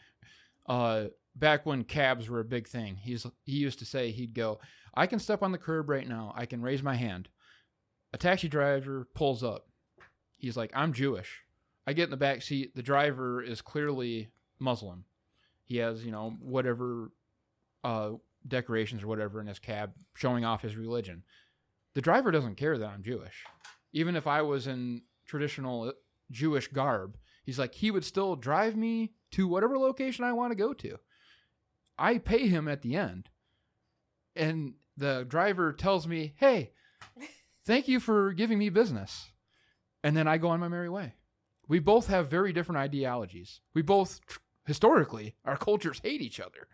A: Uh, back when cabs were a big thing, he's he used to say he'd go, "I can step on the curb right now. I can raise my hand." A taxi driver pulls up. He's like, "I'm Jewish." I get in the back seat. The driver is clearly Muslim. He has you know whatever uh, decorations or whatever in his cab, showing off his religion. The driver doesn't care that I'm Jewish even if I was in traditional Jewish garb, he's like, he would still drive me to whatever location I want to go to. I pay him at the end. And the driver tells me, hey, thank you for giving me business. And then I go on my merry way. We both have very different ideologies. We both, tr- historically, our cultures hate each other.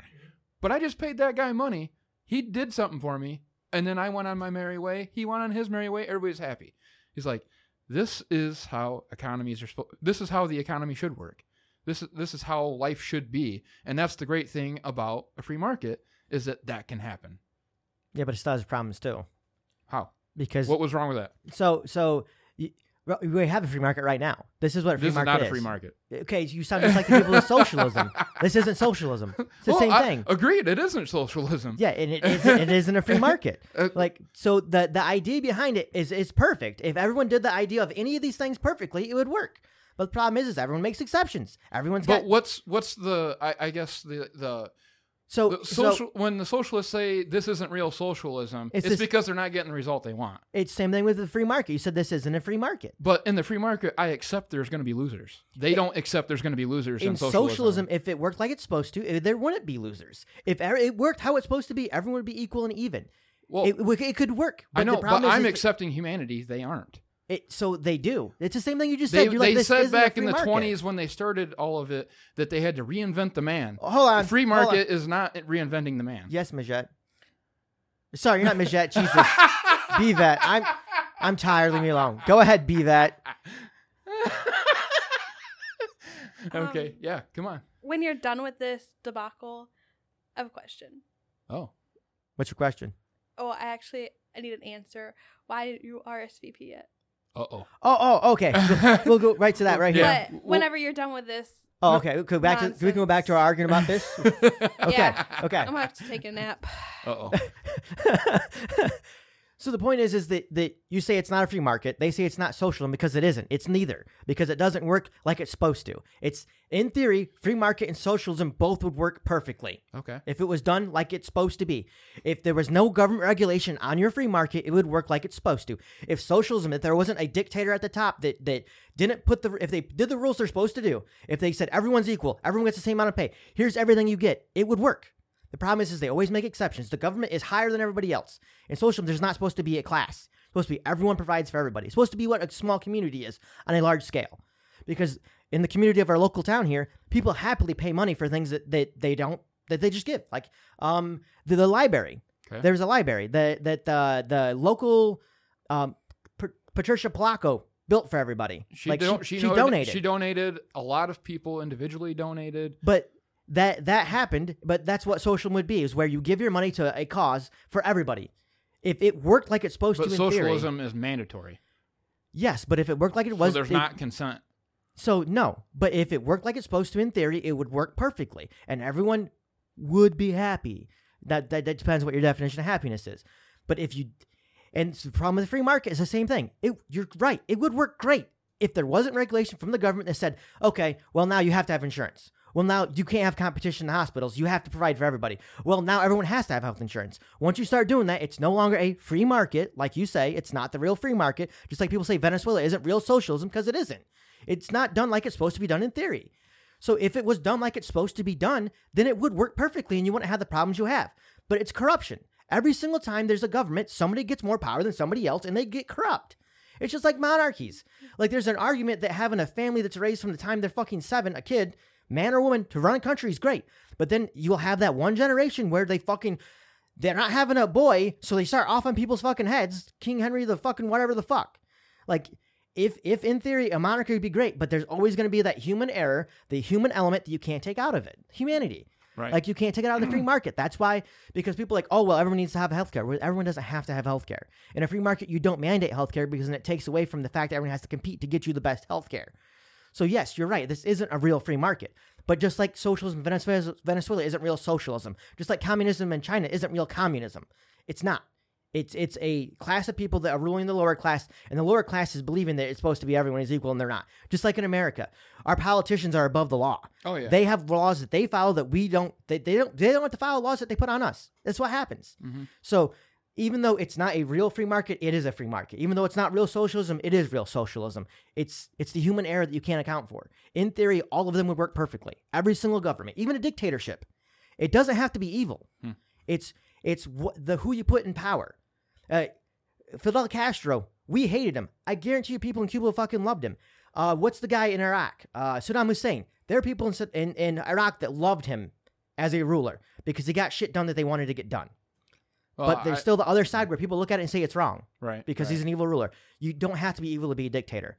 A: But I just paid that guy money. He did something for me. And then I went on my merry way. He went on his merry way. Everybody's happy. He's like, this is how economies are. Spo- this is how the economy should work. This is this is how life should be. And that's the great thing about a free market is that that can happen.
B: yeah, but it still has problems too
A: How?
B: because
A: What was wrong with that?
B: so so y- Well, We have a free market right now. This is what a free
A: This is
B: market
A: not a free market.
B: Okay, you sound just like the people of socialism. This isn't socialism. It's the
A: Well,
B: same
A: I-
B: thing.
A: Agreed. It isn't socialism.
B: Yeah, and it isn't, it isn't a free market.
A: Uh,
B: Like so, the the idea behind it is is perfect. If everyone did the idea of any of these things perfectly, it would work. But the problem is, is everyone makes exceptions. Everyone's
A: but
B: got
A: what's what's the I, I guess the the,
B: so,
A: the
B: so
A: social when the socialists say this isn't real socialism,
B: It's
A: it's,
B: this-
A: because they're not getting the result they want.
B: it's same thing with the free market. You said this isn't a free market.
A: But in the free market, I accept there's going to be losers. They don't accept there's going to be losers in,
B: In socialism. if it worked like it's supposed to, it, there wouldn't be losers. If er- it worked how it's supposed to be, everyone would be equal and even.
A: Well,
B: it, w- it could work. But
A: I know,
B: the
A: but
B: problem is,
A: I'm
B: is
A: accepting humanity. They aren't.
B: it, so they do. It's the same thing you just
A: They,
B: said. You're
A: they
B: like, this
A: said
B: isn't a
A: back
B: free
A: in the
B: market.
A: 20s when they started all of it that they had to reinvent the man.
B: Oh, Hold on,
A: the free
B: hold on.
A: market is not reinventing the man.
B: Yes, Majette. Sorry, you're not Majette. Jesus. Be that. I'm I'm tired. Leave me alone. Go ahead, be that.
A: okay.
C: Um,
A: yeah. Come on.
C: When you're done with this debacle, I have a question.
A: Oh.
B: What's your question?
C: Oh, I actually I need an answer. Why didn't you RSVP yet?
A: Uh oh.
B: Oh, oh, okay. We'll go right to that right here.
A: Yeah.
C: But
A: Well-
C: whenever you're done with this,
B: Oh, okay. We'll go back to, we can go back to our argument about this. Okay.
C: Yeah.
B: Okay.
C: I'm gonna have to take a nap.
A: Uh oh.
B: so the point is, is that, that you say it's not a free market. They say it's not socialism because it isn't. It's neither because it doesn't work like it's supposed to. It's in theory, free market and socialism both would work perfectly.
A: Okay.
B: If it was done like it's supposed to be, if there was no government regulation on your free market, it would work like it's supposed to. If socialism, if there wasn't a dictator at the top that that didn't put the, if they did the rules they're supposed to do, if they said everyone's equal, everyone gets the same amount of pay, here's everything you get, it would work. The problem is, is they always make exceptions. The government is higher than everybody else. In socialism, there's not supposed to be a class. It's supposed to be everyone provides for everybody. It's supposed to be what a small community is on a large scale because in the community of our local town here, people happily pay money for things that they, they don't that they just give. Like um the, the library.
A: Okay.
B: There's a library that that the the local um P- Patricia Polacco built for everybody.
A: She
B: like
A: don- she,
B: she, she
A: donated,
B: donated.
A: She donated. A lot of people individually donated.
B: but that that happened, but that's what socialism would be is where you give your money to a cause for everybody. If it worked like it's supposed
A: But
B: to in theory-
A: socialism is mandatory.
B: yes, but if it worked like it was
A: so there's
B: it-
A: not consent.
B: So no, but if it worked like it's supposed to in theory, it would work perfectly, and everyone would be happy. That that, that depends what your definition of happiness is. But if you, and the problem with the free market is the same thing. It, you're right. It would work great if there wasn't regulation from the government that said, okay, well now you have to have insurance. Well now you can't have competition in hospitals. You have to provide for everybody. Well now everyone has to have health insurance. Once you start doing that, it's no longer a free market, like you say. It's not the real free market. Just like people say Venezuela isn't real socialism because it isn't. It's not done like it's supposed to be done in theory. So if it was done like it's supposed to be done, then it would work perfectly and you wouldn't have the problems you have. But it's corruption. Every single time there's a government, somebody gets more power than somebody else and they get corrupt. It's just like monarchies. Like there's an argument that having a family that's raised from the time they're fucking seven, a kid, man or woman, to run a country is great. But then you'll have that one generation where they fucking they're not having a boy, so they start off on people's fucking heads. King Henry the fucking whatever the fuck. Like if if in theory a monarchy would be great, but there's always going to be that human error, the human element that you can't take out of it, humanity.
A: Right.
B: Like you can't take it out of the free market. That's why because people are like, oh well, everyone needs to have healthcare. Well, everyone doesn't have to have healthcare. In a free market, you don't mandate healthcare because then it takes away from the fact that everyone has to compete to get you the best healthcare. So yes, you're right. This isn't a real free market. But just like socialism, in Venezuela, Venezuela isn't real socialism. Just like communism in China isn't real communism. It's not. It's it's a class of people that are ruling the lower class, and the lower class is believing that it's supposed to be everyone is equal, and they're not. Just like in America, our politicians are above the law.
A: Oh yeah.
B: They have laws that they follow that we don't. They, they don't. They don't have to follow laws that they put on us. That's what happens.
A: Mhm.
B: So even though it's not a real free market, it is a free market. Even though it's not real socialism, it is real socialism. It's it's the human error that you can't account for. In theory, all of them would work perfectly. Every single government, even a dictatorship, it doesn't have to be evil.
A: Hmm.
B: It's it's what the who you put in power. Uh, Fidel Castro, we hated him. I guarantee you, people in Cuba fucking loved him. Uh, what's the guy in Iraq? Uh, Saddam Hussein. There are people in, Sa- in in Iraq that loved him as a ruler because he got shit done that they wanted to get done.
A: Well,
B: but
A: Uh,
B: there's
A: I-
B: still the other side where people look at it and say it's wrong
A: right
B: because
A: right.
B: he's an evil ruler. You don't have to be evil to be a dictator.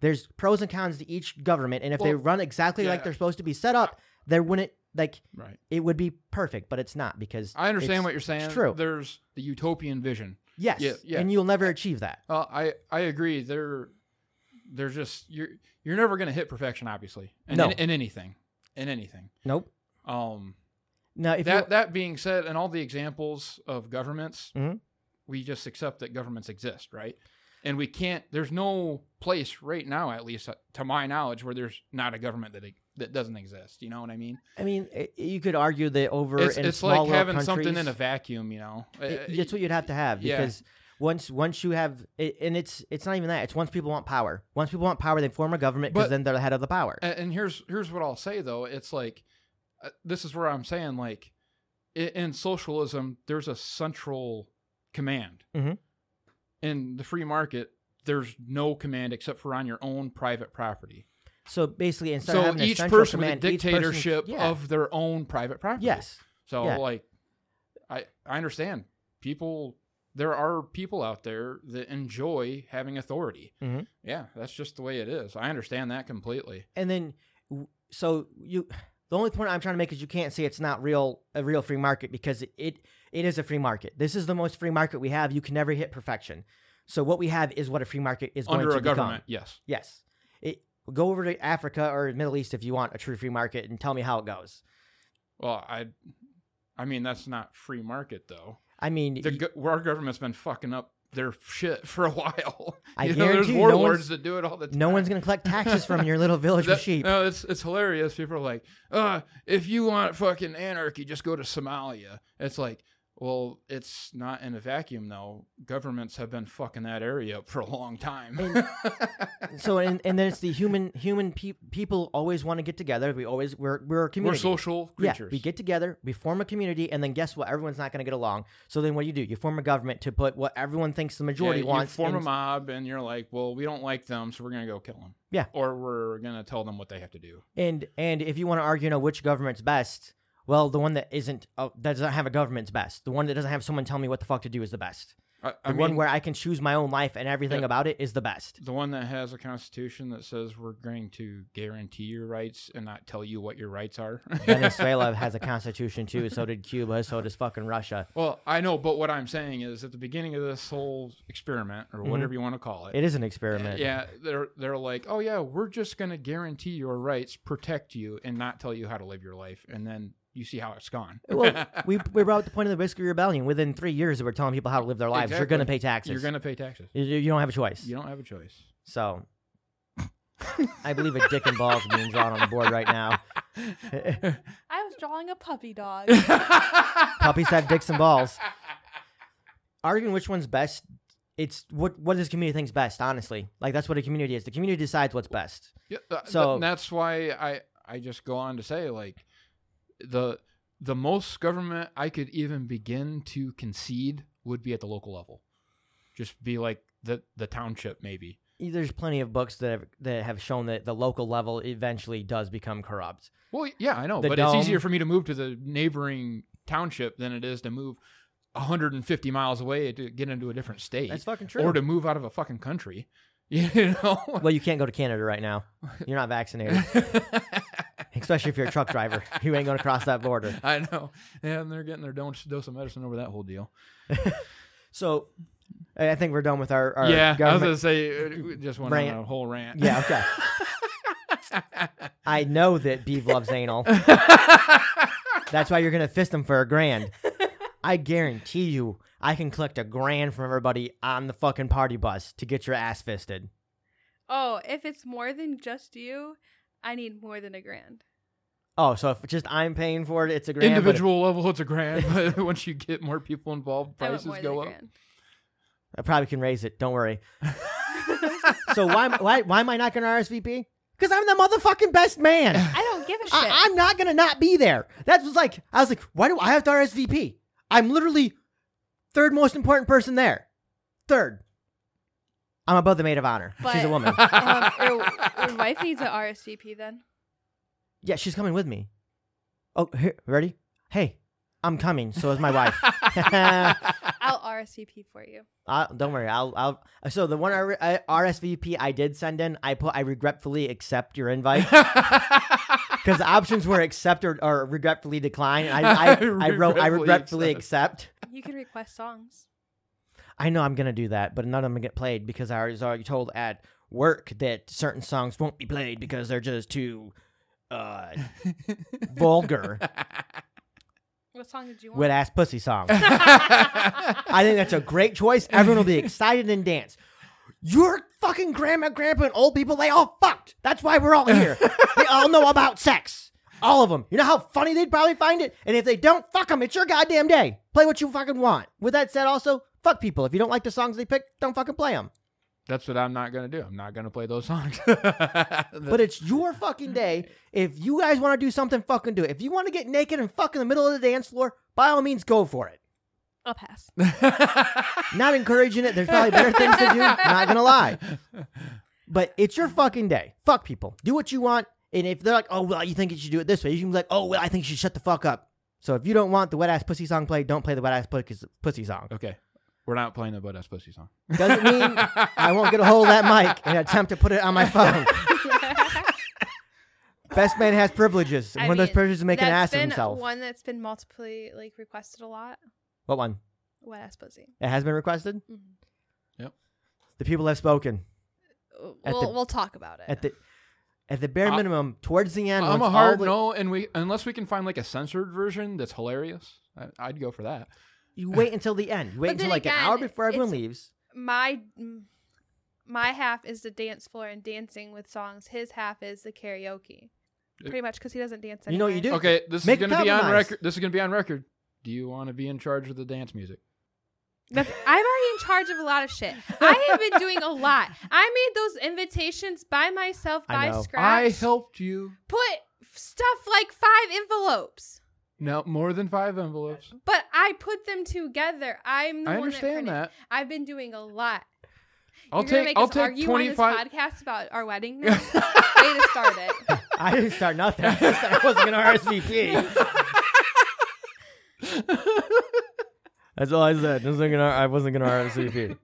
B: There's pros and cons to each government, and if they
A: Well,
B: run exactly like
A: yeah.
B: they're supposed to be set up, there wouldn't like
A: right.
B: it would be perfect, but it's not because
A: I understand
B: it's-
A: what you're saying.
B: true.
A: There's the utopian vision.
B: Yes,
A: Yeah, yeah.
B: and you'll never achieve that.
A: Uh, I I agree. There, there's just you're you're never gonna hit perfection, obviously. In,
B: No.
A: in, in anything, in anything.
B: Nope.
A: Um,
B: Now, if
A: that
B: you,
A: that being said, and all the examples of governments,
B: Mhm.
A: we just accept that governments exist, right? And we can't. There's no place right now, at least uh, to my knowledge, where there's not a government that that doesn't exist. You know what I mean?
B: I mean, i you could argue that over
A: It's,
B: in
A: it's
B: small
A: like having
B: little
A: something in
B: countries-
A: a vacuum. You know, Uh,
B: It- that's what you'd have to have
A: yeah.
B: because once once you have it, and it's it's not even that it's once people want power once people want power they form a government because
A: But- Eh,
B: then they're the head of the power
A: and, and here's here's what I'll say though. It's like uh, this is where I'm saying like in, in socialism, there's a central command.
B: Mhm.
A: In the free market, there's no command except for on your own private property.
B: so basically instead of
A: so
B: having a
A: each
B: central
A: person with a
B: command, each person-
A: dictatorship
B: yeah,
A: of their own private property.
B: yes
A: So
B: yeah.
A: like, I I understand people. There are people out there that enjoy having authority.
B: Mhm.
A: Yeah, that's just the way it is. I understand that completely.
B: and then w- so you the only point i'm trying to make is you can't say it's not real a real free market because it, it it is a free market this is the most free market we have you can never hit perfection so what we have is what a free market is
A: Under
B: going
A: a
B: to become.
A: government, yes.
B: yes it go over to africa or middle east if you want a true free market and tell me how it goes
A: Well, I, I mean that's not free market though.
B: i mean
A: The, go- our government's been fucking up their shit for a while.
B: I
A: you know, there's
B: guarantee you no one's-
A: warlords that do it all the time.
B: No one's gonna collect taxes from your little village
A: That-
B: of sheep.
A: No, it's it's hilarious. People are like, uh, if you want fucking anarchy, just go to Somalia. It's like, well, it's not in a vacuum though. Governments have been fucking that area up for a long time.
B: So and, and then it's the human human peop people always want to get together. We always we're we're a
A: We're
B: community.
A: social
B: yeah,
A: creatures.
B: we get together, we form a community, and then guess what? Everyone's not gonna get along. So then what do you do? You form a government to put what everyone thinks the majority
A: yeah,
B: wants.
A: You form a
B: in-
A: mob, and you're like, well, we don't like them, so we're gonna go kill them.
B: Yeah.
A: Or we're gonna tell them what they have to do.
B: and and if you want to argue, you know which government's best. Well, the one that isn't uh, that doesn't have a government's best. The one that doesn't have someone tell me what the fuck to do is the best.
A: I,
B: The
A: I
B: one
A: mean,
B: where I can choose my own life and everything
A: Yeah.
B: about it is the best.
A: the one that has a constitution that says we're going to guarantee your rights and not tell you what your rights are.
B: Venezuela has a constitution too. So did Cuba. So does fucking Russia.
A: well, I know, but what I'm saying is at the beginning of this whole experiment or whatever you want to call Mm-hmm. it.
B: It is an experiment.
A: yeah, they're they're like, "Oh yeah, we're just going to guarantee your rights, protect you and not tell you how to live your life." And then you see how it's gone.
B: well, we we brought up the point of the risk of rebellion. Within three years, we're telling people how to live their lives. You're going to
A: Exactly.
B: pay taxes.
A: You're going to pay taxes.
B: You, you don't have a choice.
A: You don't have a choice.
B: So, I believe a dick and balls being drawn on the board right now.
C: I was drawing a puppy dog.
B: Puppies have dicks and balls. Arguing which one's best, it's what what this community thinks best. Honestly, like that's what a community is. The community decides what's best.
A: Yeah, th- th-
B: So-
A: that's why I I just go on to say like the the most government I could even begin to concede would be at the local level. Just be like the the township maybe.
B: E, There's plenty of books that have, that have shown that the local level eventually does become corrupt.
A: Well, yeah, I know,
B: The
A: but
B: dome.
A: it's easier for me to move to the neighboring township than it is to move 150 miles away to get into a different state
B: That's fucking true.
A: or to move out of a fucking country. You know?
B: well, you can't go to Canada right now. You're not vaccinated. especially if you're a truck driver. You ain't going to cross that border.
A: I know. And they're getting their dose, dose of medicine over that whole deal.
B: So I I think we're done with our, our
A: yeah, I was
B: government.
A: gonna say uh, we just went
B: Rant.
A: on a whole rant.
B: Yeah, okay. I know that Beeve loves anal. That's why you're going to fist him for a grand. I guarantee you, I can collect a grand from everybody on the fucking party bus to get your ass fisted.
C: oh, if it's more than just you, I need more than a grand.
B: Oh, so if just I'm paying for it, it's a grand. but if-
A: Individual level, it's a grand, but once you get more people involved,
C: I want
A: prices
C: more than
A: go
C: a
A: up.
C: grand.
B: I probably can raise it. Don't worry. so why, am- why why am I not going to RSVP? Because I'm the motherfucking best man.
C: I don't give a shit.
B: I, I'm not gonna not be there. That was like I was like, why do I have to RSVP? I'm literally third most important person there. Third. I'm above the maid of honor. she's a
C: But-
B: woman.
C: um, your, your wife needs an RSVP then.
B: yeah, she's coming with me. Oh, here, ready? Hey, I'm coming. So is my wife.
C: I'll RSVP for you.
B: I, don't worry. I'll. I'll. So the one R- I- RSVP I did send in, I put I regretfully accept your invite because the options were accept or, or regretfully decline. And I, I, I wrote I
A: Regretfully
B: regretfully
A: accept.
B: accept.
C: You can request songs.
B: I know I'm gonna do that, but none of them get played because I was already told at work that certain songs won't be played because they're just too uh, vulgar
C: What song did you want?
B: wet ass pussy songs. I
A: I
B: think that's a great choice. Everyone will be excited and dance. Your fucking grandma, grandpa, and old people, they all fucked. That's why we're all here. they all know about sex. All of them. You know how funny they'd probably find it? And if they don't, fuck them. It's your goddamn day. Play what you fucking want. With that said, also, fuck people. If you don't like the songs they pick, don't fucking play them.
A: That's what I'm not gonna do. I'm not gonna play those songs. but
B: But it's your fucking day. If you guys want to do something, fucking do it. If you want to get naked and fuck in the middle of the dance floor, by all means, go for it.
C: I'll pass.
B: Not encouraging it. There's probably better things to do. Not gonna lie. But it's your fucking day. Fuck people. Do what you want. And if they're like, oh, well, you think you should do it this way, you can be like, oh, well, I think you should shut the fuck up. So if you don't want the wet ass pussy song played, don't play the wet ass pussy- pussy song.
A: okay, we're not playing the butt ass pussy song.
B: Doesn't mean I won't get a hold of that mic and attempt to put it on my phone. Best man has privileges. And
C: I
B: one of those
C: mean,
B: privileges is make an
C: That's
B: ass of
C: been
B: himself.
C: One that's been multiply like requested a lot.
B: What one?
C: Wet ass pussy.
B: It has been requested?
C: Mhm.
A: Yep.
B: The people have spoken. At
C: We'll
B: the-
C: we'll talk about it.
B: At the at the bare
A: I-
B: minimum, towards the end,
A: Uh, I'm
B: once
A: a
B: all
A: hard
B: the-
A: no, and we unless we can find like a censored version that's hilarious, I, I'd go for that.
B: you wait until the end. You wait
C: But
B: until
C: then
B: like an
C: again,
B: hour before everyone
C: it's-
B: leaves.
C: my mm, my half is the dance floor and dancing with songs. His half is the karaoke. Pretty much because he doesn't dance.
B: You know what you
C: anyway.
B: do?
A: Okay, this
B: Make a
A: is gonna be on
B: compromise.
A: record. This is gonna be on record. Do you want to be in charge of the dance music?
C: That's- I'm already in charge of a lot of shit. I have been doing a lot. I made those invitations by myself
B: I
C: by
B: know.
C: scratch.
A: I helped you.
C: put stuff like five envelopes,
A: No, more than five envelopes.
C: but I put them together. I'm the
A: I
C: one
A: understand
C: that, printed.
A: that.
C: I've been doing a lot.
A: I'll
C: You're gonna
A: take.
C: make
A: I'll
C: us
A: take
C: argue
A: twenty
C: on
A: five.
C: this podcast about our wedding. Now? Way to start it.
B: I didn't start nothing. I just- I wasn't gonna RSVP. That's all I said. I wasn't gonna, I wasn't gonna RSVP.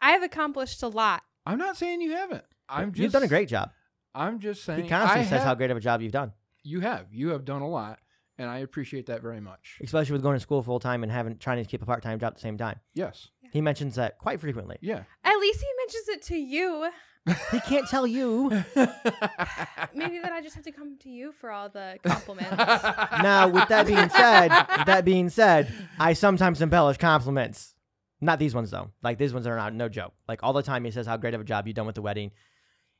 C: I have accomplished a lot.
A: I'm not saying you haven't. I'm just.
B: You've done a great job.
A: I'm just
B: He
A: saying.
B: constantly
A: I
B: says how
A: have-
B: great of a job you've done,
A: you have. You have done a lot, and I appreciate that very much.
B: especially with going to school full time and having trying to keep a part time job at the same time.
A: Yes.
B: He mentions that quite frequently.
A: Yeah.
C: At least he mentions it to you.
B: He can't tell you.
C: Maybe then I just have to come to you for all the compliments.
B: Now, with that being said, with that being said, I sometimes embellish compliments. Not these ones though. Like these ones are not no joke. Like all the time he says how great of a job you've done with the wedding.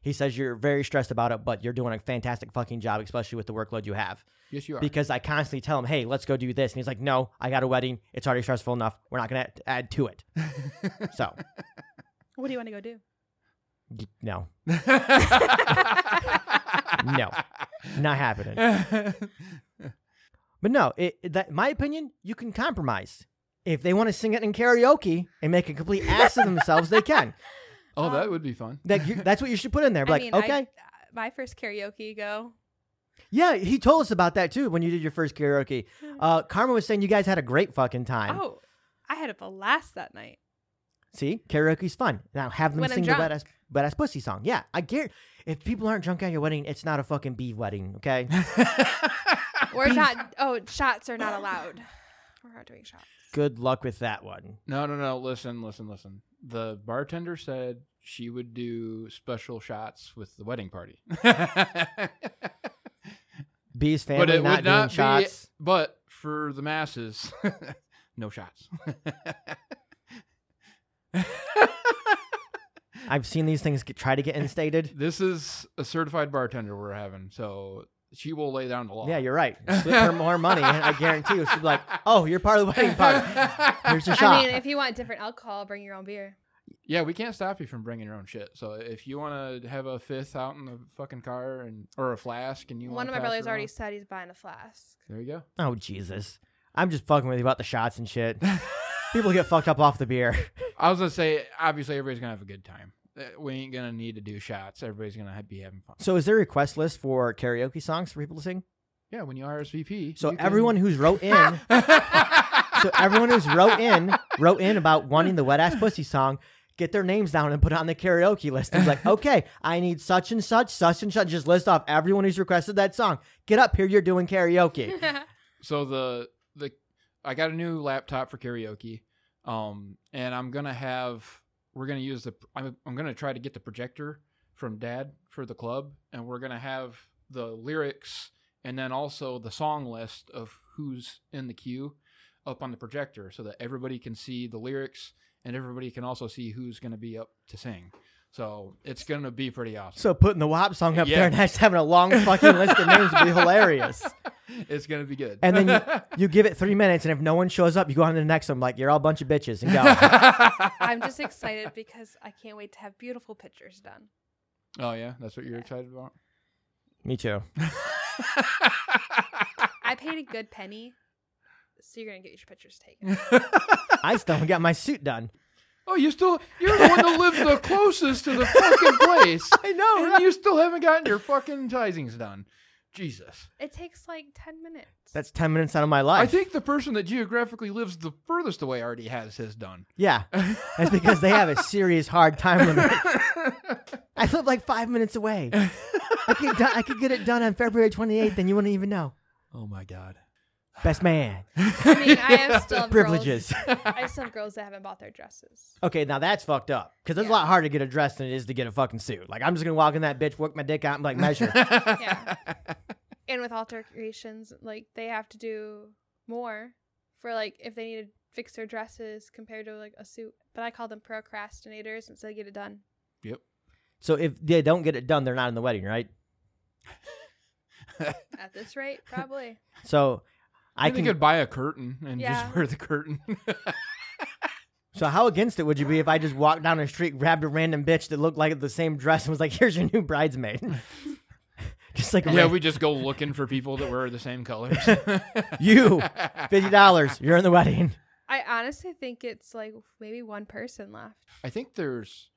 B: He says you're very stressed about it, but you're doing a fantastic fucking job, especially with the workload you have.
A: yes, you are.
B: Because I constantly tell him, "Hey, let's go do this," and he's like, "No, I got a wedding. It's already stressful enough. We're not gonna add to it." so,
C: what do you want to go do?
B: y- no, No. not happening. But no, it, it- that my opinion, you can compromise. If they want to sing it in karaoke and make a complete ass of themselves, they can.
A: oh,
B: Um,
A: that would be fun.
B: That you, that's what you should put in there. Be like,
C: I- uh,
B: okay,
C: my first karaoke go.
B: yeah, he told us about that too when you did your first karaoke. Uh, Karma was saying you guys had a great fucking time.
C: Hmm. oh, I had a blast that night.
B: See, karaoke's fun. Now have them
C: When I'm
B: sing the wet
C: drunk.
B: ass, wet ass pussy song. Yeah, I guarantee. If people aren't drunk at your wedding, it's not a fucking bee wedding. Okay,
C: We're not. Oh, shots are not allowed. We're not doing shots.
B: good luck with that one.
A: no, no, no. Listen, listen, listen. The bartender said she would do special shots with the wedding party.
B: Bee's family
A: but it
B: not
A: would
B: doing
A: not be.
B: shots.
A: But for the masses, no shots.
B: I've seen these things get, try to get instated.
A: this is a certified bartender we're having, so she will lay down the law.
B: Yeah, you're right. Slip her more money, and I guarantee you, she'll be like, "Oh, you're part of the wedding party. Here's your shot."
C: I mean, if you want different alcohol, bring your own beer.
A: Yeah, we can't stop you from bringing your own shit. So if you want to have a fifth out in the fucking car and or a flask, and you
C: One
A: wanna
C: of my
A: pass
C: brothers
A: it
C: already
A: around-
C: said he's buying a flask.
A: there you go.
B: oh Jesus, I'm just fucking with you about the shots and shit. People get fucked up off the beer.
A: I was gonna say, obviously everybody's gonna have a good time. Uh, We ain't gonna need to do shots. Everybody's gonna ha- be having fun.
B: So, is there a request list for karaoke songs for people to sing?
A: Yeah, when you RSVP.
B: So
A: you can-
B: everyone who's wrote in, so everyone who's wrote in, wrote in about wanting the wet ass pussy song. Get their names down and put it on the karaoke list. And be like, okay, I need such and such, such and such. Just list off everyone who's requested that song. Get up here, you're doing karaoke.
A: So the the I got a new laptop for karaoke, um, and I'm gonna have we're gonna use the. I'm I'm gonna try to get the projector from Dad for the club, and we're gonna have the lyrics and then also the song list of who's in the queue up on the projector, so that everybody can see the lyrics and everybody can also see who's gonna be up to sing. So it's gonna be pretty awesome.
B: So putting the WAP song up
A: Yeah.
B: there and just having a long fucking list of names would be hilarious.
A: It's gonna be good.
B: And then You give it three minutes, and if no one shows up, you go on to the next one. Like you're all a bunch of bitches, and go.
C: I'm just excited because I can't wait to have beautiful pictures done.
A: oh yeah, that's what you're excited about.
B: Me too.
C: I paid a good penny, so you're gonna get your pictures taken.
B: I still haven't got my suit done.
A: oh, you still you're the one that lives the closest to the fucking place,
B: I know.
A: and you still haven't gotten your fucking tizings done. Jesus.
C: It takes like ten minutes.
B: That's ten minutes out of my life.
A: I think the person that geographically lives the furthest away already has his done.
B: Yeah, that's because they have a serious hard time limit. I live like five minutes away. I could, do- I could get it done on February 28th, and you wouldn't even know.
A: Oh my god.
B: Best man.
C: I mean, I have still have
B: Privileges.
C: Girls, I have some girls that haven't bought their dresses.
B: Okay, now that's fucked up. Because it's a
C: Yeah.
B: lot harder to get a dress than it is to get a fucking suit. Like, I'm just going to walk in that bitch, work my dick out, and be like, measure.
C: Yeah. and with alterations, like they have to do more for like if they need to fix their dresses compared to like a suit. But I call them procrastinators until they get it done.
B: so if they don't get it done, they're not in the wedding, right?
C: At this rate, probably.
B: So
A: I
B: I
A: think
B: can.
A: could buy a curtain and
C: Yeah.
A: just wear the curtain.
B: So how against it would you be if I just walked down the street, grabbed a random bitch that looked like the same dress, and was like, here's your new bridesmaid? just like,
A: yeah,
B: yeah,
A: we just go looking for people that wear the same colors.
B: you, $50, you're in the wedding.
C: I honestly think it's like maybe one person left.
A: I think there's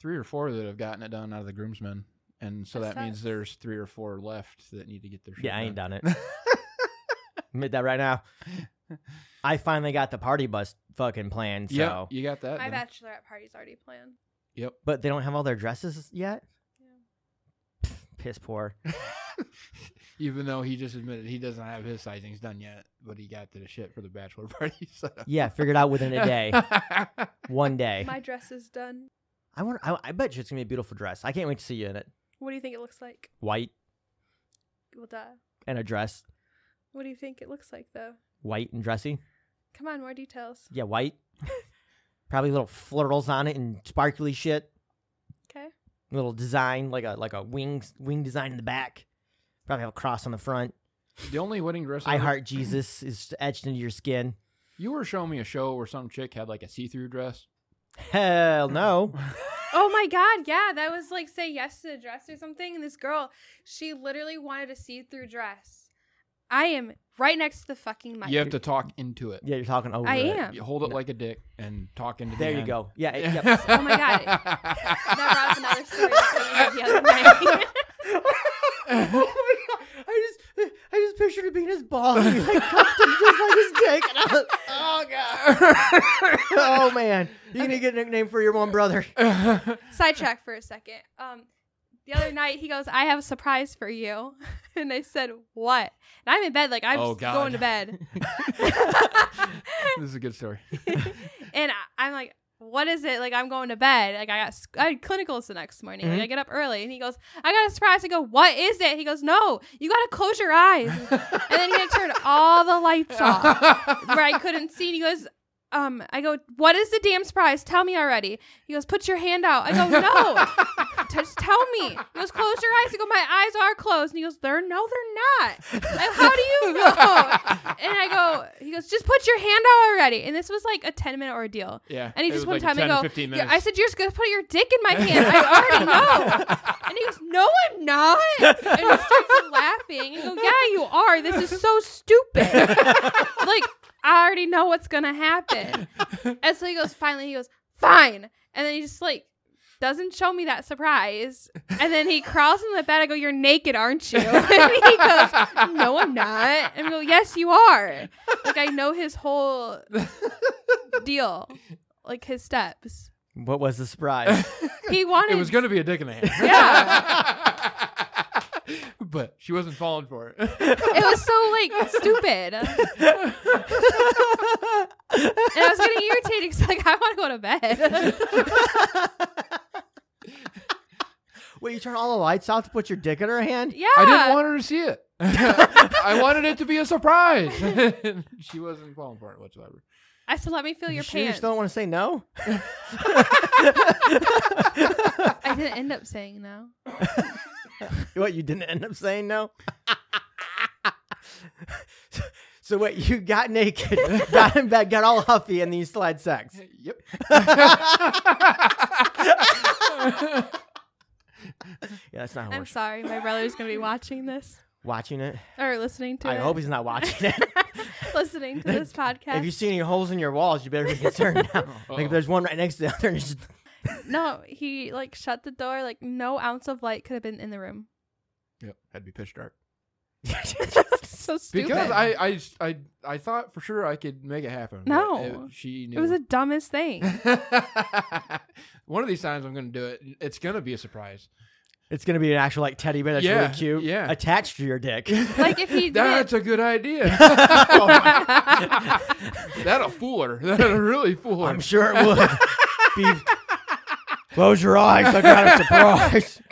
A: three or four that have gotten it done out of the groomsmen, and so
C: That
A: that means
C: sucks.
A: there's three or four left that need to get their shit
B: Yeah, I ain't
A: done.
B: done it. Admit that right now. I finally got the party bus fucking planned. So,
A: Yeah, you got that.
C: My
A: done.
C: bachelorette party's already planned.
A: Yep.
B: but they don't have all their dresses yet. Pff, Piss poor.
A: Even though he just admitted he doesn't have his sizings done yet, but he got the shit for the bachelor party. So.
B: Yeah, figured out within a day, one day.
C: My dress is done.
B: I want. I, I bet you it's gonna be a beautiful dress. I can't wait to see you in it.
C: What do you think it looks like?
B: White
C: Well, duh.
B: and a dress.
C: What do you think it looks like though?
B: White and dressy.
C: Come on, more details.
B: Yeah, white. Probably little florals on it and sparkly shit.
C: Okay.
B: Little design like a like a wing wing design in the back. Probably have a cross on the front.
A: the only wedding dress
B: I
A: ever-
B: heart Jesus is etched into your skin.
A: You were showing me a show where some chick had like a see-through dress.
B: Hell no.
C: Oh my god, yeah, that was like say yes to the dress or something. And this girl, she literally wanted a see-through dress. I am right next to the fucking mic.
A: You have to talk into it.
B: Yeah, you're talking over.
C: I
B: it.
C: am.
A: You hold it like a dick and talk into.
B: There
A: the
B: you
A: end.
B: go. Yeah. It, yep.
C: Oh my God. That brought up another story that we did the other night.
B: oh my god! I just, I just pictured it being his balls, and he, like cupped him just like his dick. And I was, oh god! oh man, you're gonna get a nickname for your one brother.
C: Sidetrack for a second. Um, the other night he goes, "I have a surprise for you," and I said, "What?" And I'm in bed, like I'm
A: Oh,
C: just
A: God.
C: going to bed,
A: this is a good story.
C: and I, I'm like, "What is it?" Like I'm going to bed. Like I got sc- I had clinicals the next morning.
B: Mhm.
A: Mm-hmm.
C: Like I get up early, and he goes, "I got a surprise." I go, "What is it?" He goes, "No, you got to close your eyes," and then he had turned all the lights off. where I couldn't see. And he goes, um, I go, what is the damn surprise? Tell me already. He goes, put your hand out. I go, no, just tell me. He goes, close your eyes. I go, my eyes are closed. And he goes, they're no, they're not. Like, How do you know? And I go, he goes, just put your hand out already. And this was like a ten minute ordeal.
A: yeah.
C: And he
A: it
C: just
A: was like
C: one time
A: 10,
C: I go,
A: 15
C: "Yeah,"
A: minutes.
C: I said, you're just gonna put your dick in my hand. I already know. And he goes, No, I'm not. And he starts laughing. And I go, Yeah, you are. This is so stupid. like, I already know what's gonna happen. And so he goes, finally, he goes, Fine. And then he just like doesn't show me that surprise. And then he crawls in the bed. I go, You're naked, aren't you? And he goes, No, I'm not. And I go, Yes, you are. Like I know his whole deal. Like his steps.
B: What was the surprise?
C: He wanted
A: it was going to be a dick in the hand. Yeah. but she wasn't falling for it.
C: it was so like stupid. And I was getting irritated because like I want to go to bed.
B: Wait, you turn all the lights off to put your dick in her hand?
C: yeah.
A: I didn't want her to see it. I wanted it to be a surprise. she wasn't falling for it whatsoever.
C: I said, let me feel your
B: sure you
C: pants.
B: still don't want to say no?
C: I didn't end up saying no.
B: what you didn't end up saying no? so what you got naked, got in bed, got all huffy, and then you still had sex.
A: Yep.
B: Yeah, that's not how it
C: I'm
B: works.
C: sorry, my brother's gonna be watching this
B: Watching it.
C: or listening to
B: I
C: it.
B: hope he's not watching it.
C: listening to this podcast.
B: if you see any holes in your walls, you better be concerned now. Like if
A: Uh-oh.
B: there's one right next to the other, and it's just,
C: no, he like shut the door. Like no ounce of light could have been in the room.
A: Yep, had to be pitch dark.
C: So stupid.
A: Because I, I, I, I thought for sure I could make it happen. but
C: No.
A: it- she knew.
C: it was the dumbest thing.
A: One of these times I'm going to do it. It's going to be a surprise.
B: it's gonna be an actual like teddy bear that's
A: Yeah,
B: really cute,
A: yeah.
B: attached to your dick.
C: like if he did.
A: That's a good idea. That'll fool her. That'll really fool her.
B: I'm sure it would. be, close your eyes. I got a surprise.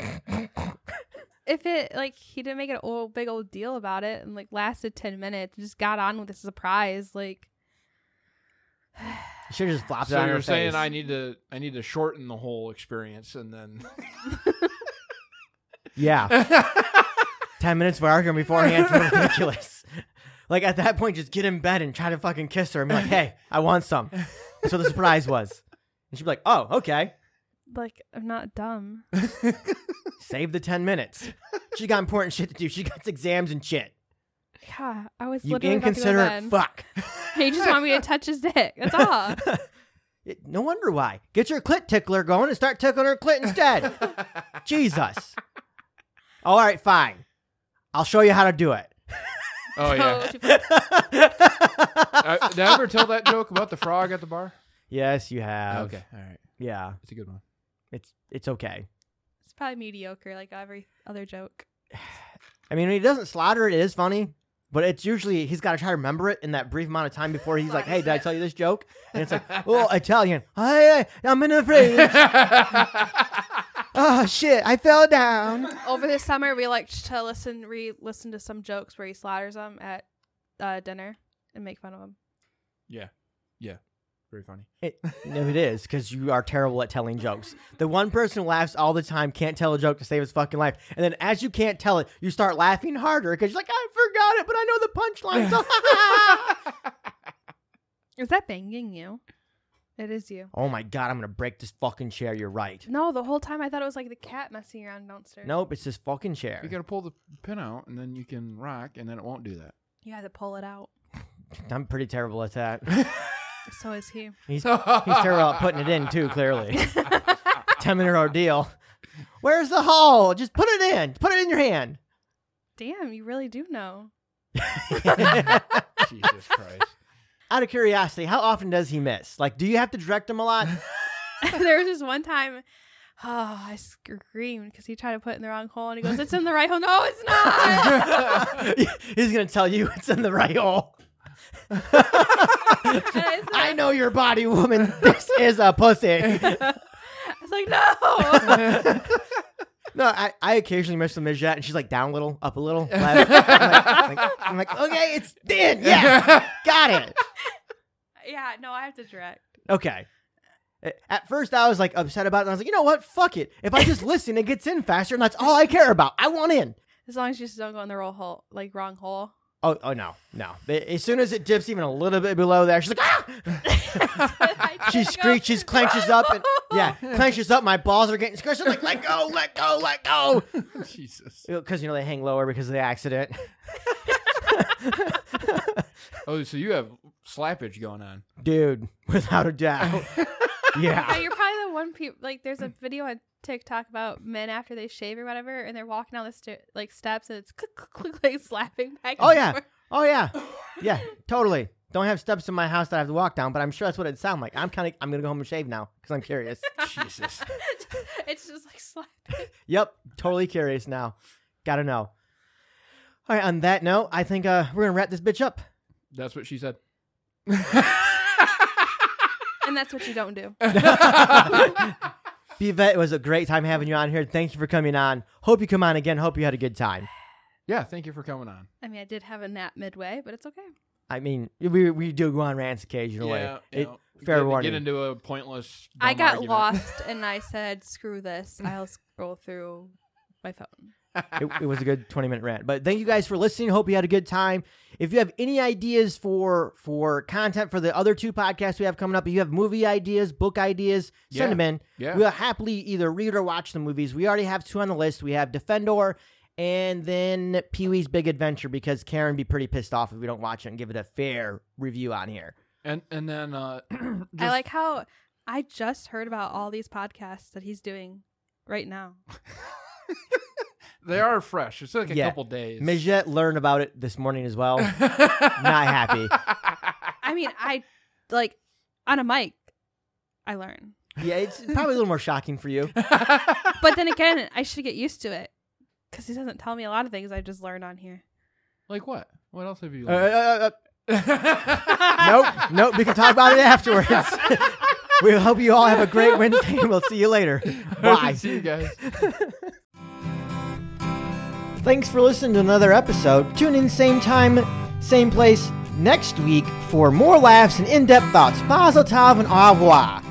C: if it like he didn't make an old big old deal about it and like lasted 10 minutes and just got on with the surprise like
B: Should have just flopped it
A: so
B: on her
A: you're saying
B: face.
A: I need to I need to shorten the whole experience and then
B: yeah, ten minutes of arguing beforehand was ridiculous. Like at that point, just get in bed and try to fucking kiss her and be like, "Hey, I want some." That's what the surprise was, and she'd be like, "Oh, okay."
C: like i'm not dumb
B: Save the ten minutes. She got important shit to do. She got exams and shit.
C: yeah i was
B: You
C: literally about to go to
B: inconsiderate
C: bed.
B: fuck.
C: he just wanted me to touch his dick that's all
B: It- No wonder why. Get your clit tickler going and start tickling her clit instead. Jesus. All right, fine. I'll show you how to do it.
A: Oh yeah.
C: So-
A: I, did I ever tell that joke about the frog at the bar?
B: yes, you have.
A: Okay. All right.
B: Yeah,
A: It's a good one.
B: it's it's okay.
C: it's probably mediocre like every other joke
B: I mean, when he doesn't slaughter it, it is funny, but it's usually he's got to try to remember it in that brief amount of time before he's like, "Hey, did I tell you this joke?" And it's like, "Oh, Italian. Hey, I'm in a rage. Oh shit, I fell down."
C: over the summer we like to listen re-listen to some jokes where he slaughters them at uh, dinner and make fun of them
A: yeah. Yeah. Very funny.
B: It, no, it is because you are terrible at telling jokes. The one person who laughs all the time can't tell a joke to save his fucking life, and then as you can't tell it, you start laughing harder because you're like, "I forgot it, but I know the punchline." So
C: is that banging you it is you
B: oh my god, I'm gonna break this fucking chair. You're right.
C: No, the whole time I thought it was like the cat messing around downstairs.
B: Nope, it's this fucking chair.
A: You got to pull the pin out and then you can rock and then it won't do that.
C: You had to pull it out.
B: I'm pretty terrible at that.
C: So is he.
B: He's, he's terrible at putting it in too. Clearly, ten minute ordeal. Where's the hole? Just put it in. Put it in your hand.
C: Damn, you really do know.
A: Jesus Christ.
B: Out of curiosity, how often does he miss? Like, do you have to direct him a lot?
C: there was this one time, oh, I screamed because he tried to put it in the wrong hole and he goes, It's in the right hole. No, it's not.
B: He's gonna tell you it's in the right hole.
C: And I, said,
B: I know your body, woman. This is a pussy.
C: I was like, No.
B: No, I, I occasionally mess with Mijette, and she's like down a little, up a little. left. I'm, like, like- I'm like, okay, it's in. Yeah, got it.
C: yeah, no, I have to direct.
B: Okay. A- At first, I was like upset about it. And I was like, you know what? Fuck it. If I just listen, it gets in faster, and that's all I care about. I want in.
C: As long as you just don't go in the wrong hole, like wrong hole.
B: Oh, oh no, no. A- As soon as it dips even a little bit below there, she's like, ah!
C: I
B: She
C: did go,
B: screeches, clenches up, and yeah, clenches up. My balls are getting squished. I'm like, let go, let go, let go.
A: Jesus.
B: Because, you know, they hang lower because of the accident.
A: Oh, so you have slappage going on.
B: Dude, without a doubt.
C: No,
B: Yeah.
C: you're probably the one people like. There's a video on TikTok about men after they shave or whatever, and they're walking down the sta- like steps, and it's click click click like slapping back.
B: Oh,
C: and
B: yeah.
C: forth.
B: Oh, yeah. Yeah, totally. Don't have steps in my house that I have to walk down, but I'm sure that's what it'd sound like. I'm kind of, I'm going to go home and shave now because I'm curious.
A: Jesus.
C: it's just like slapping.
B: yep, totally curious now. Gotta know. All right, on that note, I think uh, we're going to wrap this bitch up.
A: That's what she said.
C: and that's what you don't do.
B: Bivette, it was a great time having you on here. Thank you for coming on. Hope you come on again. Hope you had a good time.
A: yeah, thank you for coming on.
C: I mean, I did have a nap midway, but it's okay.
B: I mean, we, we do go on rants occasionally.
A: Yeah, you
B: It-
A: know,
B: fair
A: get,
B: warning.
A: Get into a pointless.
C: I
A: dumb
C: got
A: argument.
C: lost and I said, "Screw this! I'll scroll through my phone."
B: it, it was a good 20 minute rant but thank you guys for listening hope you had a good time if you have any ideas for for content for the other two podcasts we have coming up if you have movie ideas book ideas send
A: Yeah.
B: them in
A: Yeah.
B: we'll happily either read or watch the movies we already have two on the list we have defendor and then pee-wee's big adventure because karen be pretty pissed off if we don't watch it and give it a fair review on here
A: And and then uh,
C: I
A: just-
C: like how I just heard about all these podcasts that he's doing right now.
A: they are fresh. It's like a
B: Yeah.
A: couple days.
B: Mijette learned about it this morning as well
A: Not
B: happy.
C: I mean, I like on a mic, I learn,
B: yeah it's probably a little more shocking for you
C: but then again, I should get used to it because he doesn't tell me a lot of things I just learned on here.
A: like what? What else have you?
B: Uh,
A: Learned?
B: uh, uh, nope, nope. We can talk about it afterwards. we hope you all have a great Wednesday, and we'll see you later. Bye.
A: See you guys.
B: Thanks for listening to another episode. Tune in same time, same place next week for more laughs and in-depth thoughts. Mazel tov and au revoir.